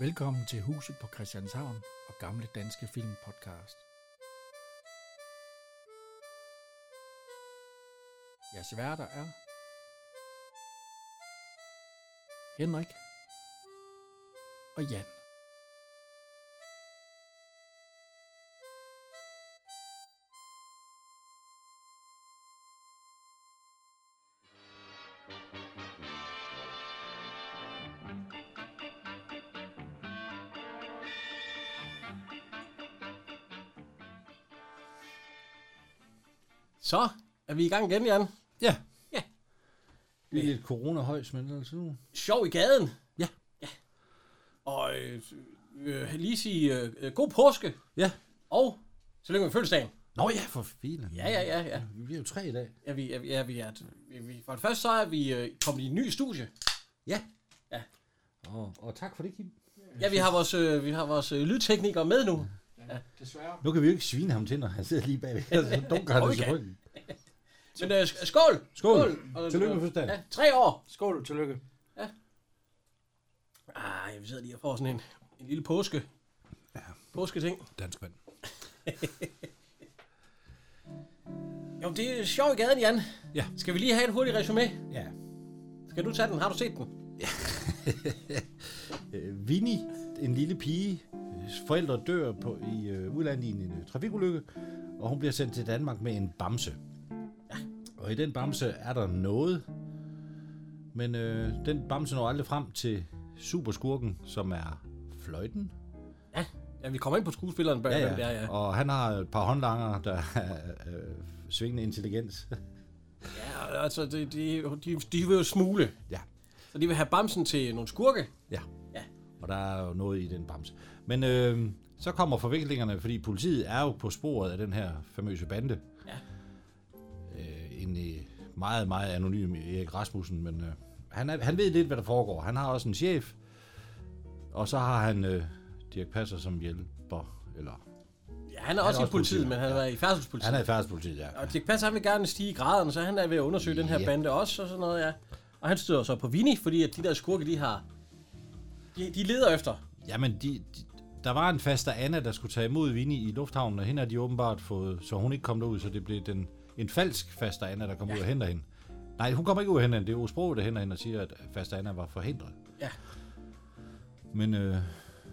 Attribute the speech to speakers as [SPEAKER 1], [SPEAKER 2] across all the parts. [SPEAKER 1] Velkommen til Huset på Christianshavn og Gamle Danske Film Podcast. Jeres værter er Henrik og Jan.
[SPEAKER 2] Så er vi i gang igen, Jan.
[SPEAKER 1] Ja.
[SPEAKER 2] Ja.
[SPEAKER 1] Det er lidt corona højs, men ellers nu.
[SPEAKER 2] Sjov i gaden.
[SPEAKER 1] Ja.
[SPEAKER 2] ja. Og øh, øh, lige sige øh, øh, god påske.
[SPEAKER 1] Ja.
[SPEAKER 2] Og tillykke med fødselsdagen.
[SPEAKER 1] Nå ja, for filen.
[SPEAKER 2] Ja, ja, ja, ja.
[SPEAKER 1] Vi bliver jo tre i dag.
[SPEAKER 2] ja, vi, ja, vi, ja vi er, vi, for det første så er vi øh, kommet i en ny studie.
[SPEAKER 1] Ja.
[SPEAKER 2] Ja.
[SPEAKER 1] Og, og tak for det, Kim.
[SPEAKER 2] Ja, vi har vores, øh, vi har vores øh, lydteknikere med nu.
[SPEAKER 3] Desværre.
[SPEAKER 1] Nu kan vi jo ikke svine ham til, når han sidder lige bagved, og så dunker han
[SPEAKER 2] Tror vi
[SPEAKER 1] os i
[SPEAKER 2] kan.
[SPEAKER 1] ryggen.
[SPEAKER 2] Men øh, sk- skål!
[SPEAKER 1] Skål.
[SPEAKER 2] Og,
[SPEAKER 1] Tillykke med fødselsdagen.
[SPEAKER 2] Ja, tre år.
[SPEAKER 3] Skål, tillykke.
[SPEAKER 2] Ah, jeg sidder lige og får sådan en, en lille påske.
[SPEAKER 1] Ja.
[SPEAKER 2] Påsketing.
[SPEAKER 1] Dansk mand.
[SPEAKER 2] Jo, det er sjov i gaden, Jan.
[SPEAKER 1] Ja.
[SPEAKER 2] Skal vi lige have et hurtigt resume?
[SPEAKER 1] Ja.
[SPEAKER 2] Skal du tage den? Har du set den?
[SPEAKER 1] Øh, Vinnie, en lille pige, hendes forældre dør på, i øh, udlandet i en øh, trafikulykke, og hun bliver sendt til Danmark med en bamse. Og i den bamse er der noget, men øh, den bamse når aldrig frem til superskurken, som er fløjten.
[SPEAKER 2] Ja, ja vi kommer ind på skuespilleren bag ja, ja. der, ja.
[SPEAKER 1] Og han har et par håndlanger, der er øh, svingende intelligens.
[SPEAKER 2] ja altså, de, de, de, de vil jo smule.
[SPEAKER 1] ja,
[SPEAKER 2] Så de vil have bamsen til nogle skurke.
[SPEAKER 1] ja.
[SPEAKER 2] Ja.
[SPEAKER 1] Og der er jo noget i den bamse. Men øh, så kommer forviklingerne, fordi politiet er jo på sporet af den her famøse bande.
[SPEAKER 2] Ja.
[SPEAKER 1] øh, en øh, meget, meget anonym Erik Rasmussen, men øh, han, er, han ved lidt, hvad der foregår. Han har også en chef, og så har han øh, Dirk Passer som hjælper, eller
[SPEAKER 2] Ja, han er, han også, i politiet, men han er i færdselspolitiet.
[SPEAKER 1] han er i færdspolitiet, ja.
[SPEAKER 2] Og Dirk Passer, han vil gerne stige i graderne, så han er ved at undersøge den her
[SPEAKER 1] Ja.
[SPEAKER 2] bande også, og sådan noget, ja. Og han støder så på Vini, fordi at de der skurke, de har... De, de leder efter.
[SPEAKER 1] Jamen, de, de, der var en faster Anna, der skulle tage imod Vini i lufthavnen, og hende har de åbenbart fået, så hun ikke kom derud, så det blev den, en falsk faster Anna, der kom ja. ud og henter hende. Nej, hun kommer ikke ud og henter hende, det er Osbro, der henter hende og siger, at faster Anna var forhindret.
[SPEAKER 2] Ja.
[SPEAKER 1] Men, øh,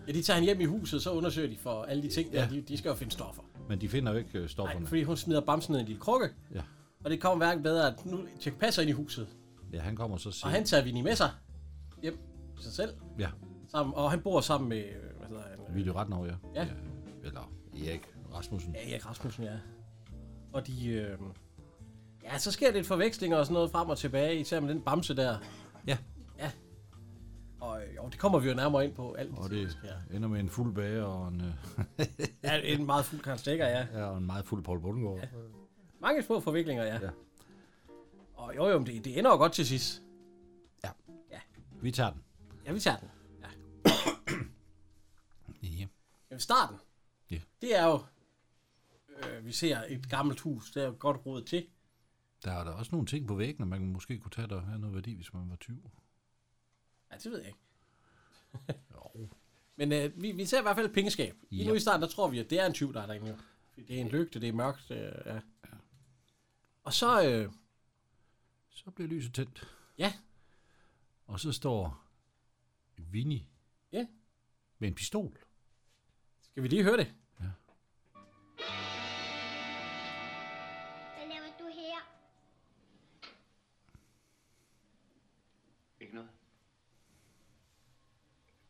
[SPEAKER 2] Ja, de tager han hjem i huset, så undersøger de for alle de ting, der,
[SPEAKER 1] Ja.
[SPEAKER 2] de, de skal jo finde stoffer.
[SPEAKER 1] men de finder jo ikke øh,
[SPEAKER 2] Nej,
[SPEAKER 1] stofferne.
[SPEAKER 2] fordi hun smider bamsen ned i en lille krukke,
[SPEAKER 1] Ja.
[SPEAKER 2] og det kommer hverken bedre, at nu Dirk Passer ind i huset,
[SPEAKER 1] ja, han kommer så siger,
[SPEAKER 2] og han tager Vini med sig hjem til sig selv.
[SPEAKER 1] Ja,
[SPEAKER 2] Sammen, og han bor sammen med, øh, hvad hedder han? Øh,
[SPEAKER 1] Ville Rattenau, ja.
[SPEAKER 2] Ja.
[SPEAKER 1] Øh, Eller Erik Rasmussen.
[SPEAKER 2] Ja, Erik Rasmussen, ja. Og de... Øh, ja, så sker lidt forvekslinger og sådan noget frem og tilbage, især med den bamse der.
[SPEAKER 1] Ja.
[SPEAKER 2] Ja. Og øh, jo, det kommer vi jo nærmere ind på alt.
[SPEAKER 1] Og det
[SPEAKER 2] Ja,
[SPEAKER 1] ender med en fuld bager og en, øh,
[SPEAKER 2] ja en meget fuld Karen Stikker, ja.
[SPEAKER 1] ja, og en meget fuld Paul Bundgaard. Ja.
[SPEAKER 2] Mange små forviklinger, ja.
[SPEAKER 1] Ja.
[SPEAKER 2] ja. Og jo, jo, men det, det ender jo godt til sidst.
[SPEAKER 1] Vi tager den.
[SPEAKER 2] Ja, vi tager den.
[SPEAKER 1] Ja.
[SPEAKER 2] Jamen, starten.
[SPEAKER 1] Ja.
[SPEAKER 2] Det er jo... Øh, vi ser et gammelt hus, der er jo godt rodet til.
[SPEAKER 1] Der er der også nogle ting på væggene, man måske kunne tage, der havde noget værdi, hvis man var 20.
[SPEAKER 2] Ja, det ved jeg ikke.
[SPEAKER 1] Jo.
[SPEAKER 2] Men øh, vi, vi ser i hvert fald et pengeskab. Lige
[SPEAKER 1] Ja.
[SPEAKER 2] nu i starten, der tror vi, at det er en tyv, der er derinde. jo. Fordi Det er en lygte, det er mørkt. Øh, ja. Og så, øh,
[SPEAKER 1] Så bliver lyset tændt.
[SPEAKER 2] ja,
[SPEAKER 1] Og så står Vinnie
[SPEAKER 2] Ja.
[SPEAKER 1] med en pistol.
[SPEAKER 2] skal vi lige høre det?
[SPEAKER 4] Hvad laver du her?
[SPEAKER 5] Ikke noget.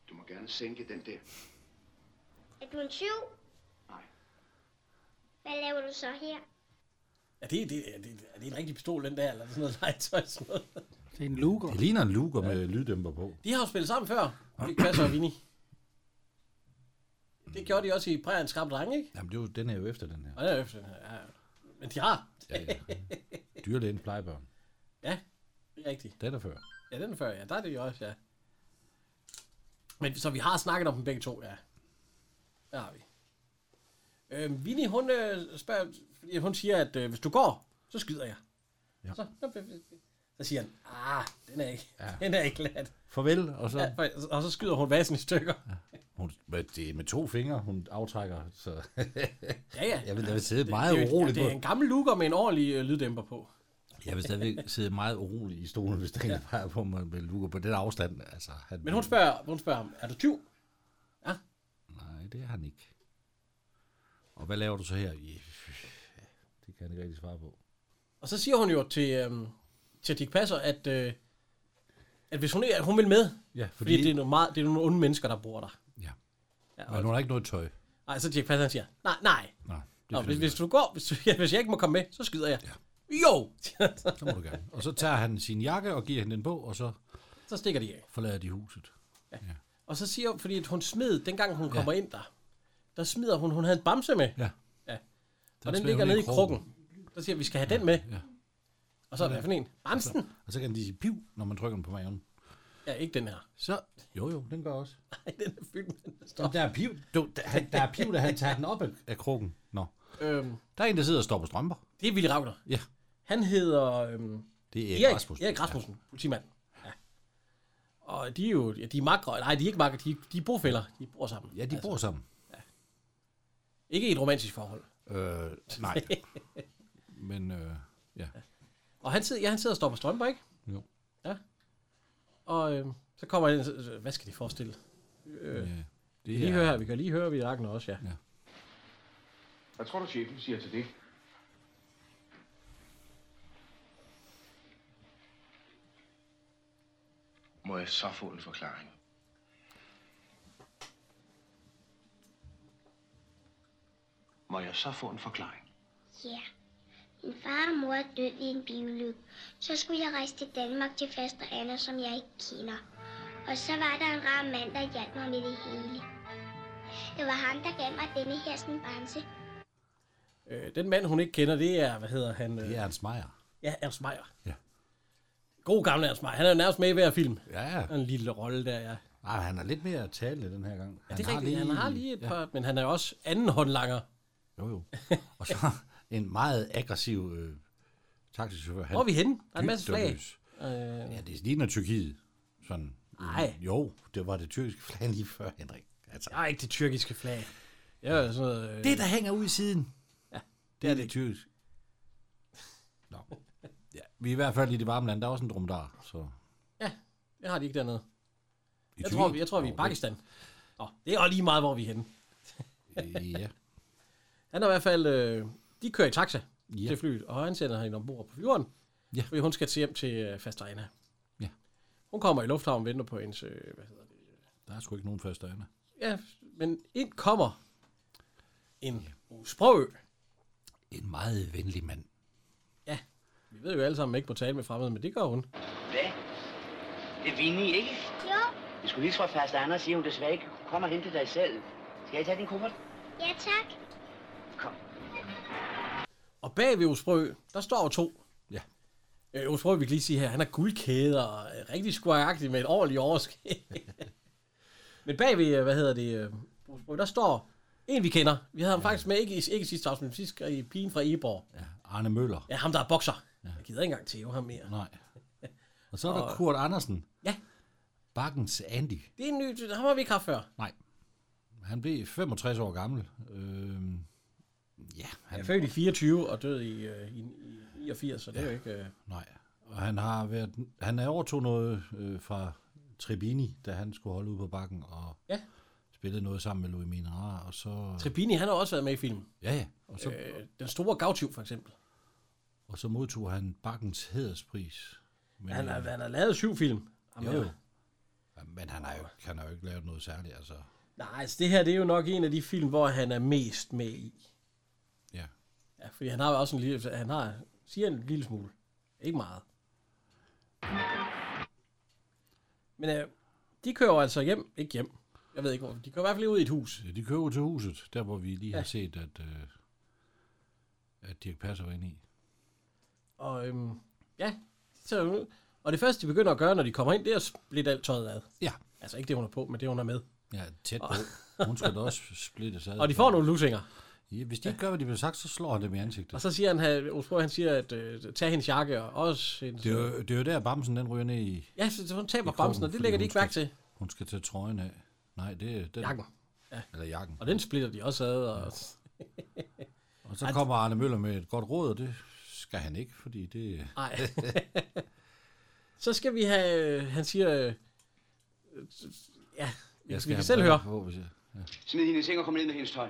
[SPEAKER 5] Du må gerne sænke den der.
[SPEAKER 4] Er du en tyv?
[SPEAKER 5] Nej.
[SPEAKER 4] Hvad laver du så her?
[SPEAKER 2] Er det, det, er det, er det en rigtig pistol, den der, eller er det sådan noget legetøj? Sådan noget?
[SPEAKER 3] Det er en luger.
[SPEAKER 1] Det ligner en luger ja. med lyddæmper på.
[SPEAKER 2] De har jo spillet sammen før, Dirk Passer og Vinnie. Det gjorde de også i Præriens Skram Drenge, ikke?
[SPEAKER 1] Jamen, det er jo, den er jo efter den her.
[SPEAKER 2] Og der er efter den her. Ja. Men de har.
[SPEAKER 1] Ja, ja. Dyrlægens plejebørn.
[SPEAKER 2] Ja, det er rigtigt.
[SPEAKER 1] Det er der før.
[SPEAKER 2] Ja, den er før, ja. Der er det jo også, ja. Men så vi har snakket om dem begge to, ja. Der har vi. Øh, Vinnie, hun øh, spørger, fordi hun siger, at øh, hvis du går, så skyder jeg.
[SPEAKER 1] Ja.
[SPEAKER 2] Ja. Så, så, så siger han, ah, den er ikke,
[SPEAKER 1] Ja.
[SPEAKER 2] ja. den er ikke let.
[SPEAKER 1] Farvel, og så...
[SPEAKER 2] Ja, for, og så skyder hun vasen i stykker. Ja.
[SPEAKER 1] Men det er med to fingre, hun aftrækker, så
[SPEAKER 2] Ja, ja.
[SPEAKER 1] jeg vil, jeg vil sidde
[SPEAKER 2] Det- det, er
[SPEAKER 1] meget
[SPEAKER 2] jo-
[SPEAKER 1] urolig
[SPEAKER 2] Det
[SPEAKER 1] på.
[SPEAKER 2] er en gammel lukker med en ordentlig øh, lyddæmper på.
[SPEAKER 1] Jeg vil stadigvæk sidde meget urolig i stolen, hvis der ja. peger på mig med lukker på den afstand. Altså, han,
[SPEAKER 2] Men hun spørger, hun spørger ham, er du tyv?
[SPEAKER 1] Nej, det er han ikke. Og hvad laver du så her? Ja, Det kan han ikke rigtig svare på.
[SPEAKER 2] Og så siger hun jo til, øhm, til Dick Passer, at, øh, at hvis hun, er, at hun vil med, fordi,
[SPEAKER 1] Ja, fordi,
[SPEAKER 2] fordi det, er nogle meget, det er nogle onde mennesker, der bor der.
[SPEAKER 1] Ja.
[SPEAKER 2] ja
[SPEAKER 1] Men
[SPEAKER 2] og,
[SPEAKER 1] hun har ikke noget tøj.
[SPEAKER 2] nej, så Dick Passer han siger, nej, nej.
[SPEAKER 1] Nej, det
[SPEAKER 2] Nå,
[SPEAKER 1] Nå,
[SPEAKER 2] hvis, hvis, du går, hvis, du, ja, hvis jeg ikke må komme med, så skyder jeg. Ja. Jo! siger han så.
[SPEAKER 1] så må du gerne. Og så tager han sin jakke og giver hende den på, og så
[SPEAKER 2] så stikker de af.
[SPEAKER 1] forlader de huset.
[SPEAKER 2] Og så siger hun, fordi at hun smed, dengang hun kommer ind der, der smider hun, hun havde en bamse med,
[SPEAKER 1] Ja.
[SPEAKER 2] Ja.
[SPEAKER 1] Den
[SPEAKER 2] og den
[SPEAKER 1] smider
[SPEAKER 2] ligger
[SPEAKER 1] hun
[SPEAKER 2] nede i krukken. Så siger vi, vi skal have den med.
[SPEAKER 1] Ja.
[SPEAKER 2] Og så er det for en? Bamsen?
[SPEAKER 1] Og så kan de sige piv, når man trykker den på maven.
[SPEAKER 2] Ja, ikke den her.
[SPEAKER 1] Så, jo jo, den gør også.
[SPEAKER 2] Nej, den er fyldt med
[SPEAKER 1] Den
[SPEAKER 2] stof.
[SPEAKER 1] der er piv, du, der, han- der er piv, da han tager den op af, af krukken. Nå.
[SPEAKER 2] Øhm,
[SPEAKER 1] Der er en, der sidder og står på strømper.
[SPEAKER 2] det er Willy Ravner.
[SPEAKER 1] Ja.
[SPEAKER 2] Han hedder øhm,
[SPEAKER 1] Det er Erik
[SPEAKER 2] Erik,
[SPEAKER 1] Rasmussen.
[SPEAKER 2] Erik Rasmussen, ja. politimand. Ja. Og de er jo, ja, de er makre, nej, de er ikke makre, de, de er bofælder, de bor sammen. Altså,
[SPEAKER 1] Ja, de bor sammen.
[SPEAKER 2] Ikke i et romantisk forhold.
[SPEAKER 1] Øh, nej. Men øh, ja.
[SPEAKER 2] Og han sidder, ja, han sidder og står på strømper, ikke?
[SPEAKER 1] Jo.
[SPEAKER 2] Ja. Og øhm, så kommer han, så- så- hvad skal de forestille? Øh,
[SPEAKER 1] ja. Det
[SPEAKER 2] Lige høre her, vi kan lige høre Willy Ravner også, ja.
[SPEAKER 5] Hvad tror du, chefen siger til det? Må jeg så få en forklaring? Må jeg så få en forklaring?
[SPEAKER 4] Ja. Min far og mor er død i en bilulykke. Så skulle jeg rejse til Danmark til faster Anna, som jeg ikke kender. Og så var der en rar mand, der hjalp mig med det hele. Det var ham, der gav mig denne her sådan bamse.
[SPEAKER 2] Øh, den mand, hun ikke kender, det er, hvad hedder han? Øh,
[SPEAKER 1] Det er Ernst Meier.
[SPEAKER 2] Ja, Ernst Meier.
[SPEAKER 1] Ja.
[SPEAKER 2] God gammel Ernst Meier. Han er jo nærmest med i hver film.
[SPEAKER 1] Ja, ja.
[SPEAKER 2] Han har en lille rolle der, ja.
[SPEAKER 1] Ej, han er lidt mere at tale den her gang.
[SPEAKER 2] Ja, det er rigtigt. Lige... Han har lige et par, ja. men han er jo også anden håndlanger.
[SPEAKER 1] Jo, jo. Og så en meget aggressiv øh, taxichauffør. Han
[SPEAKER 2] Hvor er vi henne? Der er en masse flag.
[SPEAKER 1] dygtløs.
[SPEAKER 2] Øh,
[SPEAKER 1] Ja, det ligner Tyrkiet. Sådan.
[SPEAKER 2] Nej.
[SPEAKER 1] Jo, det var det tyrkiske flag lige før, Henrik. Altså,
[SPEAKER 2] jeg er ikke det tyrkiske flag. Jeg er sådan noget, øh,
[SPEAKER 1] det, der hænger ud i siden,
[SPEAKER 2] Ja,
[SPEAKER 1] det er det tyrkiske. Nå. Ja, vi er i hvert fald i det varme land. Der er også en dromdar, så...
[SPEAKER 2] det har de ikke dernede.
[SPEAKER 1] I
[SPEAKER 2] Jeg
[SPEAKER 1] Tyrkiet?
[SPEAKER 2] tror, vi, jeg tror, vi er
[SPEAKER 1] Jo,
[SPEAKER 2] i Pakistan. Nå, det er også lige meget, hvor vi er henne.
[SPEAKER 1] det- Øh, Ja.
[SPEAKER 2] Han er i hvert fald... Øh, de kører i taxa
[SPEAKER 1] Ja.
[SPEAKER 2] ja. til flyet, og han sender hende ombord på flyveren,
[SPEAKER 1] Ja.
[SPEAKER 2] fordi hun skal til hjem til øh, Fasterina.
[SPEAKER 1] Ja.
[SPEAKER 2] Hun kommer i lufthavnen og venter på hendes... Øh, hvad hedder det?
[SPEAKER 1] Der er sgu ikke nogen første øjne.
[SPEAKER 2] Ja, men ind kommer en sprogø.
[SPEAKER 1] En meget venlig mand.
[SPEAKER 2] Vi ved jo alle sammen, at man ikke må tale med fremmede, men det gør hun.
[SPEAKER 6] Hvad? Det er Vinnie, ikke?
[SPEAKER 4] Jo,
[SPEAKER 6] Jeg skulle lige tro, at faste Anders siger, hun desværre ikke kunne komme og hente dig selv. Skal jeg tage din kuffert?
[SPEAKER 4] ja tak.
[SPEAKER 6] Kom.
[SPEAKER 2] Og bag ved Osbrø, der står jo to.
[SPEAKER 1] Ja.
[SPEAKER 2] Øh, Osbrø, vi kan lige sige her, han har guldkæder, og er rigtig skværagtig med et ordentligt overskæg. men bag ved, øh, hvad hedder det, øh, Osbrø, der står en, vi kender. Vi havde ham ja. faktisk med, ikke, i- ikke i sidste afsnit, men sidste i pigen fra Eborg.
[SPEAKER 1] Ja. Arne Møller.
[SPEAKER 2] Ja, ham der er bokser. Ja. Jeg gider ikke engang til ham mere.
[SPEAKER 1] Nej. Og så er der
[SPEAKER 2] Og-
[SPEAKER 1] Kurt Andersen.
[SPEAKER 2] Ja.
[SPEAKER 1] Bakkens Andy.
[SPEAKER 2] Det er en ny, ham har vi ikke haft før.
[SPEAKER 1] Han blev 65 år gammel. Øhm, ja, han,
[SPEAKER 2] Han er født i 24 og død i, øh, i, i 89, så det ja. er jo ikke... Øh,
[SPEAKER 1] nej. Og han har været, han er overtog noget øh, fra Tribini, da han skulle holde ud på bakken og
[SPEAKER 2] Ja.
[SPEAKER 1] spillede noget sammen med Louis Minard, og så...
[SPEAKER 2] Tribini, han har også været med i filmen.
[SPEAKER 1] ja, ja. Og så, øh.
[SPEAKER 2] Øh, den store gavtiv, for eksempel.
[SPEAKER 1] og så modtog han bakkens hederspris. Men,
[SPEAKER 2] Han har, han har lavet syv film. Ham
[SPEAKER 1] jo,
[SPEAKER 2] her.
[SPEAKER 1] jo. Ja, men han har jo, ikke- han har jo ikke lavet noget særligt, altså.
[SPEAKER 2] Nej, altså det her, det er jo nok en af de film, hvor han er mest med i.
[SPEAKER 1] Ja.
[SPEAKER 2] Ja, fordi han har jo også en lille... Han har, siger en lille smule. Ikke meget. Men øh, de kører jo altså hjem. Ikke hjem. Jeg ved ikke, hvor. De kører i hvert fald lige ud i et hus.
[SPEAKER 1] Ja, Øh, de kører ud til huset, der hvor vi lige har
[SPEAKER 2] Ja.
[SPEAKER 1] set, at, øh, at Dirk Passer var inde i.
[SPEAKER 2] Og øhm, ja, de tager jo ud. Og det første, de begynder at gøre, når de kommer ind, det er at splitte alt tøjet ad.
[SPEAKER 1] Ja.
[SPEAKER 2] Altså ikke det, hun er på, men det, hun er med.
[SPEAKER 1] Ja, tæt på. Hun skal da også splittes ad.
[SPEAKER 2] Og de får nogle lusinger.
[SPEAKER 1] Ja, hvis de ikke gør, hvad de bliver sagt, så slår han dem i
[SPEAKER 2] Og
[SPEAKER 1] ansigtet.
[SPEAKER 2] så siger han, han, Osborg, han siger, at øh, tag hendes jakke og også hendes...
[SPEAKER 1] Det er, jo, det er jo der, Bamsen den ryger ned i.
[SPEAKER 2] Ja, så så hun
[SPEAKER 1] i
[SPEAKER 2] taber
[SPEAKER 1] krogen,
[SPEAKER 2] bamsen, og det
[SPEAKER 1] fordi
[SPEAKER 2] lægger de
[SPEAKER 1] hun
[SPEAKER 2] ikke mærke
[SPEAKER 1] skal-
[SPEAKER 2] til.
[SPEAKER 1] Hun skal tage trøjen af. Nej, det er den.
[SPEAKER 2] Jakken.
[SPEAKER 1] Ja. Eller jakken.
[SPEAKER 2] Og den splitter de også ad. Og...
[SPEAKER 1] Og så kommer Arne Møller med et godt råd, og det skal han ikke, fordi det...
[SPEAKER 2] Nej. så skal vi have... Han siger... øh, Ja, vi, vi kan
[SPEAKER 1] have
[SPEAKER 2] selv
[SPEAKER 1] briller
[SPEAKER 2] høre.
[SPEAKER 1] På, hvis jeg... ja.
[SPEAKER 5] Smid hende i ting og kom ned med hendes tøj.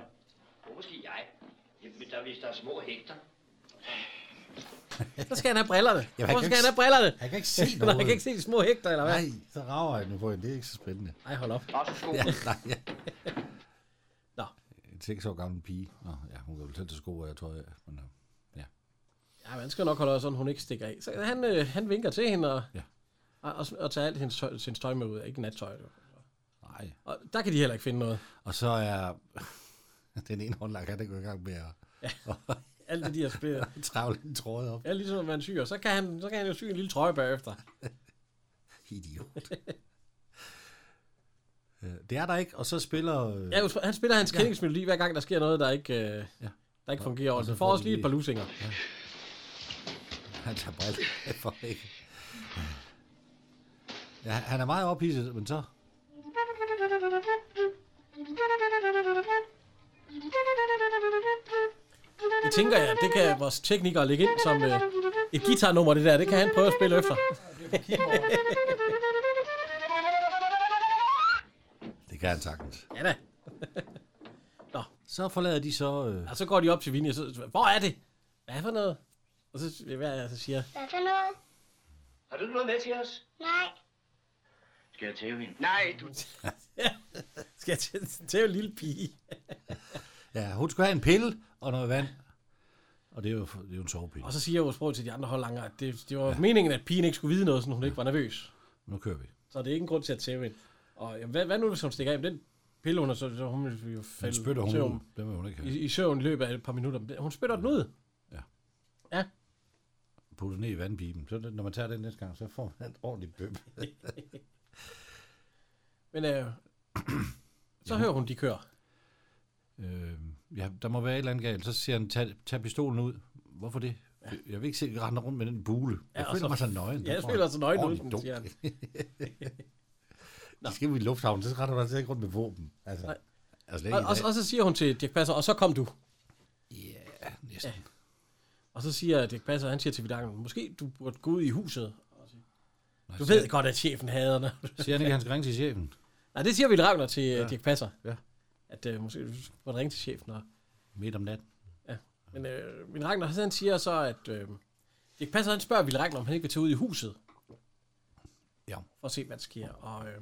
[SPEAKER 6] Hvorfor skal jeg? Jamen, der, hvis der er små hægter.
[SPEAKER 2] Så skal han have brillerne.
[SPEAKER 1] kan
[SPEAKER 2] Hvorfor
[SPEAKER 1] ikke
[SPEAKER 2] skal han have brillerne?
[SPEAKER 1] Han kan ikke se
[SPEAKER 2] Nå,
[SPEAKER 1] noget.
[SPEAKER 2] han kan ikke se de små hægter, eller hvad?
[SPEAKER 1] Nej, så rager jeg nu på en. Det er ikke så spændende.
[SPEAKER 2] Nej, hold op.
[SPEAKER 5] Også sko.
[SPEAKER 1] Ja, nej, ja.
[SPEAKER 2] Nå.
[SPEAKER 1] En 6 år gammel pige. Nå, ja, hun kan vel selv til sko, og jeg tror, jeg... Men, øh,
[SPEAKER 2] Ja, men han skal nok holde øje, sådan hun ikke stikker af. Så han, øh, han vinker til hende og,
[SPEAKER 1] Ja.
[SPEAKER 2] ja. og, og, og tager alt hendes tøj, hendes tøj med ud. Ikke nattøj. jo.
[SPEAKER 1] nej.
[SPEAKER 2] Og der kan de heller ikke finde noget.
[SPEAKER 1] Og så er... Den ene håndlager, der går i gang med at
[SPEAKER 2] Alt det, de har spillet.
[SPEAKER 1] travle en tråd op.
[SPEAKER 2] Ja, ligesom at man syr. Så kan, han, så kan han jo sy en lille trøje bagefter.
[SPEAKER 1] Idiot. Øh, det er der ikke, og så spiller... øh,
[SPEAKER 2] Ja, han spiller hans kendingsmelodi hver gang, der sker noget, der ikke, øh,
[SPEAKER 1] Ja.
[SPEAKER 2] ja. der ikke fungerer
[SPEAKER 1] og så
[SPEAKER 2] ordentligt.
[SPEAKER 1] får
[SPEAKER 2] Får også
[SPEAKER 1] vi
[SPEAKER 2] lige
[SPEAKER 1] lige-
[SPEAKER 2] et par lusinger.
[SPEAKER 1] Han tager brille for ikke. Ja, han er meget ophidset, men så...
[SPEAKER 2] Det tænker jeg, det kan vores teknikere lægge ind som øh, et guitarnummer, det der. Det kan han prøve at spille efter.
[SPEAKER 1] Det kan han sagtens.
[SPEAKER 2] Ja da.
[SPEAKER 1] Så forlader de så... Øh,
[SPEAKER 2] Og så går de op til Vinnie, og så, hvor er det? Hvad for noget? Og så, hvad er det, så siger
[SPEAKER 4] Hvad for noget?
[SPEAKER 6] Har du noget med til os?
[SPEAKER 4] Nej.
[SPEAKER 6] Skal jeg tæve hende? Nej, du...
[SPEAKER 2] skal jeg til, til en lille pige?
[SPEAKER 1] ja, hun skal have en pille og noget vand. Og det er jo, det er jo en sovepille.
[SPEAKER 2] Og så siger vores bror til de andre holdlanger, at det, det var ja. meningen, at pigen ikke skulle vide noget, så hun ikke var nervøs.
[SPEAKER 1] Nu kører vi.
[SPEAKER 2] Så det er ikke en grund til at tæve hende. Og jamen, hvad, hvad nu, hvis hun stikker af? Men Den pille, hun har, så, så hun vil jo
[SPEAKER 1] Men
[SPEAKER 2] falde
[SPEAKER 1] spytter hun
[SPEAKER 2] søvn.
[SPEAKER 1] ud. Det vil hun ikke have.
[SPEAKER 2] i, i søvn i løbet af et par minutter. Hun spytter den ud.
[SPEAKER 1] Putter ned i vandpipen. Så det, når man tager den næste gang, så får man en ordentlig bøb.
[SPEAKER 2] Men øh, så hører hun, de kører.
[SPEAKER 1] Øh, ja, der må være et eller andet galt. Så siger han, tag, tag pistolen ud. Hvorfor det? Jeg vil ikke se, at rende rundt med den bule. Jeg
[SPEAKER 2] og
[SPEAKER 1] føler
[SPEAKER 2] så-
[SPEAKER 1] mig så nøgen.
[SPEAKER 2] Ja,
[SPEAKER 1] Der
[SPEAKER 2] jeg
[SPEAKER 1] får
[SPEAKER 2] spiller
[SPEAKER 1] en
[SPEAKER 2] så nøgen ud,
[SPEAKER 1] ordentlig
[SPEAKER 2] den,
[SPEAKER 1] dunk.
[SPEAKER 2] siger han.
[SPEAKER 1] De skal ud i lufthavnen, så render man sig ikke rundt med våben. Altså,
[SPEAKER 2] Nej.
[SPEAKER 1] altså det er
[SPEAKER 2] Og,
[SPEAKER 1] ikke
[SPEAKER 2] og,
[SPEAKER 1] i dag.
[SPEAKER 2] og, så siger hun til Dirk Passer, og så kom du.
[SPEAKER 1] Ja, næsten. Ja.
[SPEAKER 2] Og så siger Dirk Passer, han siger til Vidangen, måske du burde gå ud i huset. Og sige, Du ved godt, at chefen hader dig.
[SPEAKER 1] Siger han ikke, at han skal ringe til chefen?
[SPEAKER 2] Nej, det siger Ville Ravner til ja. Dirk Passer.
[SPEAKER 1] Ja.
[SPEAKER 2] At øh, måske du burde ringe til chefen. Og,
[SPEAKER 1] Midt om natten.
[SPEAKER 2] men øh, Ville Ravner, han siger så, at øh, Dirk Passer, han spørger Ville Ravner, om han ikke vil tage ud i huset.
[SPEAKER 1] Ja.
[SPEAKER 2] For at se, hvad der sker. Og, øh,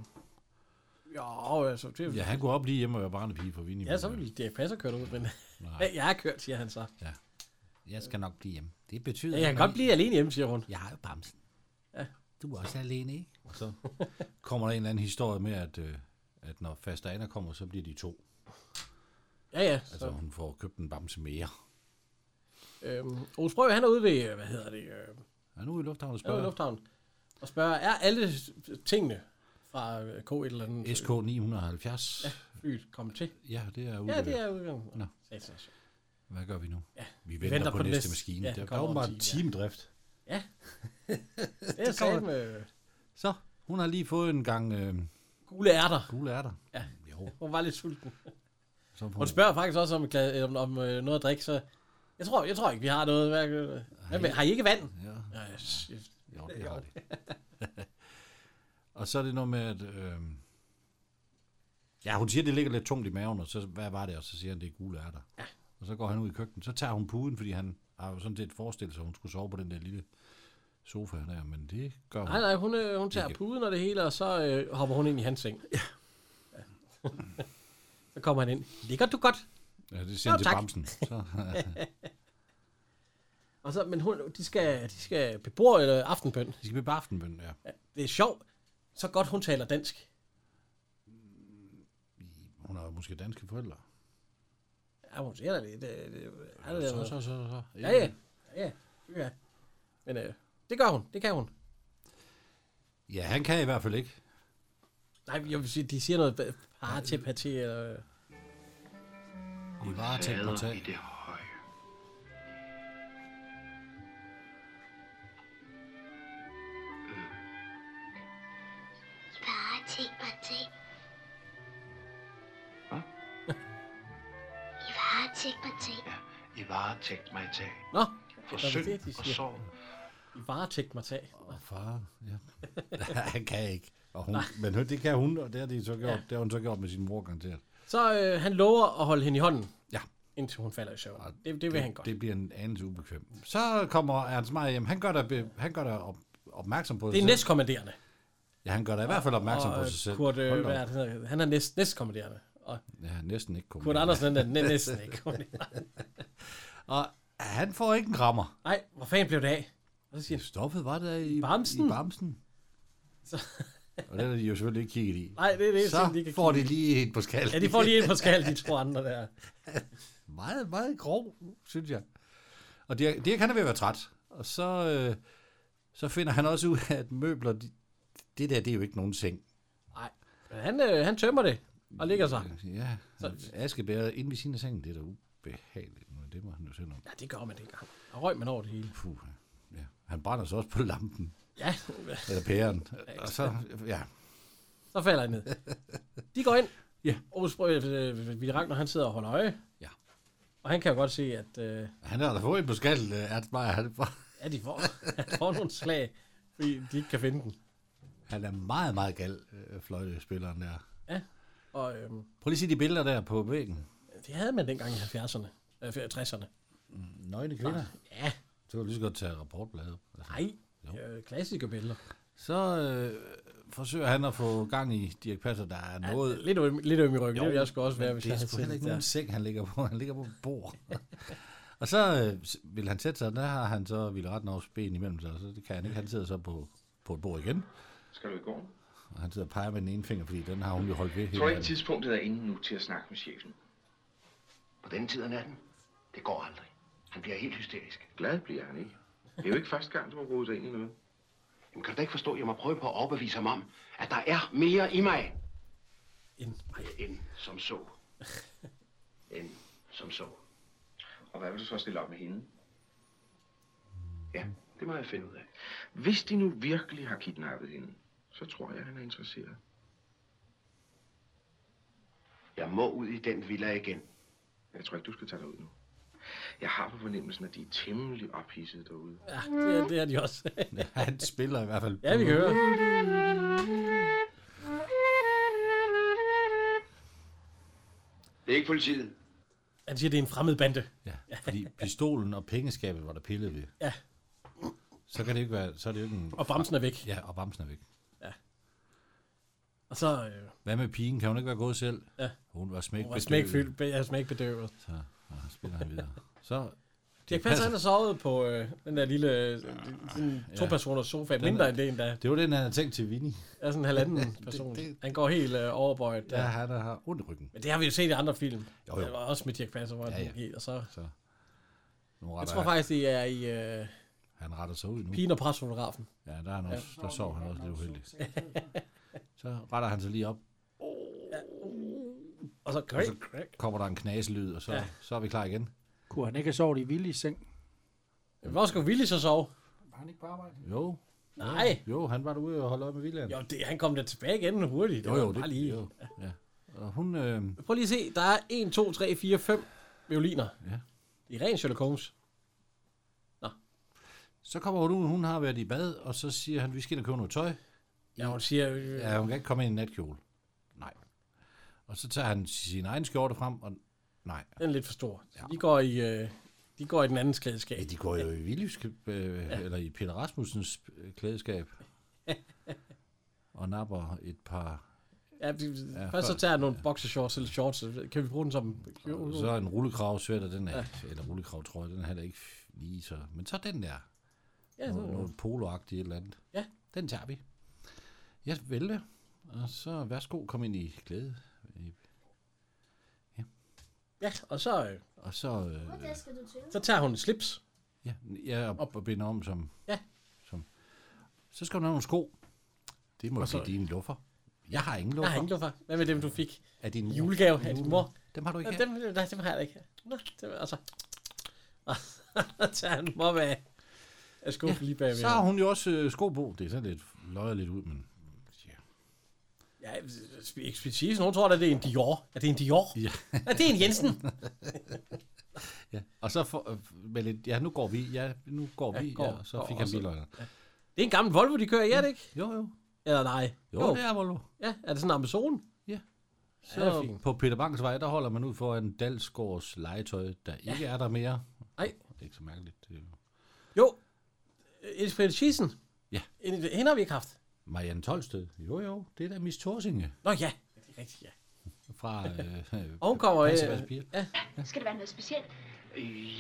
[SPEAKER 2] ja, altså, det,
[SPEAKER 1] Ja,
[SPEAKER 2] ja.
[SPEAKER 1] han kunne op lige hjemme og være barnepige for Vinnie.
[SPEAKER 2] ja, så ville Dirk Passer køre ud, men
[SPEAKER 1] Nej,
[SPEAKER 2] jeg er kørt, siger han så.
[SPEAKER 1] jeg skal nok blive hjemme. Det betyder...
[SPEAKER 2] Ja, jeg kan godt blive alene hjemme, siger hun.
[SPEAKER 1] Jeg har jo bamsen. Du er også alene, ikke? Så kommer der en eller anden historie med, at, øh, at når faster Anna kommer, så bliver de to.
[SPEAKER 2] Ja, ja. Så,
[SPEAKER 1] Altså, hun får købt en bamse mere.
[SPEAKER 2] øhm, Ole Sprøg, han er ude ved, øh, hvad hedder det, øh,
[SPEAKER 1] Er nu i lufthavnen
[SPEAKER 2] han
[SPEAKER 1] og
[SPEAKER 2] er ude i
[SPEAKER 1] spørger.
[SPEAKER 2] Lufthavn, og spørger, er alle tingene fra øh, K et eller andet øh,
[SPEAKER 1] SK 970. Ja.
[SPEAKER 2] flyet kommet til?
[SPEAKER 1] ja, det er
[SPEAKER 2] Ja,
[SPEAKER 1] udløbet.
[SPEAKER 2] det er øh, udgangen.
[SPEAKER 1] Nå.
[SPEAKER 2] Nå. Satans.
[SPEAKER 1] Hvad gør vi nu? Ja. Vi venter, venter på, på næste maskine. Ja, det er
[SPEAKER 2] kommer om
[SPEAKER 1] åbenbart
[SPEAKER 2] ti, ja.
[SPEAKER 1] teamdrift.
[SPEAKER 2] Det er sammen med øh,
[SPEAKER 1] Så, hun har lige fået en gang øh,
[SPEAKER 2] gule ærter.
[SPEAKER 1] gule ærter.
[SPEAKER 2] Ja.
[SPEAKER 1] Jo,
[SPEAKER 2] Hun var lidt sulten.
[SPEAKER 1] så får
[SPEAKER 2] Hun spørger faktisk også om, et glas- om, om øh, noget at drikke, så jeg tror, jeg tror ikke, vi har noget. Hvad, øh, hvad, med- har I ikke vand?
[SPEAKER 1] Ja,
[SPEAKER 2] Ja, shit.
[SPEAKER 1] jo, det har det. og så er det noget med, at... Øh, ja, hun siger, det ligger lidt tungt i maven, og så hvad var det? Og så siger han, det er gule ærter. Ja. Og så går han ud i køkkenet. Så tager hun puden, fordi han har jo sådan set forestillet sig, at hun skulle sove på den der lille sofa der, men det gør hun.
[SPEAKER 2] Nej, nej, hun, øh, hun tager
[SPEAKER 1] Ikke.
[SPEAKER 2] puden og det hele, og så øh, hopper hun ind i hans seng. Ja. så kommer han ind. Ligger du godt?
[SPEAKER 1] Ja, det siger
[SPEAKER 2] Jo,
[SPEAKER 1] han til
[SPEAKER 2] tak.
[SPEAKER 1] bamsen. Så,
[SPEAKER 2] Og så, men hun, de skal, de skal bebor eller aftenbøn.
[SPEAKER 1] de skal blive på aftenbøn, ja.
[SPEAKER 2] Det er sjovt, så godt hun taler dansk.
[SPEAKER 1] Hun har jo måske danske forældre.
[SPEAKER 2] Ja, hun siger da det. det, det, ja, det,
[SPEAKER 1] Så,
[SPEAKER 2] det,
[SPEAKER 1] så, så, så.
[SPEAKER 2] ja, ja, ja, ja, ja. Men øh, det gør hun, det kan hun.
[SPEAKER 1] Ja, han kan i hvert fald ikke.
[SPEAKER 2] Nej, jeg vil sige, de siger noget partipati, eller... øh,
[SPEAKER 1] I var tæt på
[SPEAKER 5] Fader
[SPEAKER 1] tag.
[SPEAKER 5] i det høje.
[SPEAKER 4] Bare ting og ting.
[SPEAKER 5] Hvad?
[SPEAKER 4] sekretær.
[SPEAKER 5] I varetægt mig tag.
[SPEAKER 2] Nå,
[SPEAKER 5] For
[SPEAKER 2] Hvad er det,
[SPEAKER 5] synd
[SPEAKER 2] de
[SPEAKER 5] og
[SPEAKER 2] siger?
[SPEAKER 5] sorg.
[SPEAKER 2] I varetægt mig tag.
[SPEAKER 1] Og far, ja. han kan ikke. Og hun, men hun- det kan hun, og det har, de så gjort,
[SPEAKER 2] Ja.
[SPEAKER 1] det har hun så gjort med sin mor, garanteret.
[SPEAKER 2] Så øh, han lover at holde hende i hånden.
[SPEAKER 1] Ja.
[SPEAKER 2] Indtil hun falder i søvn. Det, det vil han godt.
[SPEAKER 1] Det bliver en anelse ubekvem. Så kommer Ernst Meyer hjem. Han gør dig, han gør dig op, opmærksom på
[SPEAKER 2] Det er
[SPEAKER 1] sig
[SPEAKER 2] næstkommanderende.
[SPEAKER 1] Ja, han gør dig i hvert fald opmærksom på
[SPEAKER 2] øh,
[SPEAKER 1] sig selv.
[SPEAKER 2] Kurt, øh,
[SPEAKER 1] Hold da op.
[SPEAKER 2] hvad er det, han hedder? han er næst, næstkommanderende. Og
[SPEAKER 1] Ja, næsten ikke kun.
[SPEAKER 2] Kurt Andersen han er næ- næsten ikke kommanderende.
[SPEAKER 1] Og han får ikke en krammer.
[SPEAKER 2] Nej, hvor fanden blev det af? Og så siger han,
[SPEAKER 1] Stoffet var der i
[SPEAKER 2] Bamsen?
[SPEAKER 1] I Bamsen.
[SPEAKER 2] Så-
[SPEAKER 1] og den har de jo selvfølgelig ikke kigget i.
[SPEAKER 2] nej, det er det eneste,
[SPEAKER 1] så
[SPEAKER 2] ting, de kan
[SPEAKER 1] får
[SPEAKER 2] kigge
[SPEAKER 1] de lige et på skallen.
[SPEAKER 2] i. Ja, de får lige en på skal, de to andre der.
[SPEAKER 1] meget, meget grov, synes jeg. Og Dirk, Dirk han er ved at være træt. Og så, øh, så finder han også ud af, at møbler, de, det der, det er jo ikke nogen seng.
[SPEAKER 2] Nej, men han, øh, han tømmer det og ligger sig.
[SPEAKER 1] Ja,
[SPEAKER 2] Så-
[SPEAKER 1] askebæret inde ved siden af sengen, det er da ubehageligt. Men det må han jo selv om.
[SPEAKER 2] Ja, det gør man ikke engang. Og røg man over det hele.
[SPEAKER 1] Puh, ja. Han brænder så også på lampen,
[SPEAKER 2] Ja,
[SPEAKER 1] eller pæren. Og så, ja,
[SPEAKER 2] så falder han ned. De går ind.
[SPEAKER 1] Ja.
[SPEAKER 2] Og så øh, vi Ragnar, han sidder og holder øje.
[SPEAKER 1] Ja.
[SPEAKER 2] Og han kan jo godt se, at øh,
[SPEAKER 1] han har da fået en på skallen, øh, Ernst Meyer. Han,
[SPEAKER 2] ja, de får, han får nogle slag, fordi de ikke kan finde den.
[SPEAKER 1] han er meget, meget gal, øh, fløjtespilleren der.
[SPEAKER 2] Og øhm,
[SPEAKER 1] Prøv lige at se de billeder der på væggen.
[SPEAKER 2] det havde man dengang i 70'erne. Øh, 60'erne.
[SPEAKER 1] Nøgne kvinder.
[SPEAKER 2] Ja,
[SPEAKER 1] Så kan du lige så godt tage rapportbladet op. Altså.
[SPEAKER 2] nej. Øh, klassikerbilleder.
[SPEAKER 1] Så øh, forsøger han at få gang i Dirk Passer, der er
[SPEAKER 2] Ja,
[SPEAKER 1] noget...
[SPEAKER 2] lidt, øm, lidt øm i ryggen, det vil jeg sgu også være,
[SPEAKER 1] men
[SPEAKER 2] hvis
[SPEAKER 1] det
[SPEAKER 2] jeg
[SPEAKER 1] er
[SPEAKER 2] havde
[SPEAKER 1] sgu heller
[SPEAKER 2] set
[SPEAKER 1] ikke
[SPEAKER 2] det
[SPEAKER 1] nogen
[SPEAKER 2] der.
[SPEAKER 1] seng, han ligger på. Han ligger på et bord. og så øh, s- vil han sætte sig, og der har han så Ville Rettenhavs ben imellem sig, så det kan han ikke. Han sidder så på, på et bord igen,
[SPEAKER 7] Skal du i går?
[SPEAKER 1] og han sidder og peger med den ene finger, fordi den har hun jo holdt ved
[SPEAKER 7] Jeg
[SPEAKER 1] hele
[SPEAKER 7] tror ikke,
[SPEAKER 1] tiden.
[SPEAKER 7] tidspunktet er inde nu til at snakke med chefen.
[SPEAKER 6] På denne tid af natten? Det går aldrig. Han bliver helt hysterisk.
[SPEAKER 7] Glad bliver han ikke. Det er jo ikke første gang, du har rodet dig ind i noget.
[SPEAKER 6] Jamen, kan du da ikke forstå, at jeg må prøve på at overbevise ham om, at der er mere i mig,
[SPEAKER 2] En-
[SPEAKER 6] end som så. End som så.
[SPEAKER 7] Og hvad vil du så stille op med hende?
[SPEAKER 6] Ja, det må jeg finde ud af.
[SPEAKER 7] Hvis de nu virkelig har kidnappet hende, så tror jeg, han er interesseret.
[SPEAKER 6] Jeg må ud i den villa igen.
[SPEAKER 7] Jeg tror ikke, du skal tage dig ud nu. Jeg har på fornemmelsen, at de er temmelig ophidsede derude.
[SPEAKER 2] Ja, det, er- det er de også.
[SPEAKER 1] Han spiller i hvert fald.
[SPEAKER 2] ja, vi kan høre.
[SPEAKER 5] Det er ikke politiet.
[SPEAKER 2] Han siger, det er en fremmed bande.
[SPEAKER 1] Ja, fordi pistolen og pengeskabet var der pillet ved.
[SPEAKER 2] Ja.
[SPEAKER 1] Så kan det ikke være, så er det jo ikke en...
[SPEAKER 2] Og bremsen er væk.
[SPEAKER 1] Ja, og bamsen er væk.
[SPEAKER 2] Og så øh,
[SPEAKER 1] Hvad med pigen? Kan hun ikke være gået selv?
[SPEAKER 2] Ja.
[SPEAKER 1] Hun var smæk
[SPEAKER 2] hun var smækfyldt, jeg er smækbedøvet.
[SPEAKER 1] Så og så Ah, spiller han videre. Så
[SPEAKER 2] Dirk Passer, han har sovet på øh, den der lille øh, sådan to personers sofa, mindre end det endda.
[SPEAKER 1] det var den, han havde tænkt til Vinnie.
[SPEAKER 2] Er sådan en halvanden person. Han går helt øh, overbøjet.
[SPEAKER 1] Ja,
[SPEAKER 2] Ja.
[SPEAKER 1] han der har ondt i ryggen.
[SPEAKER 2] Men det har vi jo set i andre film.
[SPEAKER 1] Jo, jo.
[SPEAKER 2] Det var også med Dirk Passer, hvor
[SPEAKER 1] Ja,
[SPEAKER 2] han
[SPEAKER 1] ja.
[SPEAKER 2] gik, og så...
[SPEAKER 1] Nu retter
[SPEAKER 2] Jeg tror faktisk, det er i øh,
[SPEAKER 1] han, han retter sig ud nu.
[SPEAKER 2] Pigen og Presfotografen.
[SPEAKER 1] Ja, der, er han også, der sover han også lidt uheldigt. Så retter han sig lige op,
[SPEAKER 2] Og så... Krik, krik.
[SPEAKER 1] kommer der en knaselyd, og så,
[SPEAKER 2] Ja.
[SPEAKER 1] ja. så er vi klar igen.
[SPEAKER 3] Kunne han ikke have sovet i Willy seng?
[SPEAKER 2] Hvor skulle Willy så sove?
[SPEAKER 3] Var han ikke på arbejde?
[SPEAKER 1] Jo,
[SPEAKER 2] Nej.
[SPEAKER 1] jo, han var derude og holdt øje med William.
[SPEAKER 2] Jo, det, han kom da tilbage igen hurtigt. Det
[SPEAKER 1] jo,
[SPEAKER 2] var
[SPEAKER 1] jo,
[SPEAKER 2] bare
[SPEAKER 1] det,
[SPEAKER 2] lige.
[SPEAKER 1] jo. Ja. Og hun, øh,
[SPEAKER 2] Prøv lige at se, der er 1, 2, 3, 4, 5 violiner.
[SPEAKER 1] Ja.
[SPEAKER 2] Det er ren Sherlock Holmes.
[SPEAKER 1] så kommer hun ud, hun har været i bad, og så siger han, vi skal ind og købe noget tøj.
[SPEAKER 2] Ja, hun siger, øh, ja.
[SPEAKER 1] Ja, hun kan ikke komme ind i en natkjole. Nej. Og så tager han sin egen skjorte frem, og nej.
[SPEAKER 2] den er lidt for stor. Ja. De, går i, øh, de går i den andens klædeskab.
[SPEAKER 1] Ja, de går jo i Williams, øh, eller i Peter Rasmussens øh, klædeskab. og napper et par...
[SPEAKER 2] Ja, de,
[SPEAKER 1] Ja,
[SPEAKER 2] ja, først så
[SPEAKER 1] for-
[SPEAKER 2] tager jeg nogle boxershorts eller shorts. så Kan vi bruge den som...
[SPEAKER 1] Og så en rullekrav sweater, den er, eller rullekrav trøje, den er heller ikke lige så... Men så den der,
[SPEAKER 2] Ja,
[SPEAKER 1] noget,
[SPEAKER 2] så,
[SPEAKER 1] noget poloagtigt eller andet.
[SPEAKER 2] Ja.
[SPEAKER 1] Den tager vi. Jeg vælger, og så værsgo, kom ind i glæde.
[SPEAKER 2] ja, og så, øh,
[SPEAKER 1] Og så, øh,
[SPEAKER 2] så tager hun et slips.
[SPEAKER 1] ja, jeg op og binder om som...
[SPEAKER 2] Ja.
[SPEAKER 1] Som, så skal hun have nogle sko. Det må
[SPEAKER 2] Og så-
[SPEAKER 1] blive dine luffer. Jeg har ingen
[SPEAKER 2] Nej,
[SPEAKER 1] luffer.
[SPEAKER 2] har ingen luffer. Hvad med dem, du fik?
[SPEAKER 1] Er din mor?
[SPEAKER 2] Julegave af din mor.
[SPEAKER 1] Dem har du
[SPEAKER 2] Nå,
[SPEAKER 1] ikke her.
[SPEAKER 2] dem, nej, dem har jeg da ikke. Nå, dem, altså. Og så tager han dem op af, af skuffen ja, lige bagved.
[SPEAKER 1] Så har hun jo også øh, sko på. Det er sådan lidt løjer lidt ud, men... Ja.
[SPEAKER 2] Ja, ekspertise. Nogen tror, at det er en Dior. Er det en Dior?
[SPEAKER 1] Ja.
[SPEAKER 2] Er det en Jensen?
[SPEAKER 1] Ja. Og så for, øh, med lidt, ja, nu går vi, ja, nu går
[SPEAKER 2] Ja,
[SPEAKER 1] vi,
[SPEAKER 2] går,
[SPEAKER 1] går, ja, så
[SPEAKER 2] går,
[SPEAKER 1] fik
[SPEAKER 2] og
[SPEAKER 1] han
[SPEAKER 2] så-
[SPEAKER 1] biløgner.
[SPEAKER 2] Det er en gammel Volvo, de kører i, er det ikke?
[SPEAKER 1] Jo, jo.
[SPEAKER 2] Eller nej?
[SPEAKER 1] Jo, jo. det er Volvo.
[SPEAKER 2] Ja, er det sådan en Amazon?
[SPEAKER 1] Så
[SPEAKER 2] det er fint.
[SPEAKER 1] på Peter Bangs vej, der holder man ud for en Dalsgaards legetøj, der ikke er der mere.
[SPEAKER 2] Nej.
[SPEAKER 1] Det er ikke så mærkeligt. øh. Det er jo-
[SPEAKER 2] Jo. Elisabeth Schissen.
[SPEAKER 1] Ja.
[SPEAKER 2] Hende hende har vi ikke haft.
[SPEAKER 1] Marianne Tolsted. Jo, jo. Det er da Miss Torsinge
[SPEAKER 2] Nå ja, det er rigtigt, ja.
[SPEAKER 1] fra... Øh, øh,
[SPEAKER 2] Og hun kommer...
[SPEAKER 1] Pansevers piger.
[SPEAKER 2] ja.
[SPEAKER 8] Skal det være noget specielt?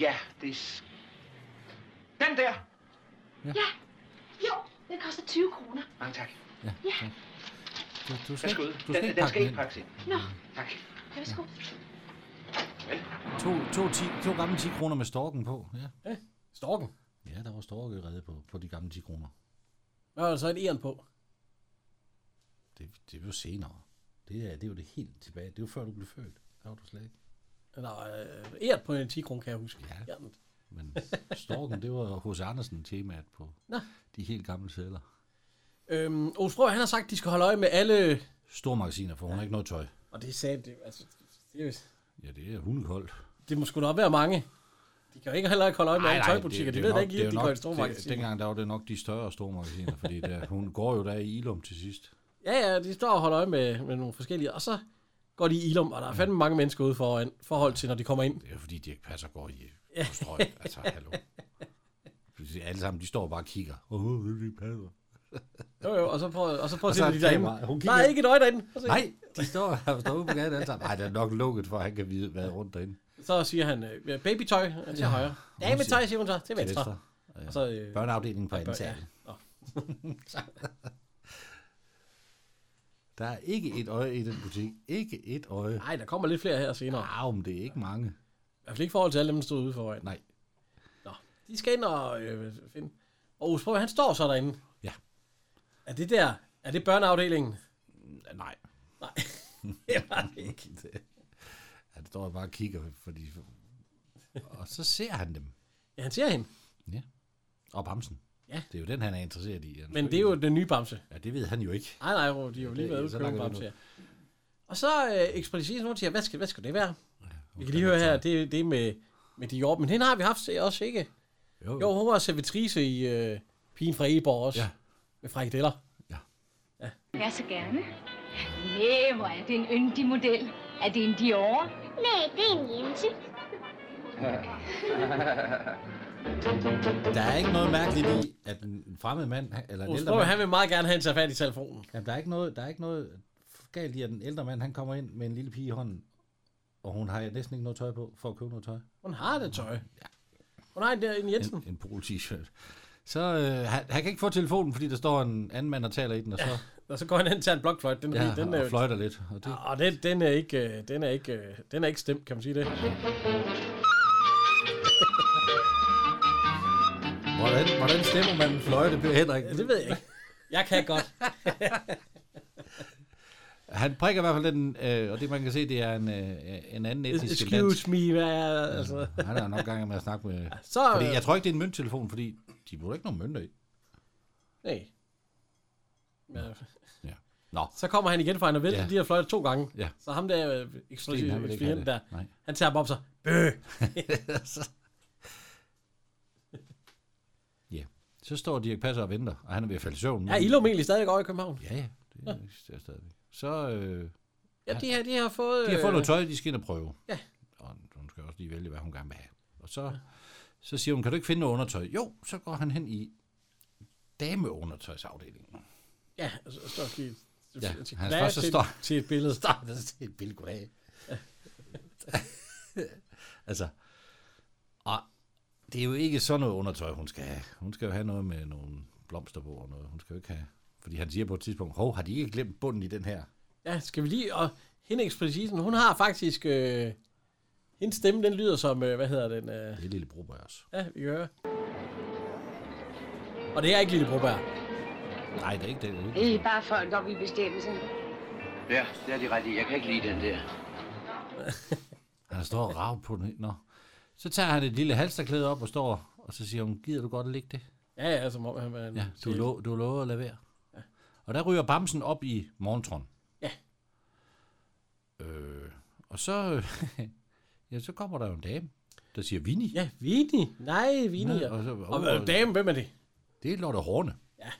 [SPEAKER 5] Ja, det er... Den der!
[SPEAKER 8] Ja. Jo, den koster 20 kroner.
[SPEAKER 5] Mange tak.
[SPEAKER 1] Du, du skal,
[SPEAKER 5] Værsgo.
[SPEAKER 1] ikke- du skal
[SPEAKER 5] Den,
[SPEAKER 1] ikke
[SPEAKER 5] den
[SPEAKER 1] pakke
[SPEAKER 5] skal
[SPEAKER 1] den
[SPEAKER 5] ikke
[SPEAKER 1] ind.
[SPEAKER 5] pakkes ind.
[SPEAKER 8] Nå,
[SPEAKER 5] Tak.
[SPEAKER 8] ja, værsgo.
[SPEAKER 1] To, to, ti, to gamle 10 kroner med storken på. Ja,
[SPEAKER 2] Storken.
[SPEAKER 1] ja der var storke redde på, på de gamle 10 kroner.
[SPEAKER 2] Hvad var der så et æren på?
[SPEAKER 1] Det, det var jo senere. Det er, det er jo det helt tilbage. Det var før du blev født. Der var du slet ikke.
[SPEAKER 2] Eller øh, æren på en 10 kroner, kan jeg huske.
[SPEAKER 1] Ja.
[SPEAKER 2] Æren.
[SPEAKER 1] Men storken, det var hos Andersen temaet på
[SPEAKER 2] Nå.
[SPEAKER 1] de helt gamle sædler.
[SPEAKER 2] Øhm, Ole Sprog, han har sagt, at de skal holde øje med alle...
[SPEAKER 1] Stormagasiner, for hun har ikke noget tøj.
[SPEAKER 2] Og det er sandt, det, altså, det, er,
[SPEAKER 1] Ja, det er hundekoldt.
[SPEAKER 2] det må sgu nok være mange. De kan jo ikke heller ikke holde øje med alle tøjbutikker. De
[SPEAKER 1] er
[SPEAKER 2] ved
[SPEAKER 1] nok-
[SPEAKER 2] da ikke, lige,
[SPEAKER 1] er
[SPEAKER 2] at
[SPEAKER 1] jo
[SPEAKER 2] de går i
[SPEAKER 1] nok- det-
[SPEAKER 2] stormagasiner.
[SPEAKER 1] Dengang der var det nok de større stormagasiner, fordi der, hun går jo der i Ilum til sidst.
[SPEAKER 2] Ja, ja, de står og holder øje med, med nogle forskellige. Og så går de i Ilum, og der er fandme mange mennesker ude foran, forhold til, når de kommer ind.
[SPEAKER 1] Det er jo fordi, Dirk Passer går i på strøg. altså, hallo. Alle sammen, de står bare og kigger. Åh, oh, det er Dirch Passer.
[SPEAKER 2] Jo, jo, og så prøver, og så prøver
[SPEAKER 1] Og
[SPEAKER 2] og
[SPEAKER 1] så
[SPEAKER 2] så
[SPEAKER 1] er
[SPEAKER 2] de
[SPEAKER 1] det
[SPEAKER 2] derinde.
[SPEAKER 1] kamera. Hun
[SPEAKER 2] Der
[SPEAKER 1] kigger-
[SPEAKER 2] er ikke et øje derinde. Og så,
[SPEAKER 1] Nej, de står, han står ude på gaden alle sammen. Nej, det er nok lukket, for at han kan vide, hvad er rundt derinde.
[SPEAKER 2] så siger han, øh, babytøj øh, til højre.
[SPEAKER 1] siger-
[SPEAKER 2] Dametøj, siger hun så, til venstre.
[SPEAKER 1] Venstre.
[SPEAKER 2] Og så, øh,
[SPEAKER 1] Børneafdelingen på anden
[SPEAKER 2] børn- ja. Nå.
[SPEAKER 1] sal. Der er ikke et øje i den butik. Ikke et øje.
[SPEAKER 2] Nej, der kommer lidt flere her senere.
[SPEAKER 1] Ah, men det er ikke mange.
[SPEAKER 2] I hvert fald ikke i forhold til alle dem, der stod ude foran.
[SPEAKER 1] Nej.
[SPEAKER 2] Nå, de skal ind og øh, finde. Og Osbro, han står så derinde.
[SPEAKER 1] Ja.
[SPEAKER 2] Er det der, er det børneafdelingen?
[SPEAKER 1] Nej.
[SPEAKER 2] Nej, det var det ikke.
[SPEAKER 1] Det- Han står bare og kigger, fordi... Og så ser han dem.
[SPEAKER 2] Ja, han ser hende.
[SPEAKER 1] Og Bamsen.
[SPEAKER 2] Ja.
[SPEAKER 1] Det er jo den, han er interesseret i. Han
[SPEAKER 2] Men det er jo den nye bamse.
[SPEAKER 1] Ja, det ved han jo ikke.
[SPEAKER 2] Nej, nej, Robert, de har jo
[SPEAKER 1] Det
[SPEAKER 2] lige
[SPEAKER 1] er
[SPEAKER 2] været ude
[SPEAKER 1] så
[SPEAKER 2] og købe en
[SPEAKER 1] langt er det
[SPEAKER 2] bamse. her. Og så øh, ekspedisen, hun siger, hvad skal, hvad skal det være? Vi kan lige
[SPEAKER 1] kan
[SPEAKER 2] høre
[SPEAKER 1] man
[SPEAKER 2] her,
[SPEAKER 1] tage?
[SPEAKER 2] det, er- det er med, med Dior, men hende har vi haft se- også, ikke? Jo, hun var servitrice i øh, Pigen fra Egeborg også.
[SPEAKER 1] Ja.
[SPEAKER 2] Med frikadeller.
[SPEAKER 8] Ja, så gerne. Nej, hvor er det en yndig model. Er det en Dior?
[SPEAKER 4] Nej, det er en Jensen.
[SPEAKER 1] Der er ikke noget mærkeligt i, at en fremmed mand, eller en ældre
[SPEAKER 2] Osbro,
[SPEAKER 1] mand,
[SPEAKER 2] han vil meget gerne have en tage fat i telefonen.
[SPEAKER 1] jamen, der, er ikke noget, der er ikke noget galt i, at en ældre mand, han kommer ind med en lille pige i hånden, og hun har næsten ikke noget tøj på, for at købe noget tøj.
[SPEAKER 2] Hun har det tøj. Hun har en, der, en Jensen.
[SPEAKER 1] En, en pol t-shirt. Så øh, han, han, kan ikke få telefonen, fordi der står en anden mand og taler i den, og så
[SPEAKER 2] Og så går han hen til en blokfløjt. Den,
[SPEAKER 1] ja,
[SPEAKER 2] ja, den,
[SPEAKER 1] og
[SPEAKER 2] er,
[SPEAKER 1] fløjter lidt. Og det,
[SPEAKER 2] og den, den, er ikke, øh, den, er ikke, øh, den er ikke stemt, kan man sige det.
[SPEAKER 1] hvordan, hvordan stemmer man en fløjte, Per Henrik?
[SPEAKER 2] Ja, Det ved jeg ikke. Jeg kan godt.
[SPEAKER 1] Han prikker i hvert fald den, øh, og det man kan se, det er en, øh, en anden etnisk end dansk.
[SPEAKER 2] Excuse me, hvad er, altså.
[SPEAKER 1] Han er nok gang med at snakke med...
[SPEAKER 2] Så,
[SPEAKER 1] Fordi
[SPEAKER 2] øh,
[SPEAKER 1] jeg tror ikke, det er en mønttelefon, fordi de bruger ikke nogen mønter i.
[SPEAKER 2] nej. Ja.
[SPEAKER 1] Ja. Nå,
[SPEAKER 2] Så kommer han igen, for han har væltet
[SPEAKER 1] Ja.
[SPEAKER 2] ja. de her fløjter to gange.
[SPEAKER 1] Ja.
[SPEAKER 2] Så ham der, øh,
[SPEAKER 1] Sten, han vil ikke
[SPEAKER 2] eksplosionen
[SPEAKER 1] have det.
[SPEAKER 2] der,
[SPEAKER 1] Nej.
[SPEAKER 2] han tager ham op så, bøh.
[SPEAKER 1] Ja. Så står Dirk Passer og venter, og han er ved at falde i søvn.
[SPEAKER 2] Er Ilum egentlig stadig over i København?
[SPEAKER 1] Ja, ja. Det eksisterer stadigvæk. Så øh,
[SPEAKER 2] Ja, de her, de har fået...
[SPEAKER 1] de har fået
[SPEAKER 2] øh,
[SPEAKER 1] noget tøj, de skal ind og prøve.
[SPEAKER 2] Ja.
[SPEAKER 1] Og hun skal også lige vælge, hvad hun gerne vil have. Og så, så siger hun, kan du ikke finde noget undertøj? Jo, så går han hen i dameundertøjsafdelingen.
[SPEAKER 2] Ja, så står de...
[SPEAKER 1] Ja,
[SPEAKER 2] til-
[SPEAKER 1] han
[SPEAKER 2] til-
[SPEAKER 1] står- så
[SPEAKER 2] til-
[SPEAKER 1] står-
[SPEAKER 2] Til et billede.
[SPEAKER 1] Starter det et billede, goddag. altså, og det er jo ikke sådan noget undertøj, hun skal have. Hun skal jo have noget med nogle blomster på og noget. Hun skal jo ikke have... Fordi han siger på et tidspunkt, hov, har de ikke glemt bunden i den her?
[SPEAKER 2] Ja, skal vi lige... Og hende ekspliciten, hun har faktisk... Øh, hendes stemme, den lyder som... Øh, hvad hedder den? Øh,
[SPEAKER 1] Det er lille brobær også.
[SPEAKER 2] ja, vi kan høre. Og det er ikke Lille Broberg.
[SPEAKER 1] Nej, det er ikke det. det er ikke.
[SPEAKER 8] Det er bare folk op i bestemmelse.
[SPEAKER 5] Ja, det er de ret i. Jeg kan ikke lide den der.
[SPEAKER 1] Han står og rager på den. Nå. Så tager han et lille halsterklæde op og står, og så siger hun, gider du godt at lægge det?
[SPEAKER 2] Ja, ja, som om han var en...
[SPEAKER 1] Ja, du, lov, du lover at lade være. Og der ryger Bamsen op i morgentron.
[SPEAKER 2] Ja.
[SPEAKER 1] Øh, og så, ja, så kommer der jo en dame. der siger Vini.
[SPEAKER 2] Ja, Vini. Nej, Vini.
[SPEAKER 1] Nå,
[SPEAKER 2] og,
[SPEAKER 1] og så-
[SPEAKER 2] og, og, dame, hvem er det?
[SPEAKER 1] Det er Lotte Horne.
[SPEAKER 2] Ja.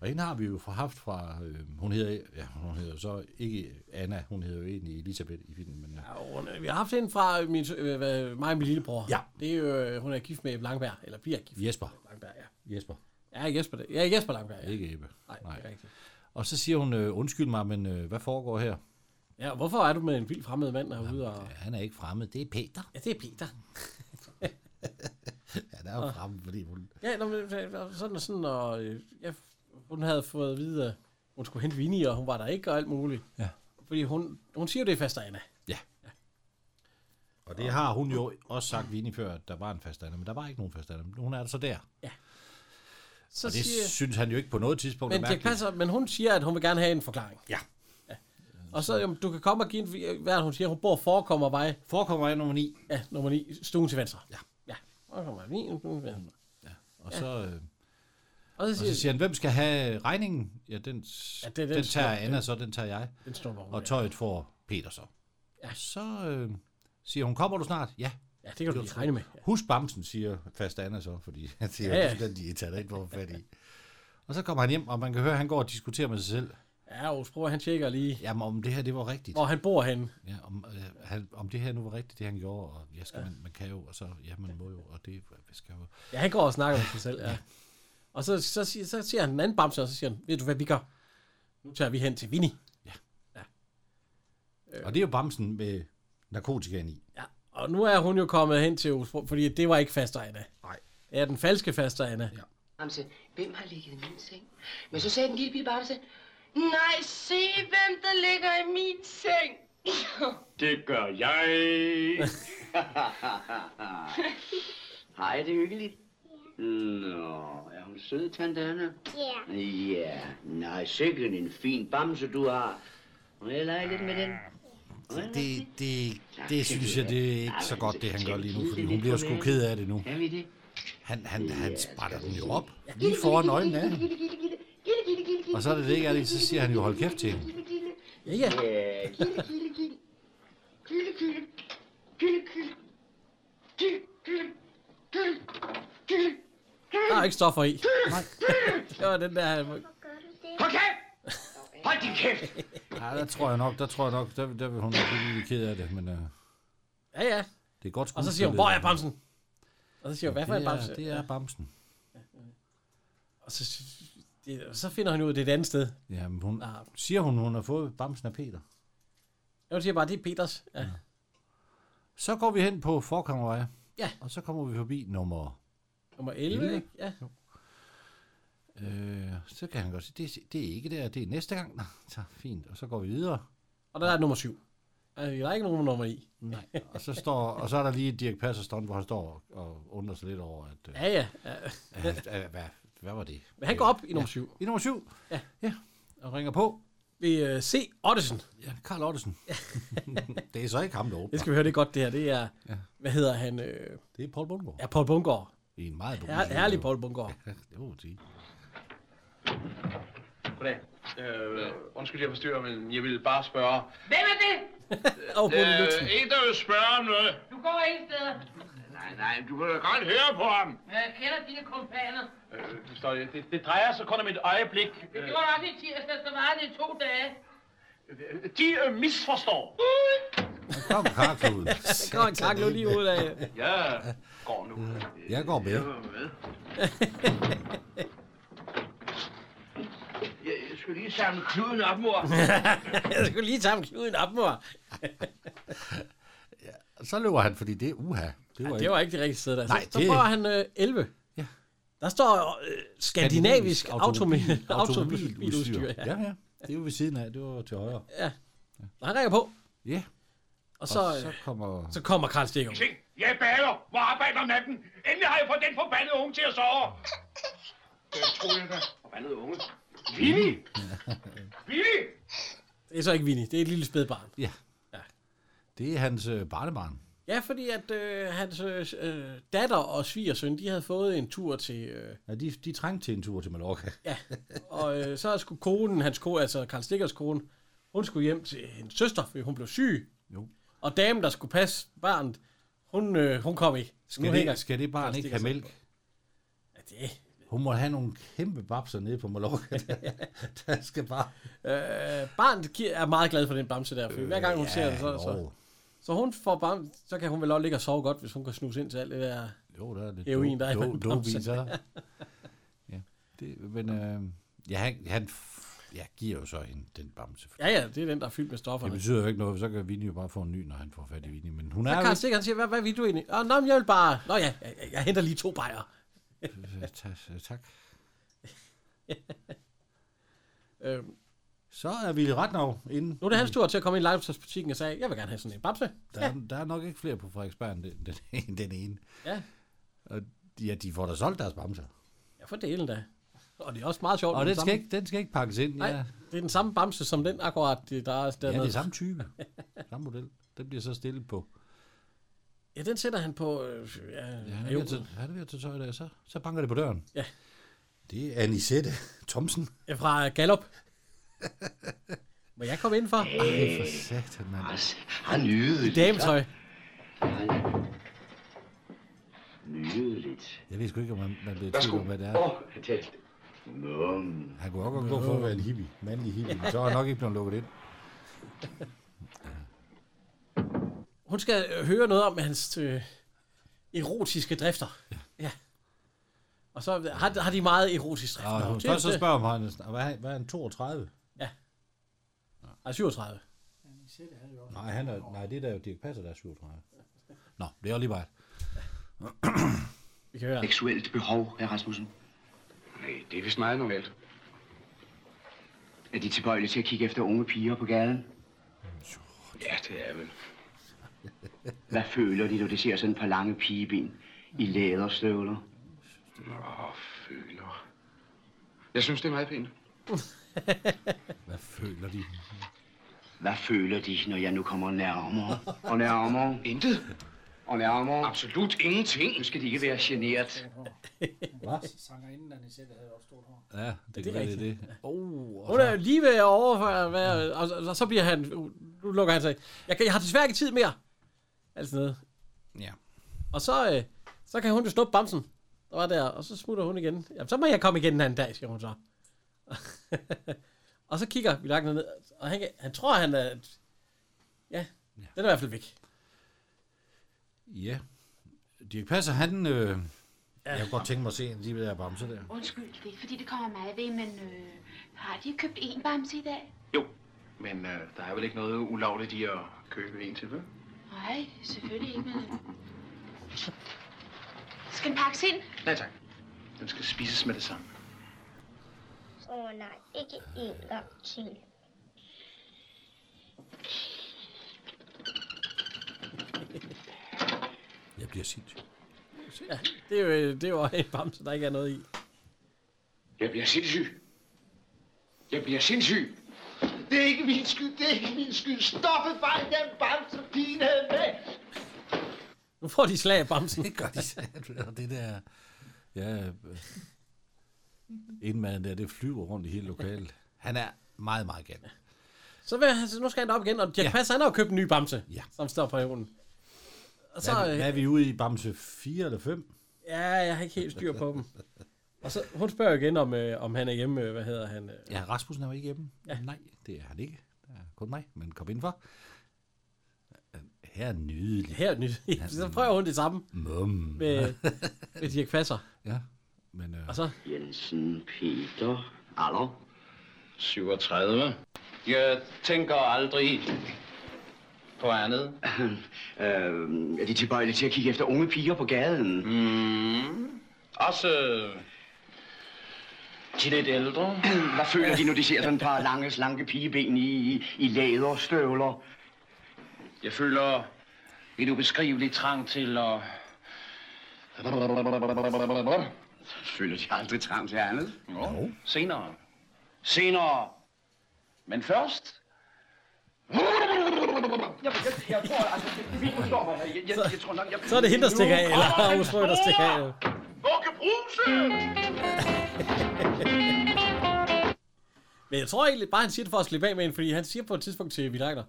[SPEAKER 1] Og hende har vi jo fra- haft fra, øh, hun hedder, ja, hun hedder så ikke Anna, hun hedder jo egentlig Elisabeth i filmen. Men, øh, ja.
[SPEAKER 2] Ja, hun- Vi har haft en fra min, sø- øh, hvad- mig og min lillebror.
[SPEAKER 1] Ja.
[SPEAKER 2] Det er jo, øh, hun er gift med Ebbe Langberg, eller bliver gift
[SPEAKER 1] Jesper.
[SPEAKER 2] med Langberg, ja.
[SPEAKER 1] Jesper.
[SPEAKER 2] Ja, Jesper, det- ja, Jesper Langberg, ja.
[SPEAKER 1] Ikke Ebbe.
[SPEAKER 2] Nej, det er rigtigt.
[SPEAKER 1] Og så siger hun, øh, undskyld mig, men øh, hvad foregår her?
[SPEAKER 2] Ja, hvorfor er du med en vild fremmed mand herude? Og...
[SPEAKER 1] Ja, han er ikke fremmed, det er Peter.
[SPEAKER 2] Ja, det er Peter.
[SPEAKER 1] Ja, der er
[SPEAKER 2] Ah.
[SPEAKER 1] jo fremmed, fordi hun...
[SPEAKER 2] Ja, nå, men, øh, sådan og sådan, og øh, ja, hun havde fået at vide, at hun skulle hente Vinnie, og hun var der ikke, og alt muligt.
[SPEAKER 1] Ja.
[SPEAKER 2] Fordi hun, hun siger jo, det er faster Anna.
[SPEAKER 1] Og det har hun jo også sagt Vini før, at der var en fastander, men der var ikke nogen fastander. Men Hun er så der.
[SPEAKER 2] Så
[SPEAKER 1] Og det synes han jo ikke på noget tidspunkt
[SPEAKER 2] men, det passer, men hun siger, at hun vil gerne have en forklaring.
[SPEAKER 1] Ja.
[SPEAKER 2] Og så, jamen, du kan komme og give en, hvad er det, hun siger, hun bor forekommer vej,
[SPEAKER 1] Forekommer jeg nummer 9,
[SPEAKER 2] ja, nummer 9, stuen til venstre.
[SPEAKER 1] Ja.
[SPEAKER 2] Ja, forekommer 9, stuen til venstre.
[SPEAKER 1] og så,
[SPEAKER 2] Og
[SPEAKER 1] øh,
[SPEAKER 2] så
[SPEAKER 1] og
[SPEAKER 2] siger,
[SPEAKER 1] så siger han, hvem skal have regningen? Ja, den, ja,
[SPEAKER 2] Ja,
[SPEAKER 1] den,
[SPEAKER 2] det er den
[SPEAKER 1] den tager
[SPEAKER 2] stor-
[SPEAKER 1] Anna, så den tager jeg.
[SPEAKER 2] den står hvor hun
[SPEAKER 1] Og
[SPEAKER 2] er.
[SPEAKER 1] tøjet får Peter så.
[SPEAKER 2] Ja.
[SPEAKER 1] Og så øh, siger hun, kommer du snart? Ja.
[SPEAKER 2] Ja, det kan du lige regne med. Ja.
[SPEAKER 1] Husk Bamsen, siger fast Anna så, fordi han siger,
[SPEAKER 2] Ja,
[SPEAKER 1] ja,
[SPEAKER 2] ja.
[SPEAKER 1] ja. den de tager ikke hvor fat i. Og så kommer han hjem, og man kan høre, at han går og diskuterer med sig selv,
[SPEAKER 2] Ja, Aarhus Bror, han tjekker lige,
[SPEAKER 1] jamen om det her, det var rigtigt.
[SPEAKER 2] hvor han bor henne.
[SPEAKER 1] Ja, om, øh, han, om det her nu var rigtigt, det han gjorde, og jeg skal, ja. man, man kan jo, og så, ja, man må jo, og det skal jo.
[SPEAKER 2] Ja, han går og snakker med sig selv, ja. Og så, så, siger, så siger han en anden bamse, og så siger han, ved du hvad vi gør? Nu tager vi hen til Vinnie.
[SPEAKER 1] Og det er jo Bamsen med narkotikaen i.
[SPEAKER 2] Ja, og nu er hun jo kommet hen til Aarhus Bror, fordi det var ikke faster Anna.
[SPEAKER 1] Nej.
[SPEAKER 2] Det er den falske faster Anna. Ja.
[SPEAKER 6] Bamse, hvem har ligget i min seng? Men så sagde den lille pige Bamse, nej, se hvem der ligger i min seng.
[SPEAKER 5] Det gør jeg.
[SPEAKER 6] Hej, er det hyggeligt? Nå, er hun sød, tante Anna?
[SPEAKER 4] Ja.
[SPEAKER 6] Ja, nej, sikkert en fin bamse, du har. Må jeg lege lidt med den?
[SPEAKER 1] Ah. Det, det, det synes jeg, det er ikke så godt, det han gør lige nu, fordi hun bliver sgu ked af det nu.
[SPEAKER 6] Kan vi det?
[SPEAKER 1] Han, han, han sprætter den jo op, lige foran øjnene af hende. Og så er det det ikke er det, så siger han jo, hold kæft til hende.
[SPEAKER 2] ja, ja.
[SPEAKER 6] Ja,
[SPEAKER 2] Der er ikke stoffer i. det var den der...
[SPEAKER 4] Gør du det?
[SPEAKER 5] Hold kæft! Hold din kæft!
[SPEAKER 1] Ja, der tror jeg nok, der tror jeg nok, der, der vil hun nok blive lidt ked af det, men øh,
[SPEAKER 2] Ja, ja.
[SPEAKER 1] det er godt
[SPEAKER 2] Og så siger hun,
[SPEAKER 1] skuespillet.
[SPEAKER 2] hvor er bamsen? Og så siger hun, hvad for en
[SPEAKER 1] Det
[SPEAKER 2] bamse?
[SPEAKER 1] er, det er Bamsen.
[SPEAKER 2] Og så, det, så finder han ud af, det er et andet sted.
[SPEAKER 1] Jamen, hun, siger hun, hun har fået Bamsen af Peter.
[SPEAKER 2] Jeg siger bare, det er Peters. Ja.
[SPEAKER 1] Så går vi hen på Forkammervej.
[SPEAKER 2] Ja.
[SPEAKER 1] Og så kommer vi forbi nummer...
[SPEAKER 2] Nummer 11, ikke? Ja.
[SPEAKER 1] Øh, så kan han godt sige, det, er- det er ikke der, det er næste gang. Nå, Så fint, og så går vi videre.
[SPEAKER 2] Og der er nummer 7. Altså, der er ikke nogen nummer i.
[SPEAKER 1] Nej. Og så, står, og så er der lige et Dirk Passer stånd, hvor han står og, og undrer sig lidt over, at, øh,
[SPEAKER 2] Ja, ja. ja.
[SPEAKER 1] at, at hvad, hvad var det?
[SPEAKER 2] Men han går op i nummer 7.
[SPEAKER 1] I nummer syv. Ja. ja. Og ringer på.
[SPEAKER 2] Vi uh, se Ottesen.
[SPEAKER 1] Ja, Karl Ottesen. det er så ikke ham, der åbner.
[SPEAKER 2] Det skal vi høre, det er godt det her. Det er, ja. hvad hedder han? Øh,
[SPEAKER 1] Det er Paul Bundgaard.
[SPEAKER 2] ja, Paul Bungård.
[SPEAKER 1] Det er en meget
[SPEAKER 2] Her, herlig Paul Bungård.
[SPEAKER 1] Det må man sige.
[SPEAKER 7] Goddag. Øh, undskyld, jeg forstyrrer, men jeg ville bare spørge. Øh,
[SPEAKER 6] Hvem er det?
[SPEAKER 2] Og Bo Lutzen.
[SPEAKER 7] en, der vil spørge om noget.
[SPEAKER 6] Du går ingen steder.
[SPEAKER 7] Nej, nej, du kan da godt høre på ham.
[SPEAKER 6] Jeg kender dine kompaner.
[SPEAKER 7] Øh, forstår jeg. Det, det drejer sig kun om et øjeblik.
[SPEAKER 6] Det gjorde nok i tirsdag, så var det i to dage.
[SPEAKER 7] Øh, De øh,
[SPEAKER 5] Uh!
[SPEAKER 7] misforstår.
[SPEAKER 1] Kom, karkluden.
[SPEAKER 2] Der går en kaklo lige ud af.
[SPEAKER 7] Jeg går nu.
[SPEAKER 1] Øh, Jeg går med.
[SPEAKER 5] Jeg, jeg skal lige samle kluden op, mor.
[SPEAKER 2] Jeg skulle lige tage ham knuden op, mor.
[SPEAKER 1] Så løber han, fordi det er uha. Det var,
[SPEAKER 2] Det var ikke det rigtige sted der.
[SPEAKER 1] Nej,
[SPEAKER 2] så, så
[SPEAKER 1] det-
[SPEAKER 2] prøver han øh, 11.
[SPEAKER 1] Ja.
[SPEAKER 2] Der står øh, skandinavisk automobil,
[SPEAKER 1] automobiludstyr.
[SPEAKER 2] automobiludstyr.
[SPEAKER 1] Ja. ja, ja. Det er jo ved siden af, det var til højre.
[SPEAKER 2] Og han ringer på,
[SPEAKER 1] Ja,
[SPEAKER 2] og
[SPEAKER 1] så,
[SPEAKER 2] så, øh,
[SPEAKER 1] så kommer...
[SPEAKER 2] så kommer Karl Stikker.
[SPEAKER 5] Ting, jeg bager. Hvor arbejder om natten? Endelig har jeg fået den forbandede unge til at sove. Det tror jeg da. Forbandede unge. Vini! Vini!
[SPEAKER 2] Det er så ikke Vinnie, det er et lille spædbarn.
[SPEAKER 1] Ja.
[SPEAKER 2] Ja.
[SPEAKER 1] Det er hans øh, barnebarn.
[SPEAKER 2] Ja, fordi at øh, hans øh, datter og svigersøn, de havde fået en tur til... Øh,
[SPEAKER 1] Ja, de, de trængte til en tur til Mallorca.
[SPEAKER 2] ja, og øh, så skulle konen, hans kone, altså Karl Stikkers kone, hun skulle hjem til hendes søster, fordi hun blev syg.
[SPEAKER 1] Jo.
[SPEAKER 2] Og damen, der skulle passe barnet, Hun, øh, hun kom ikke.
[SPEAKER 1] Skal,
[SPEAKER 2] hænger-
[SPEAKER 1] det, skal det barn
[SPEAKER 2] hun
[SPEAKER 1] ikke
[SPEAKER 2] stikker
[SPEAKER 1] have
[SPEAKER 2] sig.
[SPEAKER 1] mælk?
[SPEAKER 2] Ja, det.
[SPEAKER 1] Hun må have nogle kæmpe babser nede på Mallorca. der skal bare...
[SPEAKER 2] Øh, barnet gi- er meget glad for den bamse der, for øh, hver gang hun ja, ser den, så,
[SPEAKER 1] jo.
[SPEAKER 2] så, så hun får bam, så kan hun vel også ligge og sove godt, hvis hun kan snuse ind til alt det der.
[SPEAKER 1] Jo, der er lidt
[SPEAKER 2] Heroin, der er i
[SPEAKER 1] do,
[SPEAKER 2] den
[SPEAKER 1] do,
[SPEAKER 2] bamse.
[SPEAKER 1] do, så. Ja, det, men øh, ja, han, han ja, giver jo så hende den bamse.
[SPEAKER 2] Ja, ja, det er den, der er fyldt med
[SPEAKER 1] Det
[SPEAKER 2] stofferne.
[SPEAKER 1] betyder jo ikke noget, for så kan Vinnie jo bare få en ny, når han får fat i Vinnie. Men hun er
[SPEAKER 2] Så
[SPEAKER 1] jo
[SPEAKER 2] Karl Sikker, han siger, hvad, hvad vil du egentlig? Åh, nå, men jeg vil bare... Nå ja, jeg, jeg, jeg henter lige to bajer.
[SPEAKER 1] ikke... Tak- Tak.
[SPEAKER 2] Øh,
[SPEAKER 1] Så er Ville Ratnov inde.
[SPEAKER 2] nu er det hans tur til at komme ind i legetøjsbutikken og sagde, jeg vil gerne have sådan en bamse.
[SPEAKER 1] Der, er, der er nok ikke flere på Frederiksberg end den, den, ene- den ene.
[SPEAKER 2] Ja.
[SPEAKER 1] Og ja, de får da solgt deres bamser.
[SPEAKER 2] Ja, for delen da. Og det er også meget sjovt.
[SPEAKER 1] Og
[SPEAKER 2] det er
[SPEAKER 1] den
[SPEAKER 2] den
[SPEAKER 1] skal,
[SPEAKER 2] samme-
[SPEAKER 1] ikke, den skal ikke pakkes ind.
[SPEAKER 2] Nej,
[SPEAKER 1] Ja,
[SPEAKER 2] det er den samme bamse som den akkurat, det- der er
[SPEAKER 1] ja det
[SPEAKER 2] dernede.
[SPEAKER 1] er samme type. Samme model. Den bliver så stillet på.
[SPEAKER 2] Ja, den sætter han på... Øh, ja,
[SPEAKER 1] Ja, han er,
[SPEAKER 2] jo.
[SPEAKER 1] ved at tage, han er ved at tage tøj der, så, så banker det på døren.
[SPEAKER 2] Ja.
[SPEAKER 1] Det er Anisette Thomsen.
[SPEAKER 2] Ja, fra Gallup. Må jeg komme indenfor?
[SPEAKER 1] Ej, for satan, mand.
[SPEAKER 6] Altså, har nydeligt.
[SPEAKER 2] Dametøj.
[SPEAKER 6] Nydeligt.
[SPEAKER 1] Jeg ved sgu ikke, om man, man bliver i
[SPEAKER 6] Værsgo.
[SPEAKER 1] tvivl om, hvad det er.
[SPEAKER 6] Åh, oh, det Mum.
[SPEAKER 1] Han kunne også godt gå for at være en hippie. Mandlig hippie. Men så er han nok ikke blevet lukket ind.
[SPEAKER 2] Hun skal øh, høre noget om hans øh, erotiske drifter. Ja. ja. Og så har, har de meget erotisk drift.
[SPEAKER 1] Og hun
[SPEAKER 2] det,
[SPEAKER 1] skal også
[SPEAKER 2] det-
[SPEAKER 1] spørge om, han, er- hvad, er- hvad er han, 32?
[SPEAKER 2] Ej, 37.
[SPEAKER 1] Nej, han er, nej, det er der jo Dirk Passer, der er 37. Nå, det er også lige bare.
[SPEAKER 2] Vi kan høre.
[SPEAKER 5] Seksuelt behov, herr Rasmussen.
[SPEAKER 7] Nej, det er vist meget normalt.
[SPEAKER 5] Er de tilbøjelige til at kigge efter unge piger på gaden?
[SPEAKER 7] Ja, det er vel.
[SPEAKER 5] Hvad føler de, når de ser sådan et par lange pigeben i læderstøvler?
[SPEAKER 7] Åh, føler. Jeg synes, det er meget pænt.
[SPEAKER 1] Hvad føler de?
[SPEAKER 5] Hvad føler de, når jeg nu kommer nærmere og nærmere
[SPEAKER 7] Intet.
[SPEAKER 5] og nærmere?
[SPEAKER 7] Absolut ingenting.
[SPEAKER 5] Nu skal de ikke være generet.
[SPEAKER 3] Sangerinden, der Nisette, havde også stort hår.
[SPEAKER 1] Ja, det, det er rigtigt. Det. er det. Oh,
[SPEAKER 2] Hun er lige ved at overføre, hvad, og, og, og så bliver han... Nu lukker han sig. af. Jeg, kan, jeg har desværre ikke tid mere. Altså noget.
[SPEAKER 1] ja.
[SPEAKER 2] Og så, øh, så kan hun jo snuppe bamsen, der var der, og så smutter hun igen. Jamen, så må jeg komme igen en anden dag, siger hun så. og så kigger vi langt ned, og han, kan- han tror, han er... Ja, den er i hvert fald væk.
[SPEAKER 1] ja. Dirk Passer, han... Øh, jeg kunne godt tænke mig at se en af de der bamser der.
[SPEAKER 8] Undskyld, det er ikke fordi, det kommer mig ved, men øh, har de købt en bamse i dag?
[SPEAKER 7] Jo, men øh, der er vel ikke noget ulovligt i at købe en til, vel?
[SPEAKER 8] Nej, selvfølgelig ikke, men... Skal den pakkes ind?
[SPEAKER 7] Nej tak. Den skal spises med det samme.
[SPEAKER 4] Åh oh, nej, ikke en gang til.
[SPEAKER 1] Jeg bliver sindssyg.
[SPEAKER 2] Ja, det er jo, øh, det er jo en bamse, der ikke er noget i.
[SPEAKER 7] Jeg bliver sindssyg. Jeg bliver sindssyg. Det er ikke min skyld, det er ikke min skyld. Stoppe bare den bamse, pigen havde med.
[SPEAKER 2] Nu får de slag af bamsen.
[SPEAKER 1] Det gør de sat. Og det der... Ja... øh, Indmaden der, det flyver rundt i hele lokalet. Han er meget, meget gal.
[SPEAKER 2] Så vil han, så nu skal han op igen, og Dirk ja. Passer, han har jo købt en ny bamse,
[SPEAKER 1] Ja.
[SPEAKER 2] som står på jorden. Og så,
[SPEAKER 1] Hvad, er vi-
[SPEAKER 2] øh,
[SPEAKER 1] hvad er vi ude i bamse 4 eller 5?
[SPEAKER 2] ja, jeg har ikke helt styr på dem. Og så, hun spørger igen, om, øh, om han er hjemme, øh, hvad hedder han? Øh,
[SPEAKER 1] Ja, Rasmussen er jo ikke hjemme. Ja. Nej, det er han ikke. Det er kun mig, men kom indenfor. Her er nydelig.
[SPEAKER 2] her nyt. så prøver hun det samme.
[SPEAKER 1] Mum.
[SPEAKER 2] med, med Dirk Passer.
[SPEAKER 1] Ja, men øh,
[SPEAKER 2] Og så,
[SPEAKER 5] Jensen Peter. Alder?
[SPEAKER 7] 37. Jeg tænker aldrig på andet.
[SPEAKER 5] Øh, er de tilbøjelige til at kigge efter unge piger på gaden?
[SPEAKER 7] Mm. Også øh, til lidt ældre.
[SPEAKER 5] Hvad føler de, når de ser sådan et par lange, slanke pigeben i, i, i læderstøvler?
[SPEAKER 7] Jeg føler et ubeskriveligt trang til at...
[SPEAKER 5] Føler de aldrig trang til andet?
[SPEAKER 7] Jo. Senere. Senere. Men først...
[SPEAKER 5] Jeg, jeg, jeg tror, altså, det- vi forstår mig. Jeg, jeg, jeg, tror nok, jeg...
[SPEAKER 2] så er det hende, der stikker af, eller Aarhus Rød, der stikker af.
[SPEAKER 5] Bukke Bruse!
[SPEAKER 2] Men jeg tror egentlig bare, han siger det for at slippe af med hende, fordi han siger på et tidspunkt til Vilagner,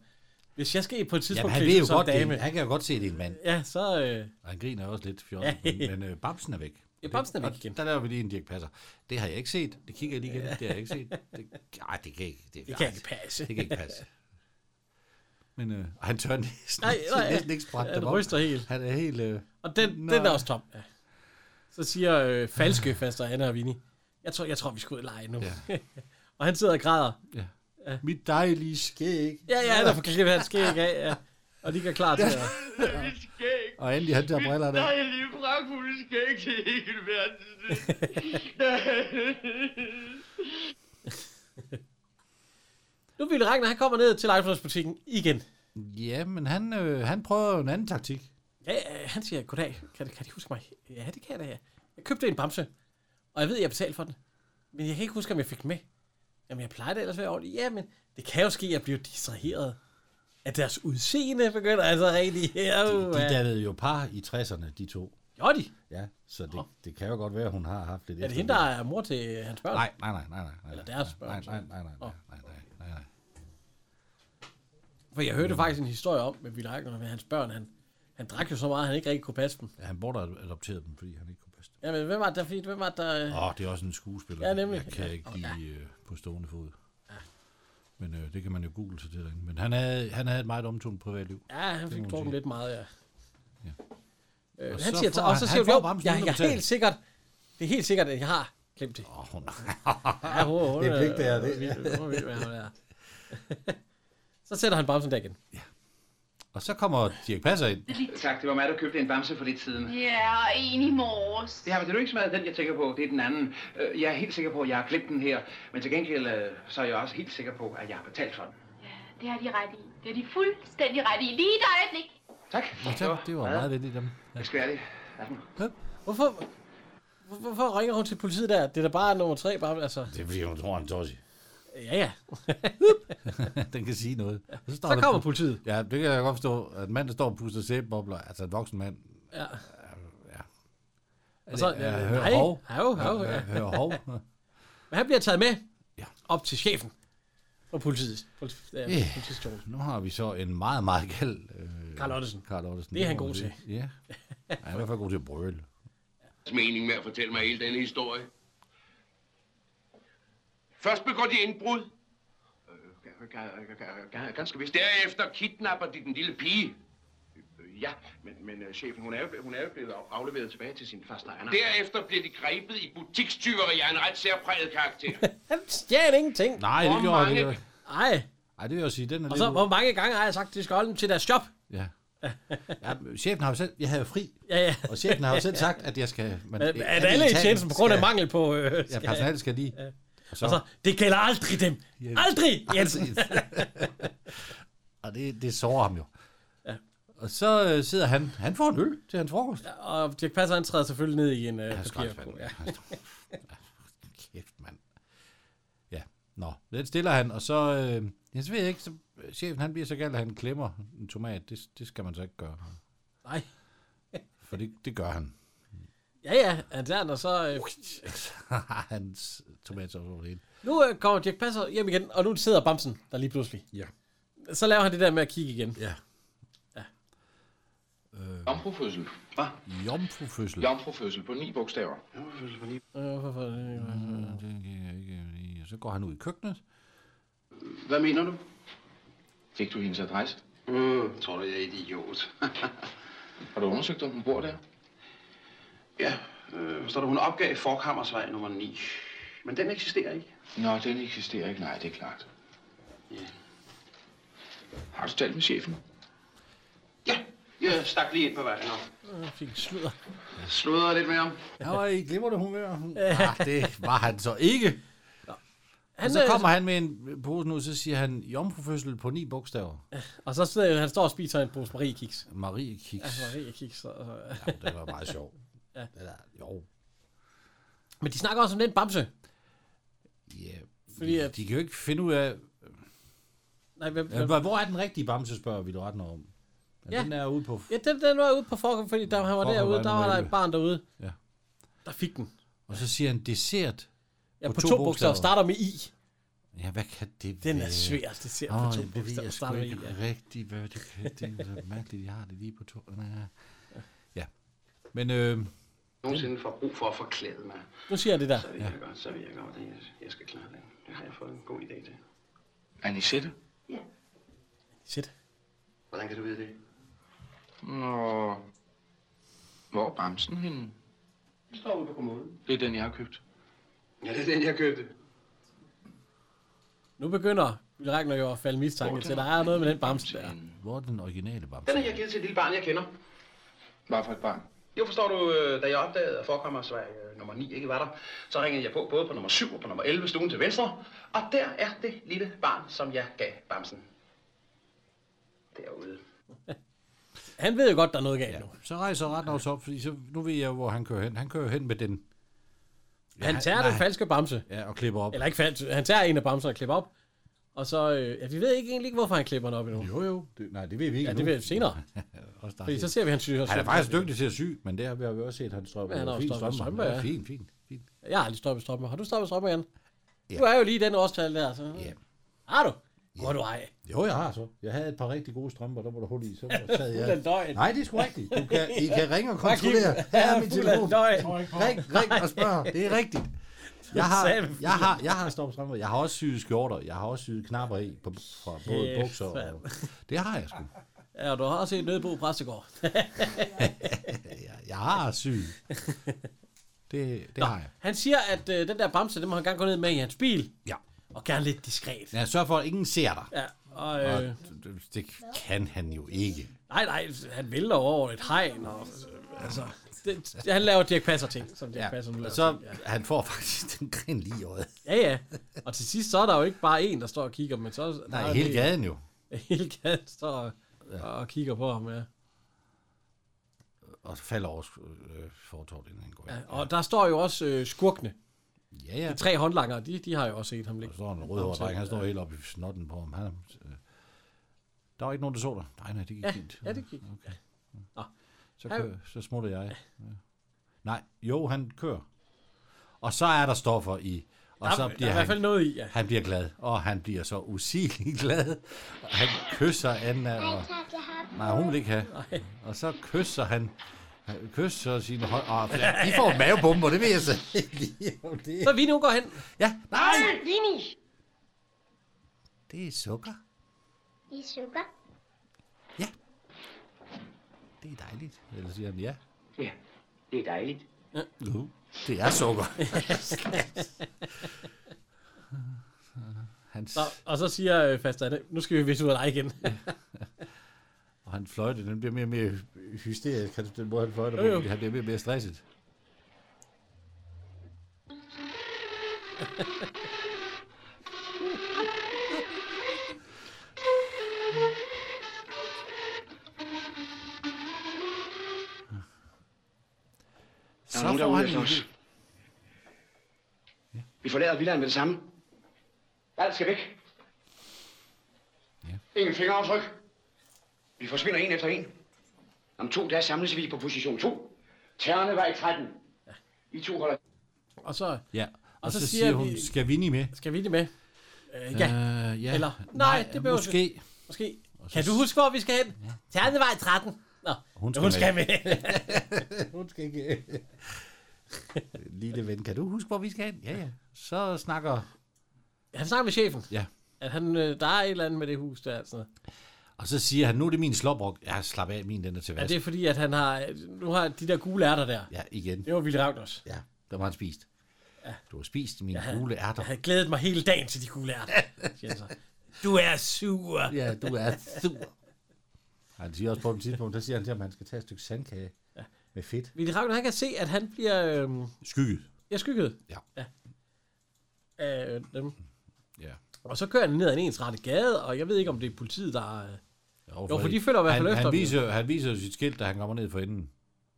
[SPEAKER 2] Hvis jeg skal på et
[SPEAKER 1] Jamen,
[SPEAKER 2] tidspunkt
[SPEAKER 1] han
[SPEAKER 2] ja,
[SPEAKER 1] ved
[SPEAKER 2] klæde
[SPEAKER 1] jo
[SPEAKER 2] som
[SPEAKER 1] godt,
[SPEAKER 2] dame,
[SPEAKER 1] det, han kan jo godt se, det er en mand.
[SPEAKER 2] ja, så... Øh,
[SPEAKER 1] Og han griner også lidt fjollet, men, men øh, Bamsen er væk.
[SPEAKER 2] Ja, Bamsen er væk
[SPEAKER 1] Og
[SPEAKER 2] igen.
[SPEAKER 1] Der laver vi lige en Dirk Passer. Det har jeg ikke set. Det kigger jeg lige igen. Det har jeg ikke set. Det, ej, det kan ikke. Det,
[SPEAKER 2] det
[SPEAKER 1] ej,
[SPEAKER 2] kan ikke passe.
[SPEAKER 1] Det kan ikke passe. Men øh, og han tør næsten,
[SPEAKER 2] Nej,
[SPEAKER 1] nej,
[SPEAKER 2] nej,
[SPEAKER 1] nej, næsten ikke sprætte
[SPEAKER 2] han
[SPEAKER 1] dem op.
[SPEAKER 2] ryster helt.
[SPEAKER 1] Han er helt... Øh,
[SPEAKER 2] Og den,
[SPEAKER 1] Nå.
[SPEAKER 2] den er også tom. Ja. Så siger øh, falske faster Anna og Vinnie, jeg tror, jeg tror, vi skal ud og lege nu. Ja. og han sidder og græder.
[SPEAKER 1] mit dejlige skæg.
[SPEAKER 2] Ja, ja, han er forklædt, han skal ikke af. Ja. Og de gør klar til at...
[SPEAKER 5] Skæg.
[SPEAKER 1] Og Andy, han tager briller der.
[SPEAKER 5] Nej, lige pragtfulde skæg til hele verden.
[SPEAKER 2] Nu vil Ragnar, han kommer ned til legetøjsbutikken igen.
[SPEAKER 1] Ja, men han, øh, han prøver jo en anden taktik.
[SPEAKER 2] Ja, øh, han siger, goddag, kan, kan de huske mig? Ja, det kan jeg da, ja. Jeg købte en bamse, og jeg ved, jeg betalte for den. Men jeg kan ikke huske, om jeg fik den med. Jamen, jeg plejer det ellers hver år. Ja, men det kan jo ske, at jeg bliver distraheret af deres udseende, begynder altså rigtig. Ja,
[SPEAKER 1] De,
[SPEAKER 2] de,
[SPEAKER 1] de dannede jo par i 60'erne, de to.
[SPEAKER 2] Gjorde de?
[SPEAKER 1] Ja, så det, det kan jo godt være, at hun har haft lidt...
[SPEAKER 2] Er det hende, der er mor til øh, hans børn?
[SPEAKER 1] Nej, nej, nej, nej, nej. nej
[SPEAKER 2] Eller deres
[SPEAKER 1] Nej,
[SPEAKER 2] børn, så.
[SPEAKER 1] nej, nej, nej, nej, nej, nej, nej.
[SPEAKER 2] For jeg hørte faktisk en historie om med Ville Ragnar med hans børn. Han, han drak jo så meget, at han ikke rigtig kunne passe dem.
[SPEAKER 1] Ja, Han bortadopterede dem, fordi han ikke kunne passe dem.
[SPEAKER 2] Jamen, hvem var det, der... Hvem var det, der øh,
[SPEAKER 1] Åh, oh, det er også en skuespiller.
[SPEAKER 2] Ja, nemlig.
[SPEAKER 1] Jeg kan
[SPEAKER 2] Ja.
[SPEAKER 1] ikke
[SPEAKER 2] Åh,
[SPEAKER 1] lige øh, på stående fod. Men øh, det kan man jo google til det derinde. Men han havde, han havde et meget omtungt privatliv.
[SPEAKER 2] Ja, han fik
[SPEAKER 1] må man
[SPEAKER 2] drukket
[SPEAKER 1] sige.
[SPEAKER 2] lidt meget, ja.
[SPEAKER 1] Ja.
[SPEAKER 2] Øh,
[SPEAKER 1] Og
[SPEAKER 2] han
[SPEAKER 1] så
[SPEAKER 2] siger,
[SPEAKER 1] får
[SPEAKER 2] og så siger
[SPEAKER 1] han- han
[SPEAKER 2] du,
[SPEAKER 1] får
[SPEAKER 2] jo,
[SPEAKER 1] bamsen
[SPEAKER 2] jeg,
[SPEAKER 1] uden at
[SPEAKER 2] jeg er
[SPEAKER 1] betale."
[SPEAKER 2] helt sikkert, det er helt sikkert, at jeg har glemt det.
[SPEAKER 1] Åh, oh, nej.
[SPEAKER 2] Ja, hun, hun,
[SPEAKER 1] det er pligt, det er det, ja.
[SPEAKER 2] det. Hun, ved, hvad hun er. så sætter han bamsen der igen.
[SPEAKER 1] Og så kommer Dirk Passer ind.
[SPEAKER 7] Tak, det var mig, der købte en bamse for lidt siden.
[SPEAKER 8] Ja, og en i morges.
[SPEAKER 7] Ja, men det er jo ikke så meget den, jeg tænker på. Det er den anden. Øh, Jeg er helt sikker på, at jeg har glemt den her. Men til gengæld, øh, så er jeg også helt sikker på, at jeg har betalt for den.
[SPEAKER 8] Det har de ret i. Det har de fuldstændig ret i. Lige et øjeblik.
[SPEAKER 7] Tak.
[SPEAKER 1] Og så, det var meget venligt af dem. Ja.
[SPEAKER 7] Jeg skal være det.
[SPEAKER 2] Hvorfor, hvor- hvorfor ringer hun til politiet der? Det er da bare nummer tre, bare, altså,
[SPEAKER 1] Det er fordi, hun tror, han tossi.
[SPEAKER 2] ja ja.
[SPEAKER 1] Den kan sige noget. Og står
[SPEAKER 2] Så
[SPEAKER 1] der-
[SPEAKER 2] kommer politiet.
[SPEAKER 1] Ja, det kan jeg godt forstå. At en mand, der står og puster sæbebobler, altså en voksen mand,
[SPEAKER 2] Ja.
[SPEAKER 1] ja.
[SPEAKER 2] Og så,
[SPEAKER 1] Ja,
[SPEAKER 2] Altså, ja,
[SPEAKER 1] hør
[SPEAKER 2] hej,
[SPEAKER 1] hov.
[SPEAKER 2] hov, hov, ja.
[SPEAKER 1] øh, hører hov.
[SPEAKER 2] Men han bliver taget med
[SPEAKER 1] Ja.
[SPEAKER 2] op til chefen for politiet. Politi, ja,
[SPEAKER 1] Ja.
[SPEAKER 2] politistationen.
[SPEAKER 1] Nu har vi så en meget, meget gæld. Øh,
[SPEAKER 2] Carl Ottesen.
[SPEAKER 1] Carl Ottesen.
[SPEAKER 2] Det er han
[SPEAKER 1] må man
[SPEAKER 2] god
[SPEAKER 1] sige. Ja. Han er i hvert fald god til at brøle.
[SPEAKER 5] mening med at fortælle mig hele denne historie. Først begår de indbrud.
[SPEAKER 7] Ganske vist.
[SPEAKER 5] Derefter kidnapper de den lille pige.
[SPEAKER 7] Øh, Ja, men, men øh, chefen, hun er, jo, ble- hun er jo blevet af- afleveret tilbage til sin faste ejer.
[SPEAKER 5] Derefter bliver de grebet i butikstyveri af en ret særpræget karakter.
[SPEAKER 2] Han stjal ingenting.
[SPEAKER 1] Nej, det
[SPEAKER 5] Hvor
[SPEAKER 1] gjorde han
[SPEAKER 5] mange-
[SPEAKER 1] ikke.
[SPEAKER 2] Nej.
[SPEAKER 1] Ej, det vil jeg sige, den er
[SPEAKER 2] Og
[SPEAKER 1] lidt...
[SPEAKER 2] så, hvor mange gange har jeg sagt, at de skal holde dem til deres job?
[SPEAKER 1] Ja. ja. Chefen har jo selv... Jeg havde jo fri.
[SPEAKER 2] Ja, ja.
[SPEAKER 1] Og chefen har jo selv sagt, at jeg skal... Man,
[SPEAKER 2] At, at alle i tjenesten på grund af mangel på... Øh,
[SPEAKER 1] Ja,
[SPEAKER 2] skal-
[SPEAKER 1] personalet skal lige... Og så...
[SPEAKER 2] Og så, det gælder aldrig dem. Aldrig, Jensen.
[SPEAKER 1] og det, det sårer ham jo. Og så øh, sidder han... Han får en øl til hans frokost.
[SPEAKER 2] Og Dirk Passer, han træder selvfølgelig ned i en øh,
[SPEAKER 1] Ja,
[SPEAKER 2] papir.
[SPEAKER 1] skraldespand. Ja. Kæft, mand. Ja, nå. Den stiller han, og så... Øh, jeg ved jeg ikke, så, øh, chefen han bliver så galt, at han klemmer en tomat. Det, det skal man så ikke gøre.
[SPEAKER 2] Nej.
[SPEAKER 1] For det, det gør han.
[SPEAKER 2] Ja, ja, han der, og så... Øh,
[SPEAKER 1] Så har Hans tomatsovs over det hele.
[SPEAKER 2] nu øh, kommer Dirk Passer hjem igen, og nu sidder Bamsen der lige pludselig.
[SPEAKER 1] Ja.
[SPEAKER 2] Så laver han det der med at kigge igen.
[SPEAKER 1] Ja.
[SPEAKER 5] Jomfrufødsel. Hvad?
[SPEAKER 1] Jomfrufødsel.
[SPEAKER 5] Jomfrufødsel på ni bogstaver.
[SPEAKER 2] Øh, hvorfor- øh,
[SPEAKER 1] Det kan jeg ikke øh, lige- Så går han ud i køkkenet.
[SPEAKER 7] Hvad mener du?
[SPEAKER 5] Fik du hendes adresse?
[SPEAKER 7] Mm, tror du, jeg er idiot?
[SPEAKER 5] Har du undersøgt, om hun bor der?
[SPEAKER 7] ja, øh, så da hun opgav Forkhammersvej nummer 9. Men den eksisterer ikke.
[SPEAKER 5] Nå, den eksisterer ikke. Nej, det er klart. Har du talt med chefen?
[SPEAKER 7] Ja, jeg stak lige ind på vejen og
[SPEAKER 2] øh, Fik en sludder.
[SPEAKER 7] sludrede lidt med ham.
[SPEAKER 1] Ja, og i glimrende humør. Ah, det var han så ikke.
[SPEAKER 2] Han,
[SPEAKER 1] Og så
[SPEAKER 2] øh,
[SPEAKER 1] kommer han med en pose nu, så siger han jomfrufødsel på ni bogstaver.
[SPEAKER 2] Og så sidder han står og spiser en pose Marie Kiks.
[SPEAKER 1] Marie Kiks.
[SPEAKER 2] Altså Marie Kiks. Og, og, øh.
[SPEAKER 1] Ja, det var meget sjovt. ja. Eller, jo.
[SPEAKER 2] Men de snakker også om den Bamse.
[SPEAKER 1] Ja.
[SPEAKER 2] Fordi
[SPEAKER 1] Fordi de,
[SPEAKER 2] at-
[SPEAKER 1] de kan jo ikke finde ud af...
[SPEAKER 2] Nej, hvem, hvem,
[SPEAKER 1] Hvor, hvor er den rigtige bamse, spørger vi retten om. Ja,
[SPEAKER 2] Ja.
[SPEAKER 1] ja. Den er ude på...
[SPEAKER 2] Ja, den, den var ude på forkamp, fordi der han var
[SPEAKER 1] Forkamp
[SPEAKER 2] derude,
[SPEAKER 1] var
[SPEAKER 2] der var
[SPEAKER 1] nummer
[SPEAKER 2] der et
[SPEAKER 1] 11.
[SPEAKER 2] barn derude.
[SPEAKER 1] Ja.
[SPEAKER 2] Der fik den.
[SPEAKER 1] Og så siger han dessert.
[SPEAKER 2] Ja, på, på to, bogstaver starter med I.
[SPEAKER 1] Ja, hvad kan det
[SPEAKER 2] Den
[SPEAKER 1] være?
[SPEAKER 2] er svær, det ser
[SPEAKER 1] Åh,
[SPEAKER 2] på to
[SPEAKER 1] det ved
[SPEAKER 2] bogstaver
[SPEAKER 1] jeg sgu
[SPEAKER 2] starter i.
[SPEAKER 1] ikke
[SPEAKER 2] Ja.
[SPEAKER 1] rigtigt, hvad det kan. Det er så mærkeligt, jeg har det lige på to. Nej. Ja. Men øh,
[SPEAKER 7] nogensinde får brug for at forklæde mig.
[SPEAKER 2] Nu siger jeg det der.
[SPEAKER 7] Så vil jeg godt, så vil jeg godt, at jeg, jeg skal klare det. Det har jeg fået en god idé til. Anisette?
[SPEAKER 2] Shit.
[SPEAKER 7] Hvordan kan du vide det?
[SPEAKER 9] Nå, hvor er bamsen henne?
[SPEAKER 7] Det står ude på kommoden.
[SPEAKER 9] Det er den, jeg har købt.
[SPEAKER 7] Ja, det er den, jeg købte.
[SPEAKER 2] Nu begynder Ragnar jo at falde mistanke til, der er noget med den bamse der.
[SPEAKER 1] hvor er den originale bamse?
[SPEAKER 7] Den har jeg givet til et lille barn, jeg kender.
[SPEAKER 9] Bare for et barn.
[SPEAKER 7] Jo, forstår du, øh, da jeg opdagede, at forekommer Sverige øh, nummer 9 ikke var der, så ringede jeg på både på nummer 7 og på nummer 11 stuen til venstre, og der er det lille barn, som jeg gav Bamsen. Derude.
[SPEAKER 2] Han ved jo godt, der er noget galt
[SPEAKER 1] Ja.
[SPEAKER 2] nu.
[SPEAKER 1] Så rejser Ratnaus op, fordi så, nu ved jeg, hvor han kører hen. Han kører hen med den.
[SPEAKER 2] Han tager den falske bamse.
[SPEAKER 1] Ja, og klipper op.
[SPEAKER 2] Eller ikke falsk. Han tager en af bamserne og klipper op. Og så... Øh, ja, vi ved ikke egentlig ikke, hvorfor han klipper den op endnu.
[SPEAKER 1] Jo, jo. Det, nej, det ved vi ikke
[SPEAKER 2] Ja, det ved jeg senere.
[SPEAKER 1] Også der
[SPEAKER 2] Fordi
[SPEAKER 1] er
[SPEAKER 2] så
[SPEAKER 1] set.
[SPEAKER 2] ser vi, han syger.
[SPEAKER 1] han er faktisk dygtig til at sy, men det har vi jo også set, han strømmer.
[SPEAKER 2] Ja, han har
[SPEAKER 1] Fint
[SPEAKER 2] også strømper. Strømper,
[SPEAKER 1] strømper. Ja,
[SPEAKER 2] ja.
[SPEAKER 1] fint, fint, fint.
[SPEAKER 2] Jeg har aldrig stoppet stopper. Har du stoppet stopper, Jan?
[SPEAKER 1] Ja.
[SPEAKER 2] Du er jo lige i den årstal der, så...
[SPEAKER 1] Ja.
[SPEAKER 2] Har du? Hvor du ej.
[SPEAKER 1] Jo, jeg har så. Jeg havde et par rigtig gode strømper, der var der hul i, så sad
[SPEAKER 2] Fuld af
[SPEAKER 1] jeg...
[SPEAKER 2] løgn.
[SPEAKER 1] Nej, det er sgu rigtigt. Du kan, I kan ringe og
[SPEAKER 2] Fuck,
[SPEAKER 1] kontrollere. Her er min
[SPEAKER 2] fuld af
[SPEAKER 1] telefon.
[SPEAKER 2] løgn.
[SPEAKER 1] Ring, ring og spørg. Det er rigtigt. Jeg har,
[SPEAKER 2] sagde det.
[SPEAKER 1] jeg har, jeg har stopstrømper. Jeg har også syet skjorter. Jeg har også syet knapper i på, fra både
[SPEAKER 2] Kæft,
[SPEAKER 1] bukser og... Det har jeg sgu.
[SPEAKER 2] Ja, og du har også set Nødebo Præstegård.
[SPEAKER 1] Jeg, jeg har syet. Det, det har jeg.
[SPEAKER 2] Han siger, at øh, den der bamse, den må han gerne gå ned med i hans bil.
[SPEAKER 1] Ja.
[SPEAKER 2] Og gerne lidt diskret.
[SPEAKER 1] Ja, sørg for, at ingen ser dig.
[SPEAKER 2] Ja, og...
[SPEAKER 1] Og
[SPEAKER 2] Øh,
[SPEAKER 1] det- det kan han jo ikke.
[SPEAKER 2] nej, nej, han vælter over et hegn, og... Øh, altså, det, han laver Dirk Passer ting, som Dirk ja. Passer nu laver.
[SPEAKER 1] og så
[SPEAKER 2] ting, ja.
[SPEAKER 1] han får faktisk den grin lige i øjet.
[SPEAKER 2] ja, ja. Og til sidst, så er der jo ikke bare en, der står og kigger, men så... der
[SPEAKER 1] Nej,
[SPEAKER 2] er
[SPEAKER 1] hele
[SPEAKER 2] det-
[SPEAKER 1] gaden jo.
[SPEAKER 2] Hele gaden står og, og kigger på ham, ja.
[SPEAKER 1] Og så falder over øh, fortorvet, inden han går ind.
[SPEAKER 2] Ja, Og der står jo også øh, skurkene.
[SPEAKER 1] Ja, ja.
[SPEAKER 2] De tre håndlanger, de, de har jo også set ham
[SPEAKER 1] Der
[SPEAKER 2] ligge.
[SPEAKER 1] står en rødhåret dreng, han står helt oppe i snotten på ham. Han, øh, der var ikke nogen, der så dig. Nej, nej, det gik fint.
[SPEAKER 2] Ja, det gik.
[SPEAKER 1] Så,
[SPEAKER 2] Han-
[SPEAKER 1] kører, så smutter jeg. Ja. Nej, jo, han kører. Og så er der stoffer i. Og
[SPEAKER 2] Der,
[SPEAKER 1] så
[SPEAKER 2] der
[SPEAKER 1] bliver
[SPEAKER 2] er i hvert fald
[SPEAKER 1] han,
[SPEAKER 2] noget i, ja.
[SPEAKER 1] han bliver glad. Og han bliver så usigeligt glad. Og han kysser Anna.
[SPEAKER 4] Nej,
[SPEAKER 1] Og,
[SPEAKER 4] tak, jeg har dem.
[SPEAKER 1] nej, hun vil ikke have. Og så kysser han han kysser sine hånd. Og de får mavebomber, det ved jeg så ikke lige, om det
[SPEAKER 2] Så
[SPEAKER 1] er.
[SPEAKER 2] vi nu går hen.
[SPEAKER 1] Ja, nej,
[SPEAKER 6] Vini!
[SPEAKER 1] det er sukker.
[SPEAKER 4] I sukker.
[SPEAKER 1] Det er dejligt. Eller siger han ja.
[SPEAKER 7] Ja, det er dejligt.
[SPEAKER 1] Jo, det er sukker. Hans,
[SPEAKER 2] Så, og så siger øh, fast Anne, nu skal vi vise ud af dig igen.
[SPEAKER 1] og han fløjte, den bliver mere og mere hysterisk, han, den måde han fløjter på,
[SPEAKER 2] Jo, jo.
[SPEAKER 1] fordi han bliver mere og mere stresset.
[SPEAKER 7] Der er nogen
[SPEAKER 1] får
[SPEAKER 7] derude
[SPEAKER 1] han
[SPEAKER 7] efter
[SPEAKER 1] en
[SPEAKER 7] os.
[SPEAKER 1] idé.
[SPEAKER 7] Vi forlader villaen med det samme. Alt skal væk. Ja. Ingen fingeraftryk. Vi forsvinder en efter en. Om to dage samles vi på position 2. Ternevej 13. I to holder
[SPEAKER 2] Og så
[SPEAKER 1] Ja, og, og så,
[SPEAKER 2] så
[SPEAKER 1] så
[SPEAKER 2] siger
[SPEAKER 1] siger hun,
[SPEAKER 2] vi-
[SPEAKER 1] skal Vinnie med?
[SPEAKER 2] skal vi det med. Øh, ja,
[SPEAKER 1] Øh, ja.
[SPEAKER 2] Eller, nej, det behøver
[SPEAKER 1] Måske.
[SPEAKER 2] måske. Kan du huske, hvor vi skal hen? Ternevej 13. Nå,
[SPEAKER 1] Hun skal
[SPEAKER 2] hun skal med.
[SPEAKER 1] Hun skal ikke. Lille ven, kan du huske, hvor vi skal hen? Ja, ja. Så snakker...
[SPEAKER 2] han snakker med chefen,
[SPEAKER 1] Ja.
[SPEAKER 2] at han, øh, der er et eller andet med det hus der. Altså.
[SPEAKER 1] Og så siger han, nu er det min slåbrok. Ja, slap af, min den er til
[SPEAKER 2] Ja,
[SPEAKER 1] vask.
[SPEAKER 2] det er fordi, at han har, nu har de der gule ærter der.
[SPEAKER 1] Ja, igen.
[SPEAKER 2] Det var Ville Ragnars.
[SPEAKER 1] Ja, der var han spist. Ja. Du har spist mine ja. gule ærter.
[SPEAKER 2] Jeg havde glædet mig hele dagen til de gule ærter, siger han så. Du er sur.
[SPEAKER 1] Ja, du er sur. Han siger også på et tidspunkt, der siger han til ham, at han skal tage et stykke sandkage ja. med fedt.
[SPEAKER 2] Ville Ragnar, han kan se, at han bliver... Øh,
[SPEAKER 1] Skygget.
[SPEAKER 2] ja, skygget.
[SPEAKER 1] Ja.
[SPEAKER 2] Af øh, dem.
[SPEAKER 1] Ja.
[SPEAKER 2] Og så kører han ned ad en ensrettet gade, og jeg ved ikke, om det er politiet, der... Øh,
[SPEAKER 1] Jo,
[SPEAKER 2] for de følger i hvert fald
[SPEAKER 1] han,
[SPEAKER 2] efter
[SPEAKER 1] han
[SPEAKER 2] dem.
[SPEAKER 1] viser, han viser jo sit skilt, da han kommer ned for enden.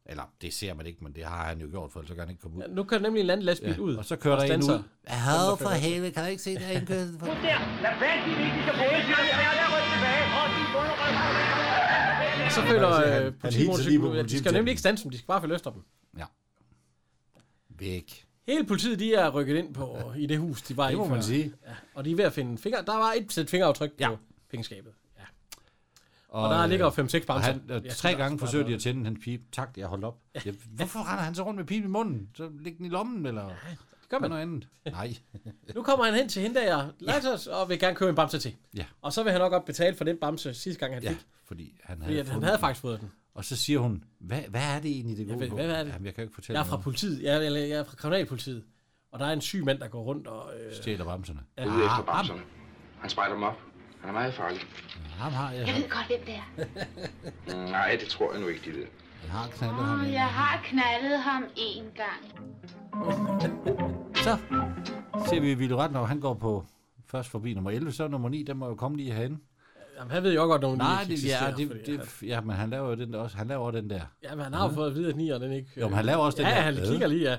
[SPEAKER 1] Eller, det ser man ikke, men det har han jo gjort, for ellers så kan han ikke komme ud.
[SPEAKER 2] nu kører nemlig en eller anden lastbil ud.
[SPEAKER 1] Og så kører der en
[SPEAKER 2] standser.
[SPEAKER 1] ud. Hvad for helvede, kan jeg ikke se, der er en kørsel for...
[SPEAKER 5] Lad fast i det, de kan bruge til at være der rykke tilbage. Og de bunderøv.
[SPEAKER 2] Og så følger
[SPEAKER 1] Han- han
[SPEAKER 2] øh,
[SPEAKER 1] hilser lige på
[SPEAKER 2] politimotorcyklen ud. Ja, De skal
[SPEAKER 1] politibetjenten.
[SPEAKER 2] nemlig ikke stanse dem, de skal bare følge efter dem.
[SPEAKER 1] Væk.
[SPEAKER 2] Hele politiet, de er rykket ind på i det hus, de var i
[SPEAKER 1] Det må
[SPEAKER 2] før.
[SPEAKER 1] man sige.
[SPEAKER 2] Ja, og de er ved at finde fingre. Der var et sæt fingeraftryk ja.
[SPEAKER 1] Ja.
[SPEAKER 2] på pengeskabet. Ja. Og, og der ligger
[SPEAKER 1] øh,
[SPEAKER 2] 5-6
[SPEAKER 1] og
[SPEAKER 2] bamser.
[SPEAKER 1] han, og tre gange forsøgte de at tænde hans pipe. Tak, jeg holdt op. Jeg, hvorfor render han så rundt med pipen i munden? Så læg den i lommen, eller
[SPEAKER 2] Gør
[SPEAKER 1] gør
[SPEAKER 2] man.
[SPEAKER 1] noget andet. Nej.
[SPEAKER 2] Nu kommer han hen til hende der, Latos, og vil gerne købe en bamse til.
[SPEAKER 1] Ja.
[SPEAKER 2] Og så vil han nok godt betale for den bamse sidste gang, han
[SPEAKER 1] Ja,
[SPEAKER 2] fik.
[SPEAKER 1] fordi han havde,
[SPEAKER 2] Fordi at han
[SPEAKER 1] fundet
[SPEAKER 2] havde
[SPEAKER 1] den.
[SPEAKER 2] faktisk fået den.
[SPEAKER 1] Og så siger hun, hvad, hvad er det egentlig, det går
[SPEAKER 2] ved-
[SPEAKER 1] på?
[SPEAKER 2] hvad er det?
[SPEAKER 1] Jamen, jeg kan jo ikke fortælle
[SPEAKER 2] Jeg er fra
[SPEAKER 1] noget.
[SPEAKER 2] politiet. Jeg er, eller jeg er fra kriminalpolitiet. Og der er en syg mand, der går rundt og... Øh,
[SPEAKER 1] Stjæler bremserne.
[SPEAKER 2] ja.
[SPEAKER 1] Ah,
[SPEAKER 9] Ude efter
[SPEAKER 1] ham.
[SPEAKER 9] bamserne. Han spejder dem op. Han er meget farlig.
[SPEAKER 1] Ham har jeg,
[SPEAKER 8] Jeg ved godt, hvem det er.
[SPEAKER 9] Nej, det tror jeg nu ikke, de ved.
[SPEAKER 1] jeg har knaldet ham.
[SPEAKER 8] Og
[SPEAKER 1] en
[SPEAKER 8] jeg
[SPEAKER 1] gang.
[SPEAKER 8] har knaldet ham en gang.
[SPEAKER 1] Så ser vi Ville Ratner, han går på først forbi nummer 11, så nummer 9, den må jo komme lige herinde.
[SPEAKER 2] Jamen, han ved jo også godt, at nogen
[SPEAKER 1] Nej,
[SPEAKER 2] ikke
[SPEAKER 1] det,
[SPEAKER 2] eksisterer,
[SPEAKER 1] ja, det,
[SPEAKER 2] fordi han-
[SPEAKER 1] det, ja, men han laver jo den der også. Han laver også den der.
[SPEAKER 2] Ja, men han har jo fået at vide, at nier, den ikke...
[SPEAKER 1] Jo, men han laver også den
[SPEAKER 2] ja,
[SPEAKER 1] der.
[SPEAKER 2] han
[SPEAKER 1] Hvad?
[SPEAKER 2] kigger lige, ja.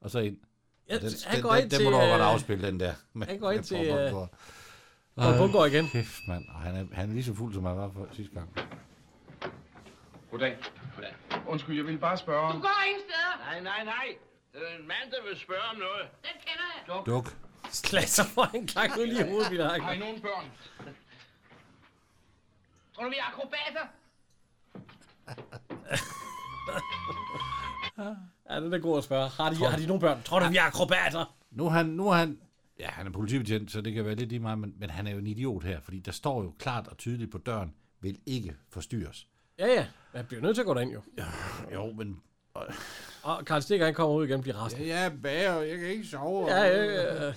[SPEAKER 1] Og så ind.
[SPEAKER 2] ja
[SPEAKER 1] Den,
[SPEAKER 2] han
[SPEAKER 1] den,
[SPEAKER 2] går
[SPEAKER 1] den,
[SPEAKER 2] ind
[SPEAKER 1] den
[SPEAKER 2] til...
[SPEAKER 1] må du også godt
[SPEAKER 2] øh,
[SPEAKER 1] afspille, den der. Men,
[SPEAKER 2] han går ind til, øh, Poul
[SPEAKER 1] Paul
[SPEAKER 2] Bundgaard igen.
[SPEAKER 1] Kæft, mand. Og Han er, han er lige så fuld, som han var for sidste gang.
[SPEAKER 9] Goddag. Goddag. Undskyld, jeg ville bare spørge
[SPEAKER 6] Du
[SPEAKER 9] om...
[SPEAKER 6] går ingen steder.
[SPEAKER 7] Nej, nej, nej. Det er en mand, der vil spørge om noget.
[SPEAKER 6] Den kender jeg.
[SPEAKER 1] Duk.
[SPEAKER 2] Slasser for en gang ud lige i hovedet, Peter Hagen.
[SPEAKER 9] Har I nogen børn?
[SPEAKER 6] Tror du, vi er akrobater?
[SPEAKER 2] Ja, den er god at spørge. Har de, har de nogen børn? Tror du, vi er akrobater?
[SPEAKER 1] Nu er han, nu er han, ja, han er politibetjent, så det kan være lidt lige meget, men, men han er jo en idiot her, fordi der står jo klart og tydeligt på døren, vil ikke forstyrres.
[SPEAKER 2] Ja, ja. Man bliver nødt til at gå derind, jo.
[SPEAKER 1] Jo, men...
[SPEAKER 2] Og Karl Stikker, han kommer ud igen og bliver rasende.
[SPEAKER 1] Ja, bager, jeg kan ikke sove.
[SPEAKER 2] Ja, ja, ja.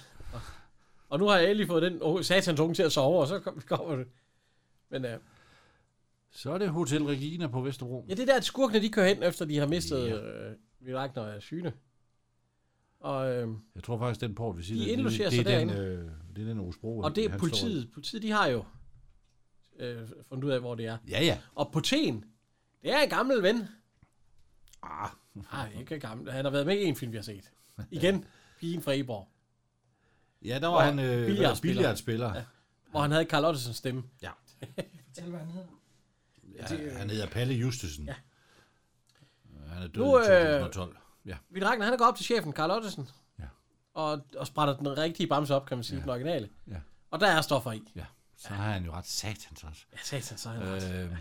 [SPEAKER 2] Og nu har jeg lige fået den oh, satans unge til at sove, og så kom- kommer det. Men uh,
[SPEAKER 1] Så er det Hotel Regina på Vesterbro.
[SPEAKER 2] ja, det er der, at skurkene de kører hen, efter de har mistet øh, vi øh, når er syne. Og, øh,
[SPEAKER 1] Jeg tror faktisk, den port ved siden
[SPEAKER 2] De
[SPEAKER 1] af, det-
[SPEAKER 2] indlogerer
[SPEAKER 1] det,
[SPEAKER 2] sig
[SPEAKER 1] er den, øh, det er den Osbro.
[SPEAKER 2] og det er
[SPEAKER 1] han
[SPEAKER 2] politiet. Politiet, de har jo øh, fundet ud af, hvor det er.
[SPEAKER 1] Står. i. Ja, ja.
[SPEAKER 2] Og Poten, det er en gammel ven. Ah. Nej, ikke gammel. Han har været med i en film, vi har set. Igen, pigen fra Eborg.
[SPEAKER 1] Ja, der
[SPEAKER 2] Og
[SPEAKER 1] var han øh,
[SPEAKER 2] billiardspiller.
[SPEAKER 1] billiardspiller. billiardspiller. Ja.
[SPEAKER 2] Hvor han havde Carl Ottesens stemme.
[SPEAKER 3] Fortæl, hvad han hedder.
[SPEAKER 1] Ja, han hedder Palle Justesen. Ja. Han er død
[SPEAKER 2] Nu,
[SPEAKER 1] i
[SPEAKER 2] øh,
[SPEAKER 1] 2012. Ja.
[SPEAKER 2] Vi Ragnar, han går op til chefen, Carl Ottesen,
[SPEAKER 1] Ja.
[SPEAKER 2] og, og sprætter den rigtige bamse op, kan man sige, ja. den originale.
[SPEAKER 1] Ja.
[SPEAKER 2] Og der er stoffer i.
[SPEAKER 1] ja. Så har han jo ret satans også.
[SPEAKER 2] Ja, satan, så er han ret.
[SPEAKER 1] Øh,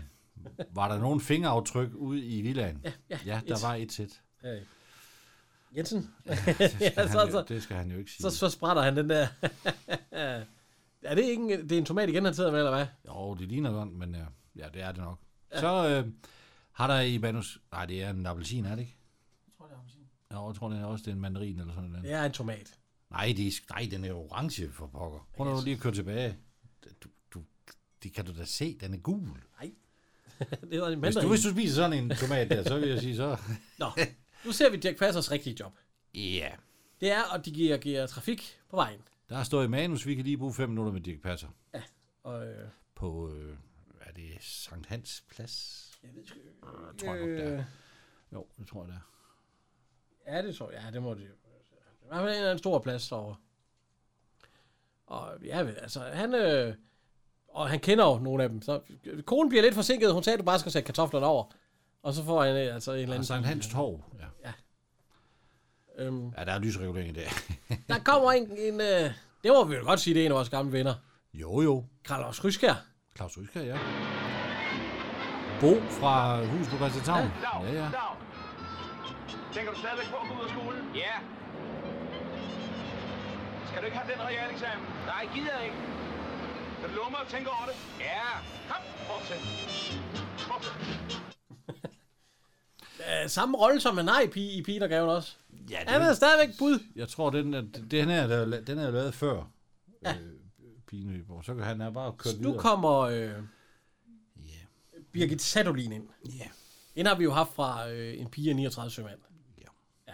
[SPEAKER 1] var der nogen fingeraftryk ude i villaen? Ja,
[SPEAKER 2] ja,
[SPEAKER 1] ja der
[SPEAKER 2] et.
[SPEAKER 1] var et sæt.
[SPEAKER 2] Hey. Jensen?
[SPEAKER 1] Det skal,
[SPEAKER 2] ja, så,
[SPEAKER 1] han, jo,
[SPEAKER 2] så,
[SPEAKER 1] det skal han jo ikke sige.
[SPEAKER 2] så, så sprætter han den der. er det ikke en, det er en tomat igen, han sidder med, eller hvad?
[SPEAKER 1] Jo, det ligner godt, men øh, ja, det er det nok. Så øh, har der i manus... Nej, det er en appelsin, er det ikke?
[SPEAKER 3] Jeg tror, det er ham sin.
[SPEAKER 1] Jo, jeg tror det er også det er en mandarin eller sådan noget.
[SPEAKER 2] Det er en tomat.
[SPEAKER 1] Nej, det er, nej, den er orange for pokker. Prøv nu lige at køre tilbage. Du, du, det kan du da se, den er gul.
[SPEAKER 2] det hedder en
[SPEAKER 1] Hvis du,
[SPEAKER 2] mandarin.
[SPEAKER 1] hvis du spiser sådan en tomat der, så vil jeg sige så...
[SPEAKER 2] Nå, nu ser vi Jack Passers rigtige job.
[SPEAKER 1] Ja.
[SPEAKER 2] Det er at dirigere trafik på vejen.
[SPEAKER 1] Der har stået i manus, vi kan lige bruge fem minutter med Dirk Passer.
[SPEAKER 2] Og, øh,
[SPEAKER 1] På, øh, er det Sankt Hans Plads? Ah,
[SPEAKER 2] jeg ved sgu ikke.
[SPEAKER 1] Jeg tror jeg nok, det er. Jo, det tror jeg, det er. Ah,
[SPEAKER 2] Ja, det tror jeg. Ja, det må det jo. Det var en eller anden stor plads derovre. Og ja, vel, altså, han... Øh, og han kender jo nogle af dem. Så konen bliver lidt forsinket. Hun sagde, at du bare skal sætte kartoflerne over. Og så får han øh, altså en eller
[SPEAKER 1] Og
[SPEAKER 2] anden...
[SPEAKER 1] Sankt Hans Torv. Ja.
[SPEAKER 2] Øhm,
[SPEAKER 1] ja, der er lysregulering i dag.
[SPEAKER 2] der kommer en... en øh, det må vi jo godt sige, det er en af vores gamle venner.
[SPEAKER 1] Jo, jo.
[SPEAKER 2] Carlos Ryskær.
[SPEAKER 1] Claus Rysker, ja. Bo fra Hus på Christianshavn. Ja, ja.
[SPEAKER 5] Dag. Tænker du stadigvæk på at gå ud af skolen? Ja. Skal du ikke have den realeksamen? Nej, gider jeg ikke. Kan du love mig at tænke over det? Ja. Kom, fortsæt. Fortsæt.
[SPEAKER 2] Øh, samme rolle som han har i, Pi- i Petergaven også.
[SPEAKER 1] ja
[SPEAKER 2] Han er stadigvæk bud.
[SPEAKER 1] Jeg tror, den, er, den her, der, er la- den er jo lavet før ja. øh, Pigen Nyborg. Så kan han have bare kørt
[SPEAKER 2] Nu
[SPEAKER 1] videre.
[SPEAKER 2] kommer øh,
[SPEAKER 1] Ja.
[SPEAKER 2] Birgit Sadolin ind.
[SPEAKER 1] Ja.
[SPEAKER 2] Den har vi jo haft fra øh, en pige af 39 sømand.
[SPEAKER 1] Ja.
[SPEAKER 2] ja.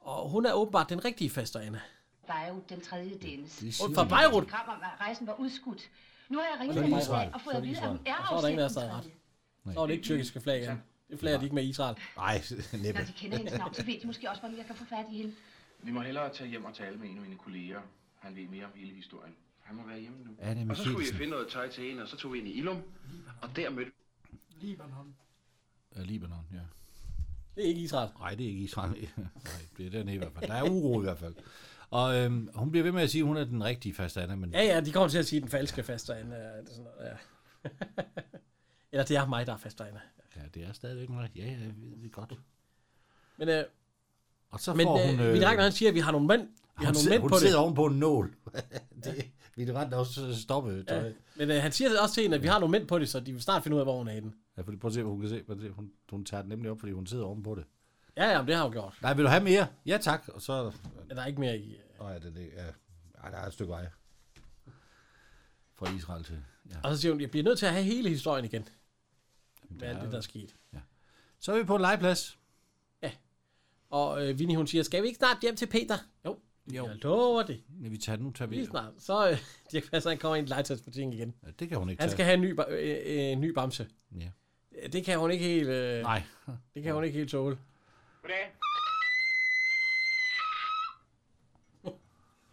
[SPEAKER 2] Og hun er åbenbart den rigtige faster, Anna.
[SPEAKER 8] Beirut den tredje Dennis.
[SPEAKER 1] Det
[SPEAKER 2] Hun
[SPEAKER 1] siger
[SPEAKER 2] fra
[SPEAKER 1] man.
[SPEAKER 2] Beirut.
[SPEAKER 8] Kram om, at rejsen var udskudt. Nu har jeg ringet
[SPEAKER 1] Så er det Israel.
[SPEAKER 8] til Israel og
[SPEAKER 1] Så
[SPEAKER 8] fået
[SPEAKER 1] er
[SPEAKER 8] at
[SPEAKER 1] det
[SPEAKER 8] vide, at hun er
[SPEAKER 2] Og så er der
[SPEAKER 8] afsendt
[SPEAKER 2] ingen af os,
[SPEAKER 8] den
[SPEAKER 2] der havde ret.
[SPEAKER 8] tredje.
[SPEAKER 2] Så var det ikke tyrkiske flag igen. Det flager de ikke med i Israel.
[SPEAKER 1] Nej, næppe.
[SPEAKER 8] Når de kender hendes navn, så ved de måske også, hvordan jeg kan få fat i hende.
[SPEAKER 9] Vi må hellere tage hjem og tale med en af mine kolleger. Han ved mere om hele historien. Han må være hjemme nu.
[SPEAKER 1] Er det
[SPEAKER 7] Og så skulle vi
[SPEAKER 1] Mikkelsen
[SPEAKER 7] finde noget tøj til en, og så tog vi ind i Ilum. Og der mødte
[SPEAKER 3] Libanon.
[SPEAKER 1] af Libanon? Ja.
[SPEAKER 2] Det er ikke Israel.
[SPEAKER 1] Nej, det er ikke Israel. Nej, det er den i hvert fald. Der er uro i hvert fald. Og øhm, hun bliver ved med at sige, at hun er den rigtige faste Anna, men
[SPEAKER 2] Ja, ja, de kommer til at sige den falske faster Anna. Eller sådan noget, ja. Eller det er mig, der er faster Anna.
[SPEAKER 1] ja, det er stadigvæk mig. Ja, ja, vi- det er godt.
[SPEAKER 2] Men, øh,
[SPEAKER 1] Og så
[SPEAKER 2] men
[SPEAKER 1] får
[SPEAKER 2] øh,
[SPEAKER 1] hun...
[SPEAKER 2] min dreng, han siger, at vi har nogle mænd, vi har
[SPEAKER 1] hun,
[SPEAKER 2] nogle
[SPEAKER 1] sidder,
[SPEAKER 2] mænd
[SPEAKER 1] hun
[SPEAKER 2] på det.
[SPEAKER 1] sidder ovenpå en nål. det, vi er ret også stoppe tøj. Ja.
[SPEAKER 2] Men øh, han siger det også til hende, at vi har nogle mænd på det, så de vil snart finde ud af, hvor hun er henne.
[SPEAKER 1] ja, fordi prøv at se, hvad hun kan se. Prøv at se, Hun, hun tager den nemlig op, fordi hun sidder ovenpå det.
[SPEAKER 2] Ja, ja, men det har hun gjort.
[SPEAKER 1] Nej, vil du have mere? Ja, tak. Og så...
[SPEAKER 2] Er der ikke mere i... øh.
[SPEAKER 1] Nå, ja, det, det, ja. Ej, der er et stykke vej. Fra Israel til... Ja.
[SPEAKER 2] Og så siger hun, jeg bliver nødt til at have hele historien igen. Hvad
[SPEAKER 1] er
[SPEAKER 2] er det,
[SPEAKER 1] jo-
[SPEAKER 2] der er sket?
[SPEAKER 1] Så er vi på en legeplads.
[SPEAKER 2] Og øh, Vinnie, hun siger, skal vi ikke snart hjem til Peter? Jo,
[SPEAKER 1] Jo.
[SPEAKER 2] jo. jeg lover det.
[SPEAKER 1] Ja, vi tager den, nu tager vi...
[SPEAKER 2] Lige snart. Så øh, Dirk Passer, han kommer ind i legetøjsbutikken igen.
[SPEAKER 1] Ja, Øh, det kan hun ikke
[SPEAKER 2] Han
[SPEAKER 1] tage.
[SPEAKER 2] skal have en ny, ba- øh, øh, en ny bamse.
[SPEAKER 1] Ja.
[SPEAKER 2] Øh, Det kan hun ikke helt, øh,
[SPEAKER 1] Nej.
[SPEAKER 2] det kan hun ikke helt tåle.
[SPEAKER 5] Goddag.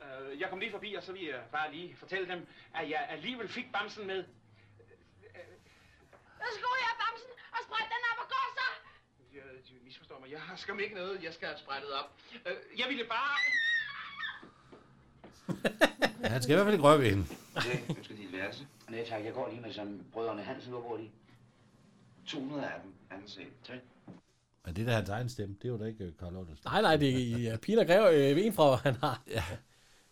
[SPEAKER 5] Øh, Jeg kom lige forbi, og så vil jeg bare lige fortælle dem, at jeg alligevel fik bamsen med.
[SPEAKER 6] Så slog jeg bamsen og spredte den op og går så.
[SPEAKER 9] Jeg, de misforstår mig. Jeg har skam ikke noget, jeg skal have sprættet op.
[SPEAKER 5] Øh, Jeg ville bare...
[SPEAKER 1] Ja, han skal i hvert fald ikke røre ved hende.
[SPEAKER 7] Ja, ønsker de et værelse? Nej tak, jeg går lige med som brødrene Hansen, hvor bor de? 200 af dem, anden sal. Tak.
[SPEAKER 1] Men det der er hans egen stemme, det er jo da ikke øh, Karl Ottes.
[SPEAKER 2] Nej, nej, det er i øh, Pina Greve, øh, en fra, han har. Ja.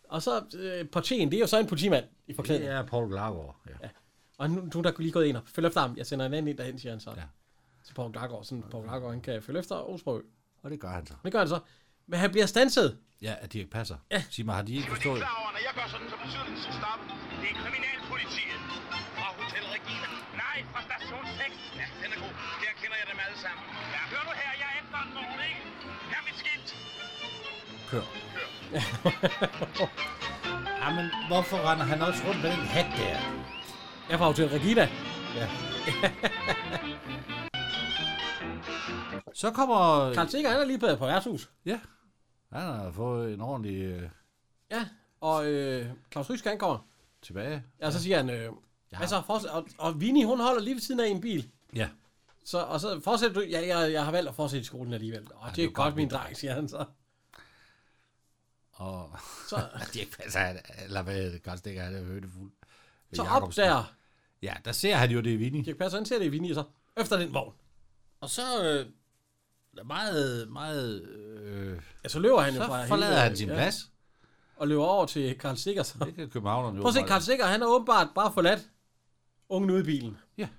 [SPEAKER 2] Og så øh, portieren, det er jo så en politimand i forklædning.
[SPEAKER 1] Det er Paul Glargaard. Ja. ja.
[SPEAKER 2] Og nu, nu er der lige gået en op. Følg efter ham. Jeg sender en anden ind derhen, siger han så.
[SPEAKER 1] Ja.
[SPEAKER 2] Ja. Til Poul Dargaard. Sådan, Poul Dargaard, han kan følge efter Osbro.
[SPEAKER 1] Og det gør han så.
[SPEAKER 2] Det gør han så. Men han bliver stanset.
[SPEAKER 1] Ja, at de ikke passer. Ja. Sig mig, har de ikke forstået?
[SPEAKER 5] over, når jeg gør sådan, så betyder det en stop. Det er kriminalpolitiet fra Hotel Regina. Nej, fra station 6. Ja, den er god. Der kender jeg dem alle sammen. Ja, hør du her, jeg er efter en vogn, ikke? Her er mit skilt.
[SPEAKER 1] Kør. Jamen, hvorfor render han også rundt med den hat der?
[SPEAKER 2] Jeg får til Regina.
[SPEAKER 1] Så kommer...
[SPEAKER 2] Karl Sikker, han er lige blevet på værtshus.
[SPEAKER 1] Ja. Han har fået en ordentlig øh,
[SPEAKER 2] Ja. Og øh, Claus Rysk, han kommer.
[SPEAKER 1] tilbage.
[SPEAKER 2] Ja, og så siger han, øh, ja. altså, fortsæt, og, og Vini, hun holder lige ved siden af i en bil.
[SPEAKER 1] Ja.
[SPEAKER 2] Så, og så fortsætter du, ja, jeg, jeg har valgt at fortsætte i skolen alligevel. Og det
[SPEAKER 1] det
[SPEAKER 2] er
[SPEAKER 1] er
[SPEAKER 2] godt, min dreng, siger han så.
[SPEAKER 1] Og
[SPEAKER 2] Så,
[SPEAKER 1] det ikke passer, han- eller hvad hedder det, Karl Stikker, han er højtefuld.
[SPEAKER 2] så op der.
[SPEAKER 1] Ja, der ser han jo det i Vini.
[SPEAKER 2] Dirk Passer, han ser det i Vini, og så efter den vogn.
[SPEAKER 1] Og så... Øh, der er meget, meget... Øh,
[SPEAKER 2] Ja, så løber han jo
[SPEAKER 1] så
[SPEAKER 2] fra
[SPEAKER 1] forlader
[SPEAKER 2] hele-
[SPEAKER 1] han sin
[SPEAKER 2] ja,
[SPEAKER 1] plads.
[SPEAKER 2] Og løber over til Karl Sikker. Så.
[SPEAKER 1] Det kan københavnerne jo.
[SPEAKER 2] Prøv at se,
[SPEAKER 1] åbenbart.
[SPEAKER 2] Karl Sikker, han er åbenbart bare forladt ungen ude i bilen.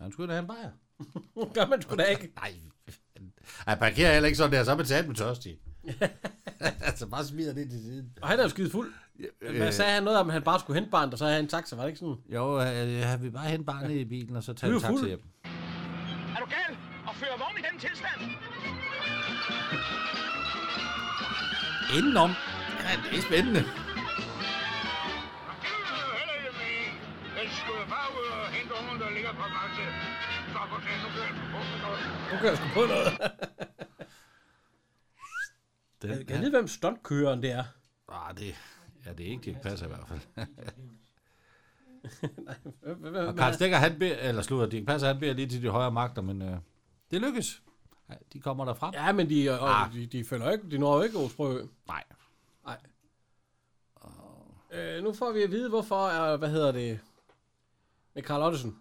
[SPEAKER 1] Han skulle da have en bajer.
[SPEAKER 2] Gør man sgu da ikke.
[SPEAKER 1] Nej, han parkerer heller ikke sådan der, så er man sat med tørstig. altså bare smider det til siden.
[SPEAKER 2] Og han er jo skide fuld. Hvad sagde han noget om, at han bare skulle hente barnet, og så havde han en taxa? Var det ikke sådan?
[SPEAKER 1] Jo, øh, han vil bare hente barnet i bilen, og så tage
[SPEAKER 2] Du er
[SPEAKER 1] en taxa
[SPEAKER 2] fuld.
[SPEAKER 1] hjem.
[SPEAKER 5] Er du gal og fører vogn i den tilstand?
[SPEAKER 1] Indenom. Ja, det er spændende.
[SPEAKER 5] Heller ikke med. Jeg skulle bare ud og hente ungen, der ligger på grænse. Så for sagde, nu kører
[SPEAKER 2] Nu kører
[SPEAKER 5] jeg på
[SPEAKER 2] jeg sgu på noget.
[SPEAKER 1] Den,
[SPEAKER 2] Jeg ved, hvem stuntkøreren det er.
[SPEAKER 1] ah, det, ja, det er ikke Dirk Passer i hvert fald.
[SPEAKER 2] Hvem- hvem- hvem er
[SPEAKER 1] Og Karl
[SPEAKER 2] det?
[SPEAKER 1] Stikker, han beder, eller slutter Dirk Passer, han beder lige til de højere magter, men øh, det lykkes. Ja, De kommer derfra.
[SPEAKER 2] Ja, men de, øh,
[SPEAKER 1] Ah.
[SPEAKER 2] de, de følger jo ikke. De når jo ikke Osbrø.
[SPEAKER 1] Nej.
[SPEAKER 2] Nej. Øh, nu får vi at vide, hvorfor er, hvad hedder det, med Carl Ottesen.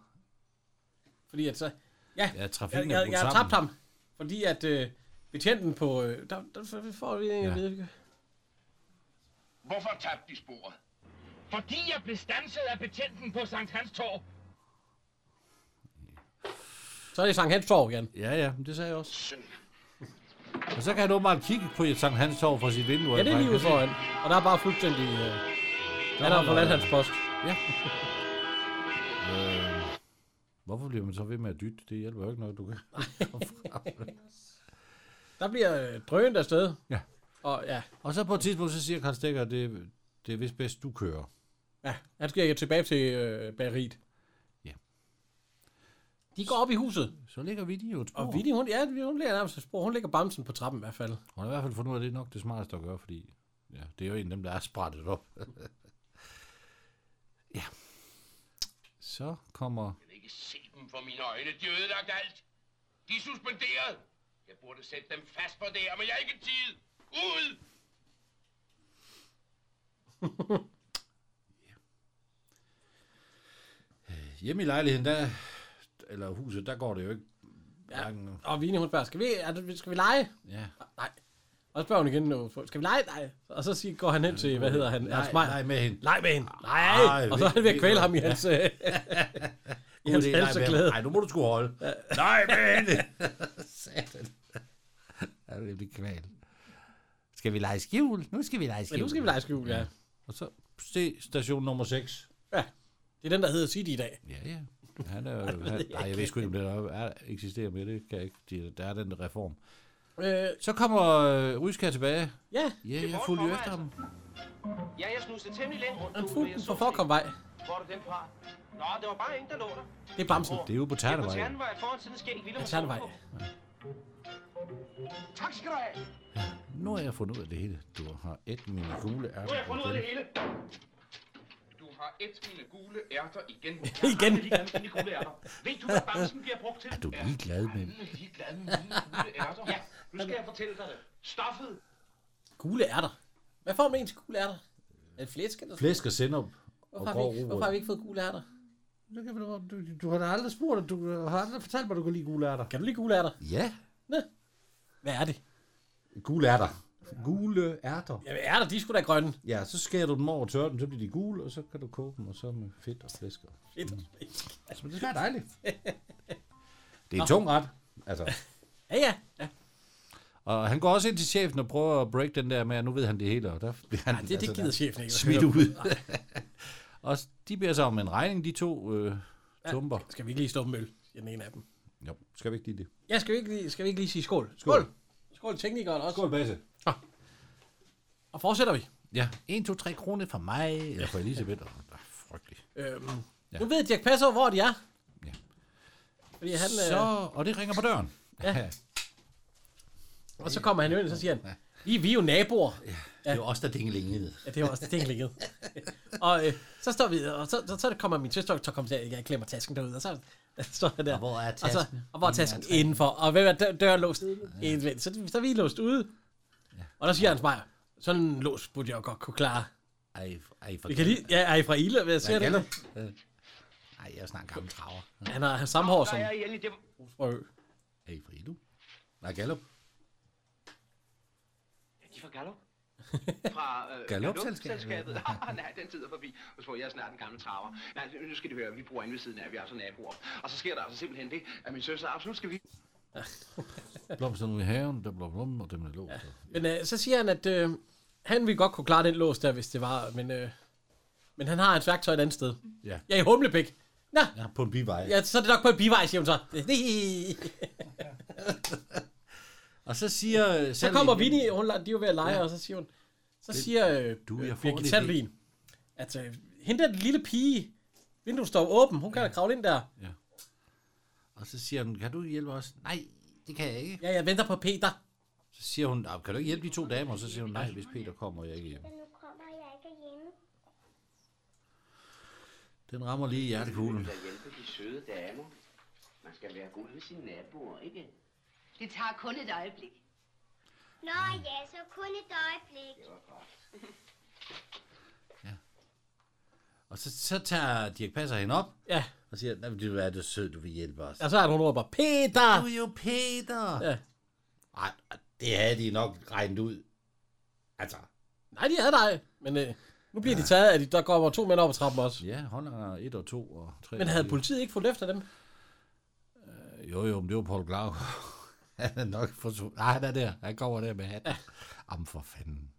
[SPEAKER 2] Fordi at så, ja,
[SPEAKER 1] Ja, trafikken
[SPEAKER 2] jeg,
[SPEAKER 1] er
[SPEAKER 2] jeg,
[SPEAKER 1] brudt
[SPEAKER 2] jeg har
[SPEAKER 1] sammen.
[SPEAKER 2] tabt ham. Fordi at øh, betjenten på... Øh, der, der f- får vi en
[SPEAKER 1] Ja.
[SPEAKER 2] ja. vide.
[SPEAKER 5] Hvorfor tabte de sporet? Fordi jeg blev stanset af betjenten på Sankt Hans Torv.
[SPEAKER 2] Så er det Sankt Hans Torv igen.
[SPEAKER 1] Ja, ja, men det sagde jeg også. Og så kan han åbenbart kigge på Sankt Hans Torv fra sit vindue.
[SPEAKER 2] Ja, det er
[SPEAKER 1] Han
[SPEAKER 2] lige
[SPEAKER 1] kan
[SPEAKER 2] ude
[SPEAKER 1] se-
[SPEAKER 2] foran. Og der er bare fuldstændig... Øh, han har
[SPEAKER 1] holder-
[SPEAKER 2] forladt hans post.
[SPEAKER 1] Øh, Hvorfor bliver man så ved med at dytte? Det hjælper jo ikke noget, du kan.
[SPEAKER 2] Der bliver øh, drønt afsted.
[SPEAKER 1] Ja.
[SPEAKER 2] Og ja,
[SPEAKER 1] Og så på et tidspunkt, så siger Karl Stikker, det, det er vist bedst, du kører.
[SPEAKER 2] ja han skal tilbage til øh, bageriet.
[SPEAKER 1] Ja.
[SPEAKER 2] De går op i huset.
[SPEAKER 1] Så ligger vi i jo et spor.
[SPEAKER 2] Og Vidi, hun, ja, hun ligger nærmest et spor. Hun ligger bamsen på trappen i hvert fald.
[SPEAKER 1] Hun har i hvert fald fundet ud af, at det er nok det smarteste at gøre, fordi ja, det er jo en af dem, der er sprættet op. ja. Så kommer...
[SPEAKER 5] Jeg kan ikke se dem for mine øjne. De har ødelagt alt. De er suspenderet. Jeg burde sætte dem fast på det her, men jeg har ikke tid. Ud!
[SPEAKER 1] Hjemme i lejligheden, der, eller huset, der går det jo ikke.
[SPEAKER 2] Ja.
[SPEAKER 1] Ja. Nu.
[SPEAKER 2] Og Vine, hun spørger, skal vi, er det, skal vi lege?
[SPEAKER 1] ja.
[SPEAKER 2] Nej. Og så spørger hun igen, nu, skal vi lege? Nej. Og så siger, går han hen til, hvad hedder han? Hans Meier.
[SPEAKER 1] nej, Ah, med hende.
[SPEAKER 2] Leg med hende.
[SPEAKER 1] Ej,
[SPEAKER 2] Nej. Og så er han ved at
[SPEAKER 1] ved-
[SPEAKER 2] kvæle
[SPEAKER 1] ved-
[SPEAKER 2] ham i hans... øh, i
[SPEAKER 1] Jamen,
[SPEAKER 2] hans
[SPEAKER 1] det er nej, med
[SPEAKER 2] halserklæde.
[SPEAKER 1] hende. Ej, nu må du sgu holde. nej, med hende. Satan. Ja, det bliver kval. Skal vi lege skjul? Nu skal vi lege
[SPEAKER 2] Men nu skal vi lege skjul, ja.
[SPEAKER 1] Og så se station nummer 6.
[SPEAKER 2] Ja. Det er den, der hedder City i dag.
[SPEAKER 1] Ja, ja. Han er, jo- han, nej, jeg ved sgu ikke, om det der er, eksisterer mere. Det kan jeg ikke. De- Der er den reform.
[SPEAKER 2] Øh,
[SPEAKER 1] Så kommer øh, Ryska tilbage.
[SPEAKER 2] ja,
[SPEAKER 1] Ja, jeg
[SPEAKER 5] morgen
[SPEAKER 1] fulgte jo
[SPEAKER 5] kommer
[SPEAKER 1] efter
[SPEAKER 5] altså.
[SPEAKER 1] ham.
[SPEAKER 5] Ja, jeg snusede temmelig længe rundt.
[SPEAKER 2] han
[SPEAKER 5] du,
[SPEAKER 2] fulgte
[SPEAKER 5] jeg
[SPEAKER 2] den
[SPEAKER 5] så
[SPEAKER 2] på
[SPEAKER 5] den ikke.
[SPEAKER 2] forkomvej.
[SPEAKER 5] Hvor er du den fra? Nå, det var bare en, der lå der.
[SPEAKER 2] Det er Bamsen.
[SPEAKER 1] Det er jo på
[SPEAKER 5] Det er på
[SPEAKER 1] Ternevej.
[SPEAKER 5] Ternevej foran sådan en skæg. Ville
[SPEAKER 2] Det er Ternevej.
[SPEAKER 5] man tro på. Tak skal du have.
[SPEAKER 1] Nu har jeg fundet ud af det hele. Du har et mine gule ærger.
[SPEAKER 5] Nu har jeg fundet ud af det hele.
[SPEAKER 9] Du har et mine gule ærter igen.
[SPEAKER 2] Igen.
[SPEAKER 5] Jeg er ligeglad med mine gule ærter. Ved du, hvad bamsen bliver brugt til? Mm,
[SPEAKER 1] Er du ligeglad med
[SPEAKER 9] Jeg er lige glad med mine gule ærter.
[SPEAKER 5] Ja, nu skal jeg fortælle dig det. Stoffet.
[SPEAKER 2] Gule ærter. Hvad får man egentlig til gule ærter? Er det flæsk eller sådan
[SPEAKER 1] Flæsk og sennep.
[SPEAKER 2] noget?
[SPEAKER 1] og
[SPEAKER 2] Hvorfor har,
[SPEAKER 1] grov
[SPEAKER 2] vi ikke,
[SPEAKER 1] rugbrød.
[SPEAKER 2] hvorfor har vi ikke fået gule ærter?
[SPEAKER 1] Det kan vi da godt. Du, du har da aldrig spurgt, og du har aldrig fortalt mig, at du kan lide gule ærter.
[SPEAKER 2] Kan du lide gule ærter?
[SPEAKER 1] Ja,
[SPEAKER 2] Hvad er det?
[SPEAKER 1] gule ærter. Gule ærter.
[SPEAKER 2] Jamen ærter, de er sgu da grønne.
[SPEAKER 1] Ja, så skærer du dem over og tørrer dem, så bliver de gule, og så kan du koge dem, og så med fedt og flæsk. og-
[SPEAKER 2] Fedt.
[SPEAKER 1] Altså, det smager dejligt. Det er en tung ret. Altså.
[SPEAKER 2] Ja, ja. ja.
[SPEAKER 1] Og han går også ind til chefen og prøver at break den der med, at nu ved han det hele, og der bliver han
[SPEAKER 2] Nej, det, det
[SPEAKER 1] altså,
[SPEAKER 2] gider
[SPEAKER 1] der
[SPEAKER 2] chefen ikke. at
[SPEAKER 1] smidt
[SPEAKER 2] høre.
[SPEAKER 1] ud. og de beder sig om en regning, de to øh, tumper.
[SPEAKER 2] Skal vi ikke lige stå på møl? Ja, den ene af dem.
[SPEAKER 1] Jo, skal vi ikke lide det?
[SPEAKER 2] Ja, skal vi ikke lige, skal vi ikke lige sige skål? Skål. Skål, teknikeren også. Skål.
[SPEAKER 1] Basse.
[SPEAKER 2] Og fortsætter vi.
[SPEAKER 1] Ja, 1, 2, 3 kroner for mig, eller for Elisabeth. Åh, det er frygteligt.
[SPEAKER 2] Øhm,
[SPEAKER 1] Ja.
[SPEAKER 2] ja. Nu ved Jack Passer, hvor de er.
[SPEAKER 1] Ja.
[SPEAKER 2] Fordi han, øh,
[SPEAKER 1] Så,
[SPEAKER 2] så...
[SPEAKER 1] og det ringer på døren. Ja.
[SPEAKER 2] Øh, og så kommer han ind, og så siger han, I, vi er jo naboer.
[SPEAKER 1] det er jo os, der dingelingede.
[SPEAKER 2] Ja, det var også det, det er ligget. og øh, så står vi, og så, så, så kommer min søster, så kommer jeg, jeg klemmer tasken derude, og så står jeg der.
[SPEAKER 1] Og hvor er
[SPEAKER 2] Og, så,
[SPEAKER 1] tasken?
[SPEAKER 2] og hvor er tasken indenfor? Og hvem er dør, dørlåst? Ja. Så, så er vi låst ude. Og der siger Hans Meier, sådan en lås burde jeg jo godt kunne klare.
[SPEAKER 1] Ej, ej, for
[SPEAKER 2] Vi kan lige, ja, er I fra Ile, hvad jeg siger
[SPEAKER 1] Hvad
[SPEAKER 2] det?
[SPEAKER 1] Ej, Øh. jeg er snart en gammel traver.
[SPEAKER 2] Han har samme hår som
[SPEAKER 5] Der er igen i det.
[SPEAKER 2] Rø.
[SPEAKER 1] Ej, for Ilu. Nej, Gallup.
[SPEAKER 5] Er de fra Gallup?
[SPEAKER 9] Fra øh,
[SPEAKER 1] Galopselskabet.
[SPEAKER 9] Galopselskabet. Ah, nej, den tid er forbi. Og så jeg er snart en gammel traver. Nej, nu skal du høre, vi bor inde ved siden af, vi er altså naboer. Og så sker der altså simpelthen det, at min søster absolut skal vi.
[SPEAKER 1] Blomsterne ude i haven, der blom, blom, og dem er låst. Ja.
[SPEAKER 2] Men øh, så siger han, at øh, han ville godt kunne klare den lås der, hvis det var, men, øh, men han har hans værktøj et andet sted.
[SPEAKER 1] Ja.
[SPEAKER 2] Ja, i Humlebæk. Nå,
[SPEAKER 1] ja, på en bivej.
[SPEAKER 2] ja, så er det nok på en bivej, siger hun så. Det-
[SPEAKER 1] Og så siger øh,
[SPEAKER 2] Så
[SPEAKER 1] Sally
[SPEAKER 2] kommer
[SPEAKER 1] igen-
[SPEAKER 2] Vinnie, hun, la- de er jo ved at lege, ja. og så siger hun, så det, siger øh,
[SPEAKER 1] du, jeg får en
[SPEAKER 2] Birgit
[SPEAKER 1] idé.
[SPEAKER 2] Sandlin, at øh, hende der lille pige, vinduet står åben, hun kan da kravle ind der.
[SPEAKER 1] Og så siger hun, kan du hjælpe os? Nej, det kan jeg ikke.
[SPEAKER 2] Ja, jeg venter på Peter.
[SPEAKER 1] Så siger hun, "Nå, kan du ikke hjælpe de to damer? Og så siger hun, nej, hvis Peter kommer, jeg ikke hjem.
[SPEAKER 4] Men nu kommer jeg ikke hjemme.
[SPEAKER 1] Den rammer lige i hjertekuglen.
[SPEAKER 7] hjælpe de søde damer. Man skal være god ved sine naboer, ikke?
[SPEAKER 8] Det tager kun et øjeblik.
[SPEAKER 4] Nå ja, så kun et øjeblik.
[SPEAKER 1] Og så, så tager Dirk Passer hende op
[SPEAKER 2] Ja,
[SPEAKER 1] og siger, nej, men du er du sød, du vil hjælpe os.
[SPEAKER 2] og så er det, hun råber, Peter!
[SPEAKER 1] Du er jo Peter!
[SPEAKER 2] Altså- Ja.
[SPEAKER 1] Ej, det havde de nok regnet ud. Altså.
[SPEAKER 2] Nej, de havde dig, men øh, nu bliver ja. de taget, at de, der kommer to mænd op ad trappen også.
[SPEAKER 1] Ja, håndlanger 1 og 2 og 3.
[SPEAKER 2] Men havde politiet ikke fulgt efter dem?
[SPEAKER 1] Jo, jo, men det var Paul Glau. han er nok for... Nej, han er der. Han kommer der med hatten. Am for fanden.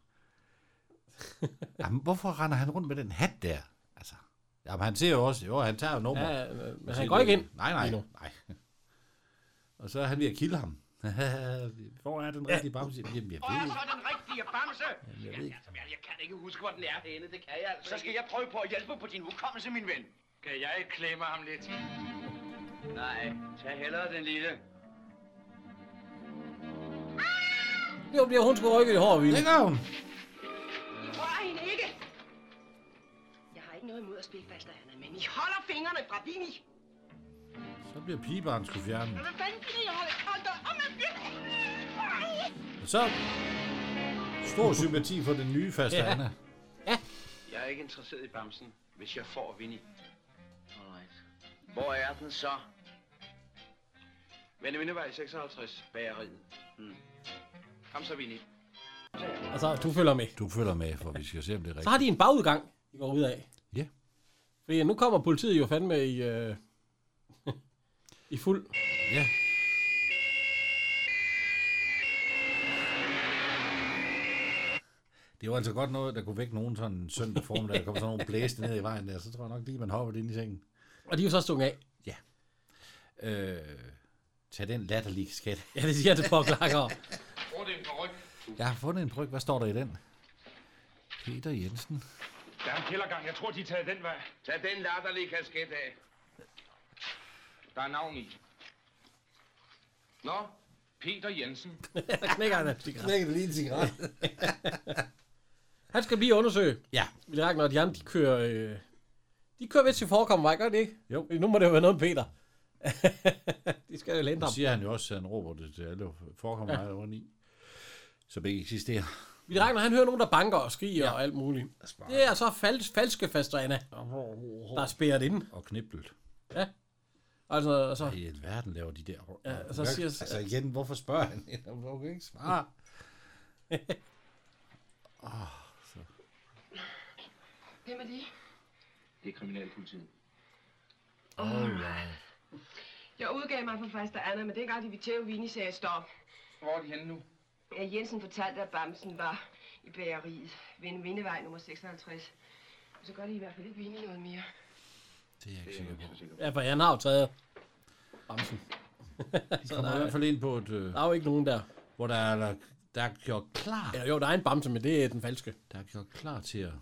[SPEAKER 1] Jamen, hvorfor render han rundt med den hat der? Altså, jamen, han ser jo også... Jo, han tager jo nummer.
[SPEAKER 2] Ja, øh, men
[SPEAKER 1] Og
[SPEAKER 2] han
[SPEAKER 1] siger,
[SPEAKER 2] går ikke ind.
[SPEAKER 1] Nej, nej,
[SPEAKER 2] lige nu.
[SPEAKER 1] nej. Og så er han ved at kilde ham. Hvor er den rigtige bamse? Jamen, jeg
[SPEAKER 5] Hvor er
[SPEAKER 1] ved
[SPEAKER 5] så den rigtige bamse?
[SPEAKER 1] ikke. Jeg ved ikke.
[SPEAKER 5] Altså, jeg, jeg kan ikke huske, hvor den er henne. Det kan jeg altså Så skal jeg prøve på at hjælpe på din hukommelse, min ven. Kan jeg klemme ham lidt? Nej, tag hellere den lille.
[SPEAKER 2] Jo, bliver hun skulle rykke i håret, Vinnie.
[SPEAKER 1] Det gør hun.
[SPEAKER 6] Rør hende ikke! Jeg har ikke noget imod at spille faster, Anna, men I holder fingrene fra Vini.
[SPEAKER 1] Så Så bliver pigebarn skulle fjerne.
[SPEAKER 5] Hvad fanden kan jeg holde andre om at
[SPEAKER 1] Og så stor sympati for den nye faste
[SPEAKER 2] Ja.
[SPEAKER 1] ja. Anna.
[SPEAKER 9] Jeg er ikke interesseret i bamsen, hvis jeg får Vinnie.
[SPEAKER 6] Alright.
[SPEAKER 9] Hvor er den så? Vennevindevej 56, bageriet. Mm. Kom så, Vinnie.
[SPEAKER 2] Og så Altså, du følger med.
[SPEAKER 1] Du følger med, for vi skal se, om det er
[SPEAKER 2] Så
[SPEAKER 1] rigtigt.
[SPEAKER 2] har de en bagudgang, de går ud af.
[SPEAKER 1] Ja.
[SPEAKER 2] Fordi nu kommer politiet jo fandme i, øh, i fuld.
[SPEAKER 1] Ja. Det var altså godt noget, der kunne vække nogen sådan en søndag formiddag, der kom sådan nogle blæste ned i vejen der, så tror jeg nok lige, man hopper ind i sengen.
[SPEAKER 2] Og de er jo så stukket af.
[SPEAKER 1] Øh, tag den latterlige skat.
[SPEAKER 2] Ja, det siger det for klakker.
[SPEAKER 5] Hvor er det en ryg?
[SPEAKER 1] Jeg har fundet en bryg. Hvad står der i den? Peter Jensen.
[SPEAKER 5] Der er en kældergang. Jeg tror, de er taget den vej.
[SPEAKER 9] Tag den latterlige kasket af. Der er navn i. Nå, Peter Jensen.
[SPEAKER 2] Der knækker han af cigaret.
[SPEAKER 1] Knækker lige en cigaret.
[SPEAKER 2] Han skal lige undersøge.
[SPEAKER 1] Ja.
[SPEAKER 2] Vi rækker, når de andre, de kører... Øh, de kører ved til forekommer, gør det ikke?
[SPEAKER 1] Jo.
[SPEAKER 2] Nu må det jo være noget med Peter. de skal jo lente
[SPEAKER 1] Det
[SPEAKER 2] ham.
[SPEAKER 1] siger han jo også, at han råber det til alle forekommer ja. rundt i. Som ikke eksisterer.
[SPEAKER 2] Vi rækker, når han hører nogen, der banker og skriger ja. og alt muligt. Det er så fals, falske faster Anna, der spærer det ind.
[SPEAKER 1] Og kniblet.
[SPEAKER 2] Altså, og så,
[SPEAKER 1] Hvad i alverden laver de der?
[SPEAKER 2] Ja, og så siger-
[SPEAKER 1] altså igen, hvorfor spørger han? Hvorfor kan jeg ikke svare?
[SPEAKER 6] Hvem er det?
[SPEAKER 9] Det er kriminalpolitiet.
[SPEAKER 1] Alright.
[SPEAKER 6] Jeg udgav mig for faste Anna, men dengang de ville tæve Vini, sagde jeg stop.
[SPEAKER 9] Hvor er de henne nu?
[SPEAKER 6] Ja, Jensen fortalte, at Bamsen var i bageriet ved en vindevej nummer 56. Og så gør det i hvert fald ikke Vini noget mere.
[SPEAKER 1] Det er jeg ikke sikker på.
[SPEAKER 2] ja, for han har jo taget bamsen.
[SPEAKER 1] De kommer i hvert fald ind på et, øh,
[SPEAKER 2] Der er jo ikke nogen der.
[SPEAKER 1] hvor der er, lagt- der er gjort klar.
[SPEAKER 2] Ja, jo, der er en bamse, men det er den falske.
[SPEAKER 1] Der er gjort klar til at...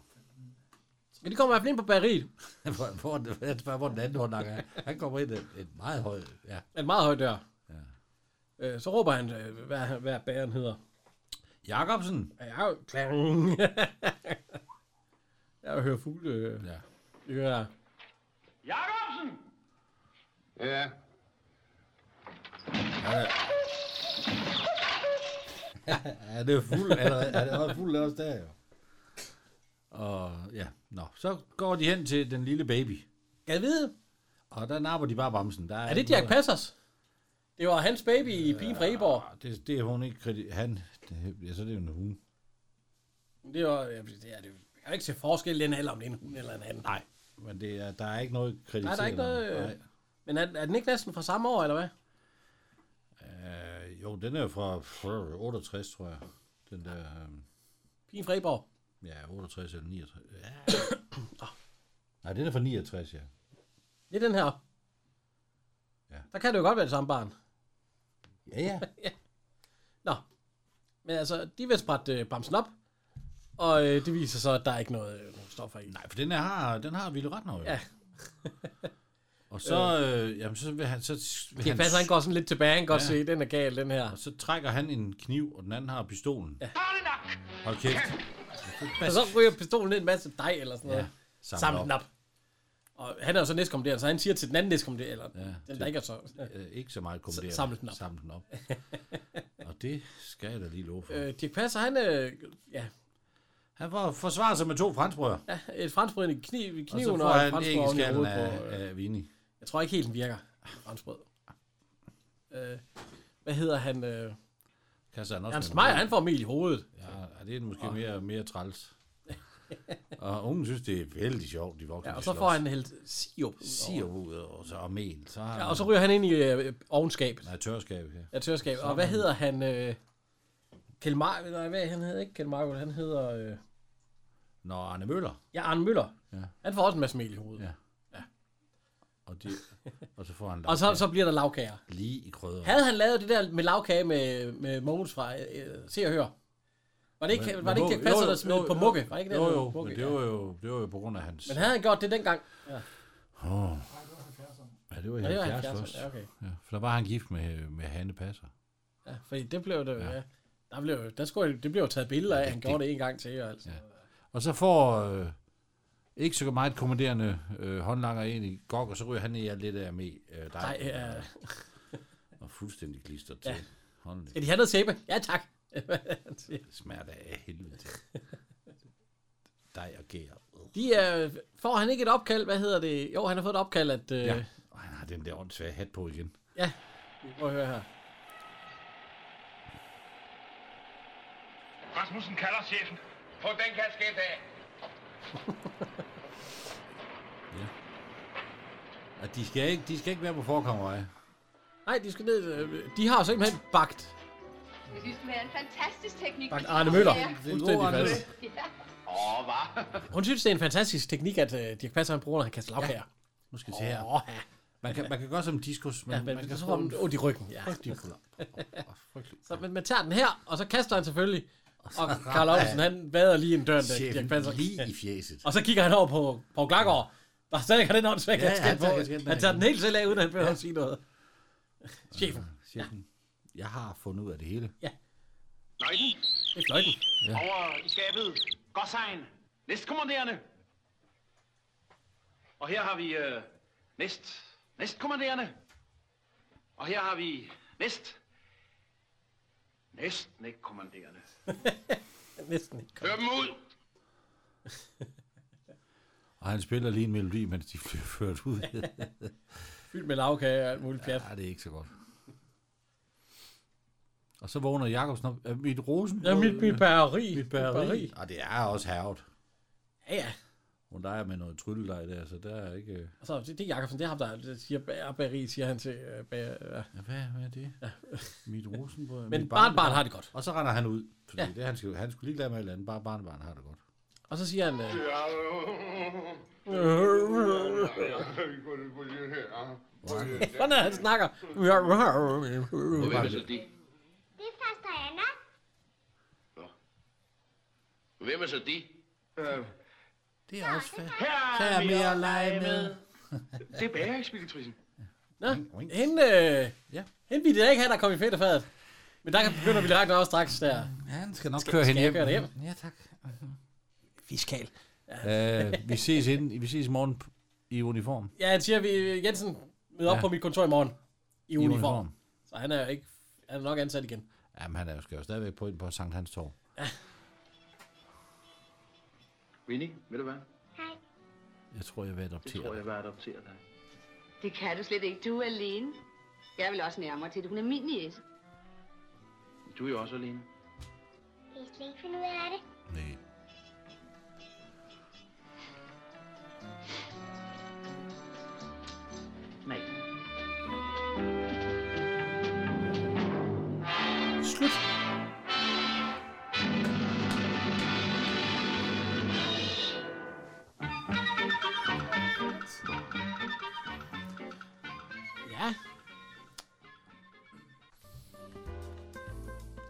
[SPEAKER 2] Men de kommer i hvert fald ind på bageriet.
[SPEAKER 1] hvor, hvor, jeg spørger, hvor den anden hånd er. Han kommer ind et, et meget højt... Ja.
[SPEAKER 2] En meget høj dør. Ja. Øh, så råber han, øh, hvad, hvad bageren hedder.
[SPEAKER 1] Jakobsen.
[SPEAKER 2] Ja, jeg er jo klang. jeg hører fugle. Øh,
[SPEAKER 1] Ja.
[SPEAKER 2] det hører jeg.
[SPEAKER 5] Jakobsen!
[SPEAKER 7] Ja,
[SPEAKER 1] Ja, det er fuld allerede. Ja, det er fuld også der, jo. Og ja, nå. Så går de hen til den lille baby.
[SPEAKER 2] Kan jeg vide,
[SPEAKER 1] Og der napper de bare bamsen. Der
[SPEAKER 2] er det
[SPEAKER 1] ikke
[SPEAKER 2] Dirk
[SPEAKER 1] noget-
[SPEAKER 2] Passers? Det var hans baby i Pigen fra Eborg.
[SPEAKER 1] Ah, Det, det er hun ikke kredi- Han, det, ja, så er det jo en hun.
[SPEAKER 2] Det var, ja, det er det. jo- Jeg kan ikke se forskel i den alder, om det er en hund eller en anden. Nej.
[SPEAKER 1] Men det er, der er ikke noget krediteret.
[SPEAKER 2] Nej, der er ikke noget, øh, Men er, er den ikke næsten fra samme år, eller hvad?
[SPEAKER 1] Nej. Øh, jo, den er fra fra 68, tror jeg. Den der, øh,
[SPEAKER 2] Pigen fra Eborg.
[SPEAKER 1] ja, 68 eller 69. Ja. Nej, den er fra 69, ja.
[SPEAKER 2] Det er den her.
[SPEAKER 1] Ja.
[SPEAKER 2] Der kan det jo godt være det samme barn.
[SPEAKER 1] Ja, ja.
[SPEAKER 2] Men altså, de vil sprætte øh, bamsen op, og øh, det viser så, at der er ikke noget øh, nogen stoffer i.
[SPEAKER 1] Nej, for den er, har, den har Ville Ratner jo.
[SPEAKER 2] Ja.
[SPEAKER 1] Og så, øh, jamen, så vil han, så vil
[SPEAKER 2] Det
[SPEAKER 1] han,
[SPEAKER 2] passer, han går sådan lidt tilbage, han kan godt
[SPEAKER 1] Ja.
[SPEAKER 2] ja. se, den er gal, den her.
[SPEAKER 1] og så trækker han en kniv, og den anden har pistolen. Ja.
[SPEAKER 5] Så er det nok!
[SPEAKER 1] Hold kæft.
[SPEAKER 2] Og så ryger pistolen ned en masse dej eller sådan noget.
[SPEAKER 1] Ja,
[SPEAKER 2] Ja. Sammen den op. Og han er jo så næstkommanderende, så han siger til den anden næstkommanderende, eller ja, den, der
[SPEAKER 1] det-
[SPEAKER 2] ikke er så...
[SPEAKER 1] Øh, ikke så meget kommanderet.
[SPEAKER 2] S- samle den op.
[SPEAKER 1] Samle den op. og det skal jeg da lige love for. Øh.
[SPEAKER 2] Øh, Dirk Passer, han er ja,
[SPEAKER 1] Han var forsvaret sig med to fransbrød,
[SPEAKER 2] et franskbrød i kniv, i
[SPEAKER 1] og så
[SPEAKER 2] kniven,
[SPEAKER 1] får
[SPEAKER 2] og, et
[SPEAKER 1] han
[SPEAKER 2] franskbrød oven i
[SPEAKER 1] æggeskallen
[SPEAKER 2] hovedet
[SPEAKER 1] af,
[SPEAKER 2] på... Øh,
[SPEAKER 1] af Vini.
[SPEAKER 2] jeg tror ikke helt, den virker, franskbrød. Øh, hvad hedder han? Øh,
[SPEAKER 1] Kaster han også
[SPEAKER 2] Ernst
[SPEAKER 1] med en
[SPEAKER 2] Meyer, han får mel i hovedet.
[SPEAKER 1] Ja, det er måske mere, mere træls. og ungen synes, det er vældig sjovt, de voksne.
[SPEAKER 2] Ja, og
[SPEAKER 1] de
[SPEAKER 2] så
[SPEAKER 1] slås.
[SPEAKER 2] får han hældt sirup. ud over.
[SPEAKER 1] sirup ud og så og mel. Så har
[SPEAKER 2] Ja, og så ryger han ind i øh, ovenskabet.
[SPEAKER 1] Nej, tørskab, ja.
[SPEAKER 2] Ja, tørskab. Og hvad hedder han? Øh, Kjell Mar- nej, hvad han hedder ikke Kjell Marco, han hedder... Øh,
[SPEAKER 1] Nå, Arne Møller.
[SPEAKER 2] ja, Arne Møller.
[SPEAKER 1] Ja.
[SPEAKER 2] Han får også en masse mel i hovedet.
[SPEAKER 1] Ja.
[SPEAKER 2] Ja.
[SPEAKER 1] Og, det, og så får han
[SPEAKER 2] Og så,
[SPEAKER 1] lavkage
[SPEAKER 2] så bliver der lavkager.
[SPEAKER 1] lige i krydder.
[SPEAKER 2] Havde han lavet det der med lavkage med, med Mogens fra øh, Se og Hør? Var det ikke,
[SPEAKER 1] Men-
[SPEAKER 2] var det ikke
[SPEAKER 1] men jo,
[SPEAKER 2] Dirk Passer,
[SPEAKER 1] jo,
[SPEAKER 2] der
[SPEAKER 1] jo,
[SPEAKER 2] smed
[SPEAKER 1] jo,
[SPEAKER 2] på
[SPEAKER 1] jo.
[SPEAKER 2] Mugge? Var det ikke det,
[SPEAKER 1] Jo,
[SPEAKER 2] der hed
[SPEAKER 1] jo,
[SPEAKER 2] Mugge?
[SPEAKER 1] men det var jo, det var jo på grund af hans...
[SPEAKER 2] Men havde han gjort det dengang? Ja,
[SPEAKER 1] Åh,
[SPEAKER 3] Nej, det var 70'erne.
[SPEAKER 1] ja, det var i
[SPEAKER 2] ja det var
[SPEAKER 1] 70
[SPEAKER 2] 70'erne.
[SPEAKER 1] først.
[SPEAKER 2] Ja, okay.
[SPEAKER 1] Ja, for der var han gift med, med Hanne Passer.
[SPEAKER 2] Ja, fordi det blev det jo, ja. Der blev, jo- der skulle, det blev jo taget billeder af, han gjorde det en gang til og alt sådan
[SPEAKER 1] Og så får øh, Ikke så meget kommanderende øh, håndlanger ind i gok, og så ryger han i alt det der med øh, dig.
[SPEAKER 2] Nej, øh,
[SPEAKER 1] Og fuldstændig klister til. Ja.
[SPEAKER 2] Ja.
[SPEAKER 1] Hånden
[SPEAKER 2] skal de have noget sæbe? Ja, tak.
[SPEAKER 1] smerter af helvede til. dig og gær.
[SPEAKER 2] de er, får han ikke et opkald? Hvad hedder det? Jo, han har fået et opkald, at... Øh,
[SPEAKER 1] Ja. Og han har den der åndssvage hat på igen.
[SPEAKER 2] ja. Prøv at høre her.
[SPEAKER 5] Rasmussen kalder chefen. Få den kasket af.
[SPEAKER 1] Og de skal ikke, de skal ikke være på forkammervej.
[SPEAKER 2] Nej, de skal ned. øh, De har simpelthen bagt.
[SPEAKER 8] Jeg synes, det er en fantastisk teknik.
[SPEAKER 2] Bagt Arne Møller.
[SPEAKER 8] Ja.
[SPEAKER 2] Fuldstændig
[SPEAKER 1] Arne
[SPEAKER 2] fast.
[SPEAKER 9] Åh, hvad?
[SPEAKER 2] Hun synes, det er en fantastisk teknik, at øh, Dirk Passer han bruger, når han kaster lavkager.
[SPEAKER 1] Nu skal vi se her.
[SPEAKER 2] Åh, ja.
[SPEAKER 1] Man kan, man kan gøre som diskus, men
[SPEAKER 2] ja,
[SPEAKER 1] ja, man
[SPEAKER 2] men
[SPEAKER 1] kan
[SPEAKER 2] så
[SPEAKER 1] få
[SPEAKER 2] får
[SPEAKER 1] en
[SPEAKER 2] man ondt i ryggen. Ja.
[SPEAKER 1] frygtelig kollap. Åh, åh, frygtelig.
[SPEAKER 2] Så man, man tager den her, og så kaster han selvfølgelig. Og Karl Olsen, han vader lige en dør, der Dirk Passer.
[SPEAKER 1] Chefen lige i fjeset.
[SPEAKER 2] Og så kigger han over på Paul Glaggaard, der stadig har den åndssvagt
[SPEAKER 1] Ja,
[SPEAKER 2] ja,
[SPEAKER 1] ja,
[SPEAKER 2] kasket
[SPEAKER 1] han tager
[SPEAKER 2] på.
[SPEAKER 1] kasketten
[SPEAKER 2] Han
[SPEAKER 1] af
[SPEAKER 2] tager den helt selv af, uden at han behøver at sige noget. Chefen,
[SPEAKER 1] Chefen, jeg har fundet ud af det hele.
[SPEAKER 9] Løjten,
[SPEAKER 2] det er fløjten.
[SPEAKER 9] over i skabet. Gårdsejen, næstkommanderende. Og her har vi øh, næst, næstkommanderende. Og her har vi næst, næsten ikke kommanderende.
[SPEAKER 2] Næsten ikke.
[SPEAKER 5] Hør dem ud.
[SPEAKER 1] Og han spiller lige en melodi, mens de bliver ført ud.
[SPEAKER 2] Fyldt med lavkage og alt muligt pjat.
[SPEAKER 1] ja, det er ikke så godt. Og så vågner Jacobsen op. Er mit rosen?
[SPEAKER 2] Ja, mit, Øh, mit bageri.
[SPEAKER 1] mit bageri. Og det er også hervet.
[SPEAKER 2] Ja, ja.
[SPEAKER 1] Hun leger med noget trylledej der, så der er ikke... øh,
[SPEAKER 2] Og så, det, det er Jacobsen, det er ham, der der siger bager- bageri, siger han til øh, bager, øh.
[SPEAKER 1] Ja, hvad, hvad er det? Mit rosenbrød.
[SPEAKER 2] Men
[SPEAKER 1] mit
[SPEAKER 2] barnbarn har det godt.
[SPEAKER 1] Og så render han ud. Fordi
[SPEAKER 2] Ja.
[SPEAKER 1] ja. det, han, skal, han skulle lige glade med alt andet. Bare barnbarn har det godt.
[SPEAKER 2] Og så siger han... Øh, Sådan er han snakker.
[SPEAKER 9] Hvem er så det?
[SPEAKER 4] Det er faster Anna.
[SPEAKER 9] Hvem er så det?
[SPEAKER 1] Det er også fedt.
[SPEAKER 9] Her
[SPEAKER 1] Der er mere at lege med.
[SPEAKER 9] Det er bæreekspeditrisen.
[SPEAKER 2] Nå, hende, øh,
[SPEAKER 1] Ja.
[SPEAKER 2] hende ville jeg ikke have, der kom i fedt og fadet. Men der begynder vi lige også straks der.
[SPEAKER 1] Ja, han skal nok skal, køre hende
[SPEAKER 2] jeg køre
[SPEAKER 1] hjem.
[SPEAKER 2] det
[SPEAKER 1] Ja, tak.
[SPEAKER 2] Fiskal.
[SPEAKER 1] Uh, vi, ses inden, vi ses i morgen p- i uniform.
[SPEAKER 2] Ja, han siger, vi Jensen møder op
[SPEAKER 1] Ja.
[SPEAKER 2] på mit kontor i morgen. I uniform. Så han er jo ikke... Han er nok ansat igen.
[SPEAKER 1] Jamen, han er jo skal jo stadigvæk på ind på Sankt Hans Torv.
[SPEAKER 9] Winnie, ved du hvad?
[SPEAKER 4] Hej.
[SPEAKER 1] Jeg tror, jeg vil
[SPEAKER 9] Det tror
[SPEAKER 1] adoptere
[SPEAKER 9] jeg,
[SPEAKER 1] dig.
[SPEAKER 9] jeg vil adoptere dig.
[SPEAKER 8] Det kan du slet ikke. Du er alene. Jeg vil også nærmere til det. Hun er min niece.
[SPEAKER 9] Du er jo også alene.
[SPEAKER 4] Jeg kan slet ikke finde ud af det.
[SPEAKER 1] Nej.
[SPEAKER 9] Nej.
[SPEAKER 2] Slut. Ja.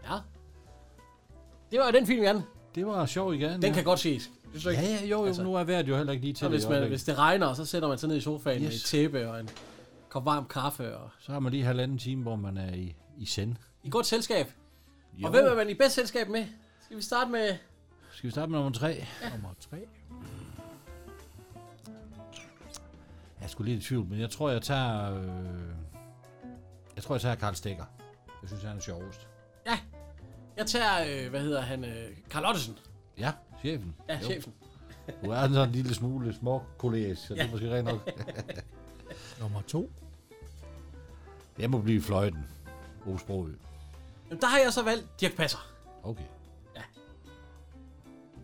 [SPEAKER 2] Ja. Det var jo den film, Jan.
[SPEAKER 1] Det var sjovt igen.
[SPEAKER 2] Den kan godt ses. Synes du ikke?
[SPEAKER 1] Ja, ja, jo, jo, altså,
[SPEAKER 2] Altså,
[SPEAKER 1] nu er vejret jo heller ikke lige til
[SPEAKER 2] Så hvis,
[SPEAKER 1] det i
[SPEAKER 2] man,
[SPEAKER 1] øjeblikket.
[SPEAKER 2] hvis det regner, så sætter man sig ned i sofaen yes. med
[SPEAKER 1] Yes.
[SPEAKER 2] et tæppe og en kop varm kaffe. Og...
[SPEAKER 1] Så har man lige halvanden time, hvor man er i, i send.
[SPEAKER 2] I godt selskab. Jo. Og hvem er man i bedst selskab med? Skal vi starte med...
[SPEAKER 1] Skal vi starte med nummer tre? Ja. Nummer tre. Jeg skulle lidt i tvivl, men jeg tror, jeg tager... Øh, jeg tror, jeg tager Karl Stikker. Jeg synes, han er sjovest.
[SPEAKER 2] Ja, jeg tager, øh, hvad hedder han, øh, Carl Ottesen.
[SPEAKER 1] Ja, chefen.
[SPEAKER 2] Ja,
[SPEAKER 1] Jo.
[SPEAKER 2] chefen.
[SPEAKER 1] Du er sådan en lille smule småkollegisk, så ja. det er måske rent nok.
[SPEAKER 10] Nummer to.
[SPEAKER 1] Jeg må blive fløjten. Osbroø.
[SPEAKER 2] Jamen, der har jeg så valgt Dirk Passer.
[SPEAKER 1] Okay.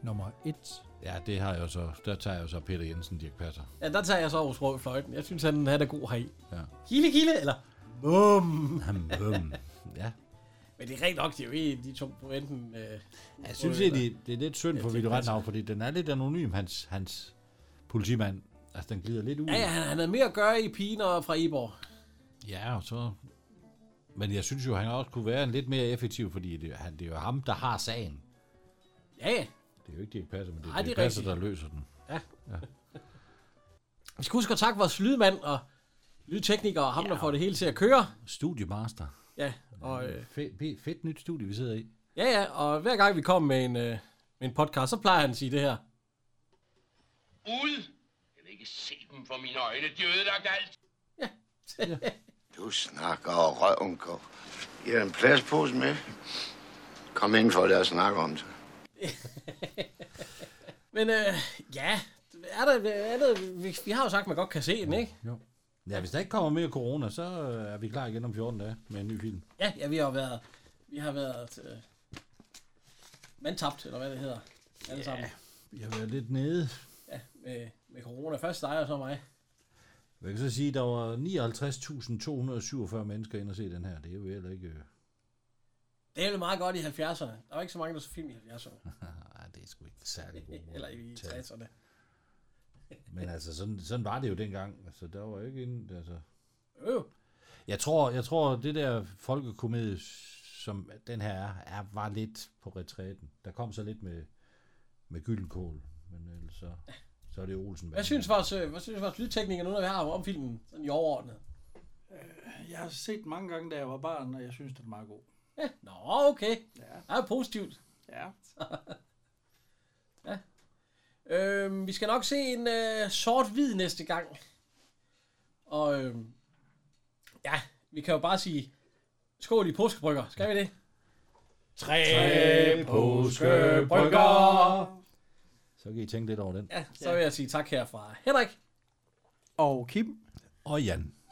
[SPEAKER 10] Nummer et.
[SPEAKER 1] Ja, det har jeg så. Der tager jeg så Peter Jensen, Dirk Passer.
[SPEAKER 2] Ja, der tager jeg så Aarhus Rød Fløjten. Jeg synes, han, han er god heri.
[SPEAKER 1] Ja.
[SPEAKER 2] Kile, kile, eller bum.
[SPEAKER 1] Ham, bum. ja.
[SPEAKER 2] Men det er rent nok, det er jo ikke de to på enten... Øh,
[SPEAKER 1] Jeg synes egentlig, det er lidt synd for
[SPEAKER 2] Dirch
[SPEAKER 1] Ville
[SPEAKER 2] Passer.
[SPEAKER 1] Retnav, fordi den er lidt anonym, hans, hans politimand. Altså, den glider lidt ud.
[SPEAKER 2] ja, ja, han, han havde mere at gøre i pigen og fra Iborg.
[SPEAKER 1] Ja, og så... Men jeg synes jo, han også kunne være en lidt mere effektiv, fordi det, han, det er jo ham, der har sagen.
[SPEAKER 2] Ja, ja.
[SPEAKER 1] Det er jo ikke Dirk Passer, men det er
[SPEAKER 2] Nej,
[SPEAKER 1] Dirch
[SPEAKER 2] det er
[SPEAKER 1] Passer,
[SPEAKER 2] rigtigt.
[SPEAKER 1] der løser den.
[SPEAKER 2] Vi skal huske at takke vores lydmand og lydtekniker og ham, ja. der får det hele til at køre.
[SPEAKER 1] Studiemaster.
[SPEAKER 2] Ja, og... Øh,
[SPEAKER 1] Fedt, fedt nyt studie, vi sidder i.
[SPEAKER 2] Ja, ja, og hver gang vi kommer med en, øh, med en podcast, så plejer han at sige det her.
[SPEAKER 5] Ud! Jeg vil ikke se dem for mine øjne. De har ødelagt alt.
[SPEAKER 11] Du snakker og røven går. Jeg har en plastpose med. Kom ind for lad os snakke om det.
[SPEAKER 2] Men øh, ja, er der andet? Vi, vi har jo sagt, at man godt kan se den, ikke?
[SPEAKER 1] Jo. Ja, hvis der ikke kommer mere corona, så øh, er vi klar igen om 14 dage med en ny film.
[SPEAKER 2] Ja, ja vi har jo været... Vi har været... Øh, mandtabt, eller hvad det hedder. Alle yeah. sammen.
[SPEAKER 1] Jeg har været lidt nede.
[SPEAKER 2] Ja, med, med corona. Først dig, og så mig.
[SPEAKER 1] Jeg kan så sige, at der var 59.247 mennesker ind og se den her. Det er jo heller ikke... øh,
[SPEAKER 2] Det er jo meget godt i 70'erne. Der var ikke så mange, der så film i 70'erne.
[SPEAKER 1] Nej, det er sgu ikke særlig gode
[SPEAKER 2] eller i 60'erne.
[SPEAKER 1] Men altså, sådan, sådan var det jo dengang. Altså, der var jo ikke en... Altså.
[SPEAKER 2] Øh.
[SPEAKER 1] Jeg tror, jeg tror, det der folkekomedie, som den her er, er, var lidt på retræten. Der kom så lidt med, med gyldenkål, men ellers så, så er det Olsen.
[SPEAKER 2] Hvad synes vores, øh, hvad synes vores lydtekniker nu, når vi har om filmen sådan i overordnet?
[SPEAKER 3] Jeg har set den mange gange, da jeg var barn, og jeg synes, den er meget god.
[SPEAKER 2] Ja, nå, okay.
[SPEAKER 3] Ja.
[SPEAKER 2] Det er positivt.
[SPEAKER 3] Ja.
[SPEAKER 2] ja. Øhm, vi skal nok se en øh, sort-hvid næste gang. Og øhm, ja, vi kan jo bare sige, skål i påskebrygger. Skal vi det? Tre,
[SPEAKER 1] Så kan I tænke lidt over den.
[SPEAKER 2] Ja, så vil jeg sige tak herfra. Henrik.
[SPEAKER 10] Og Kim.
[SPEAKER 1] Og Jan.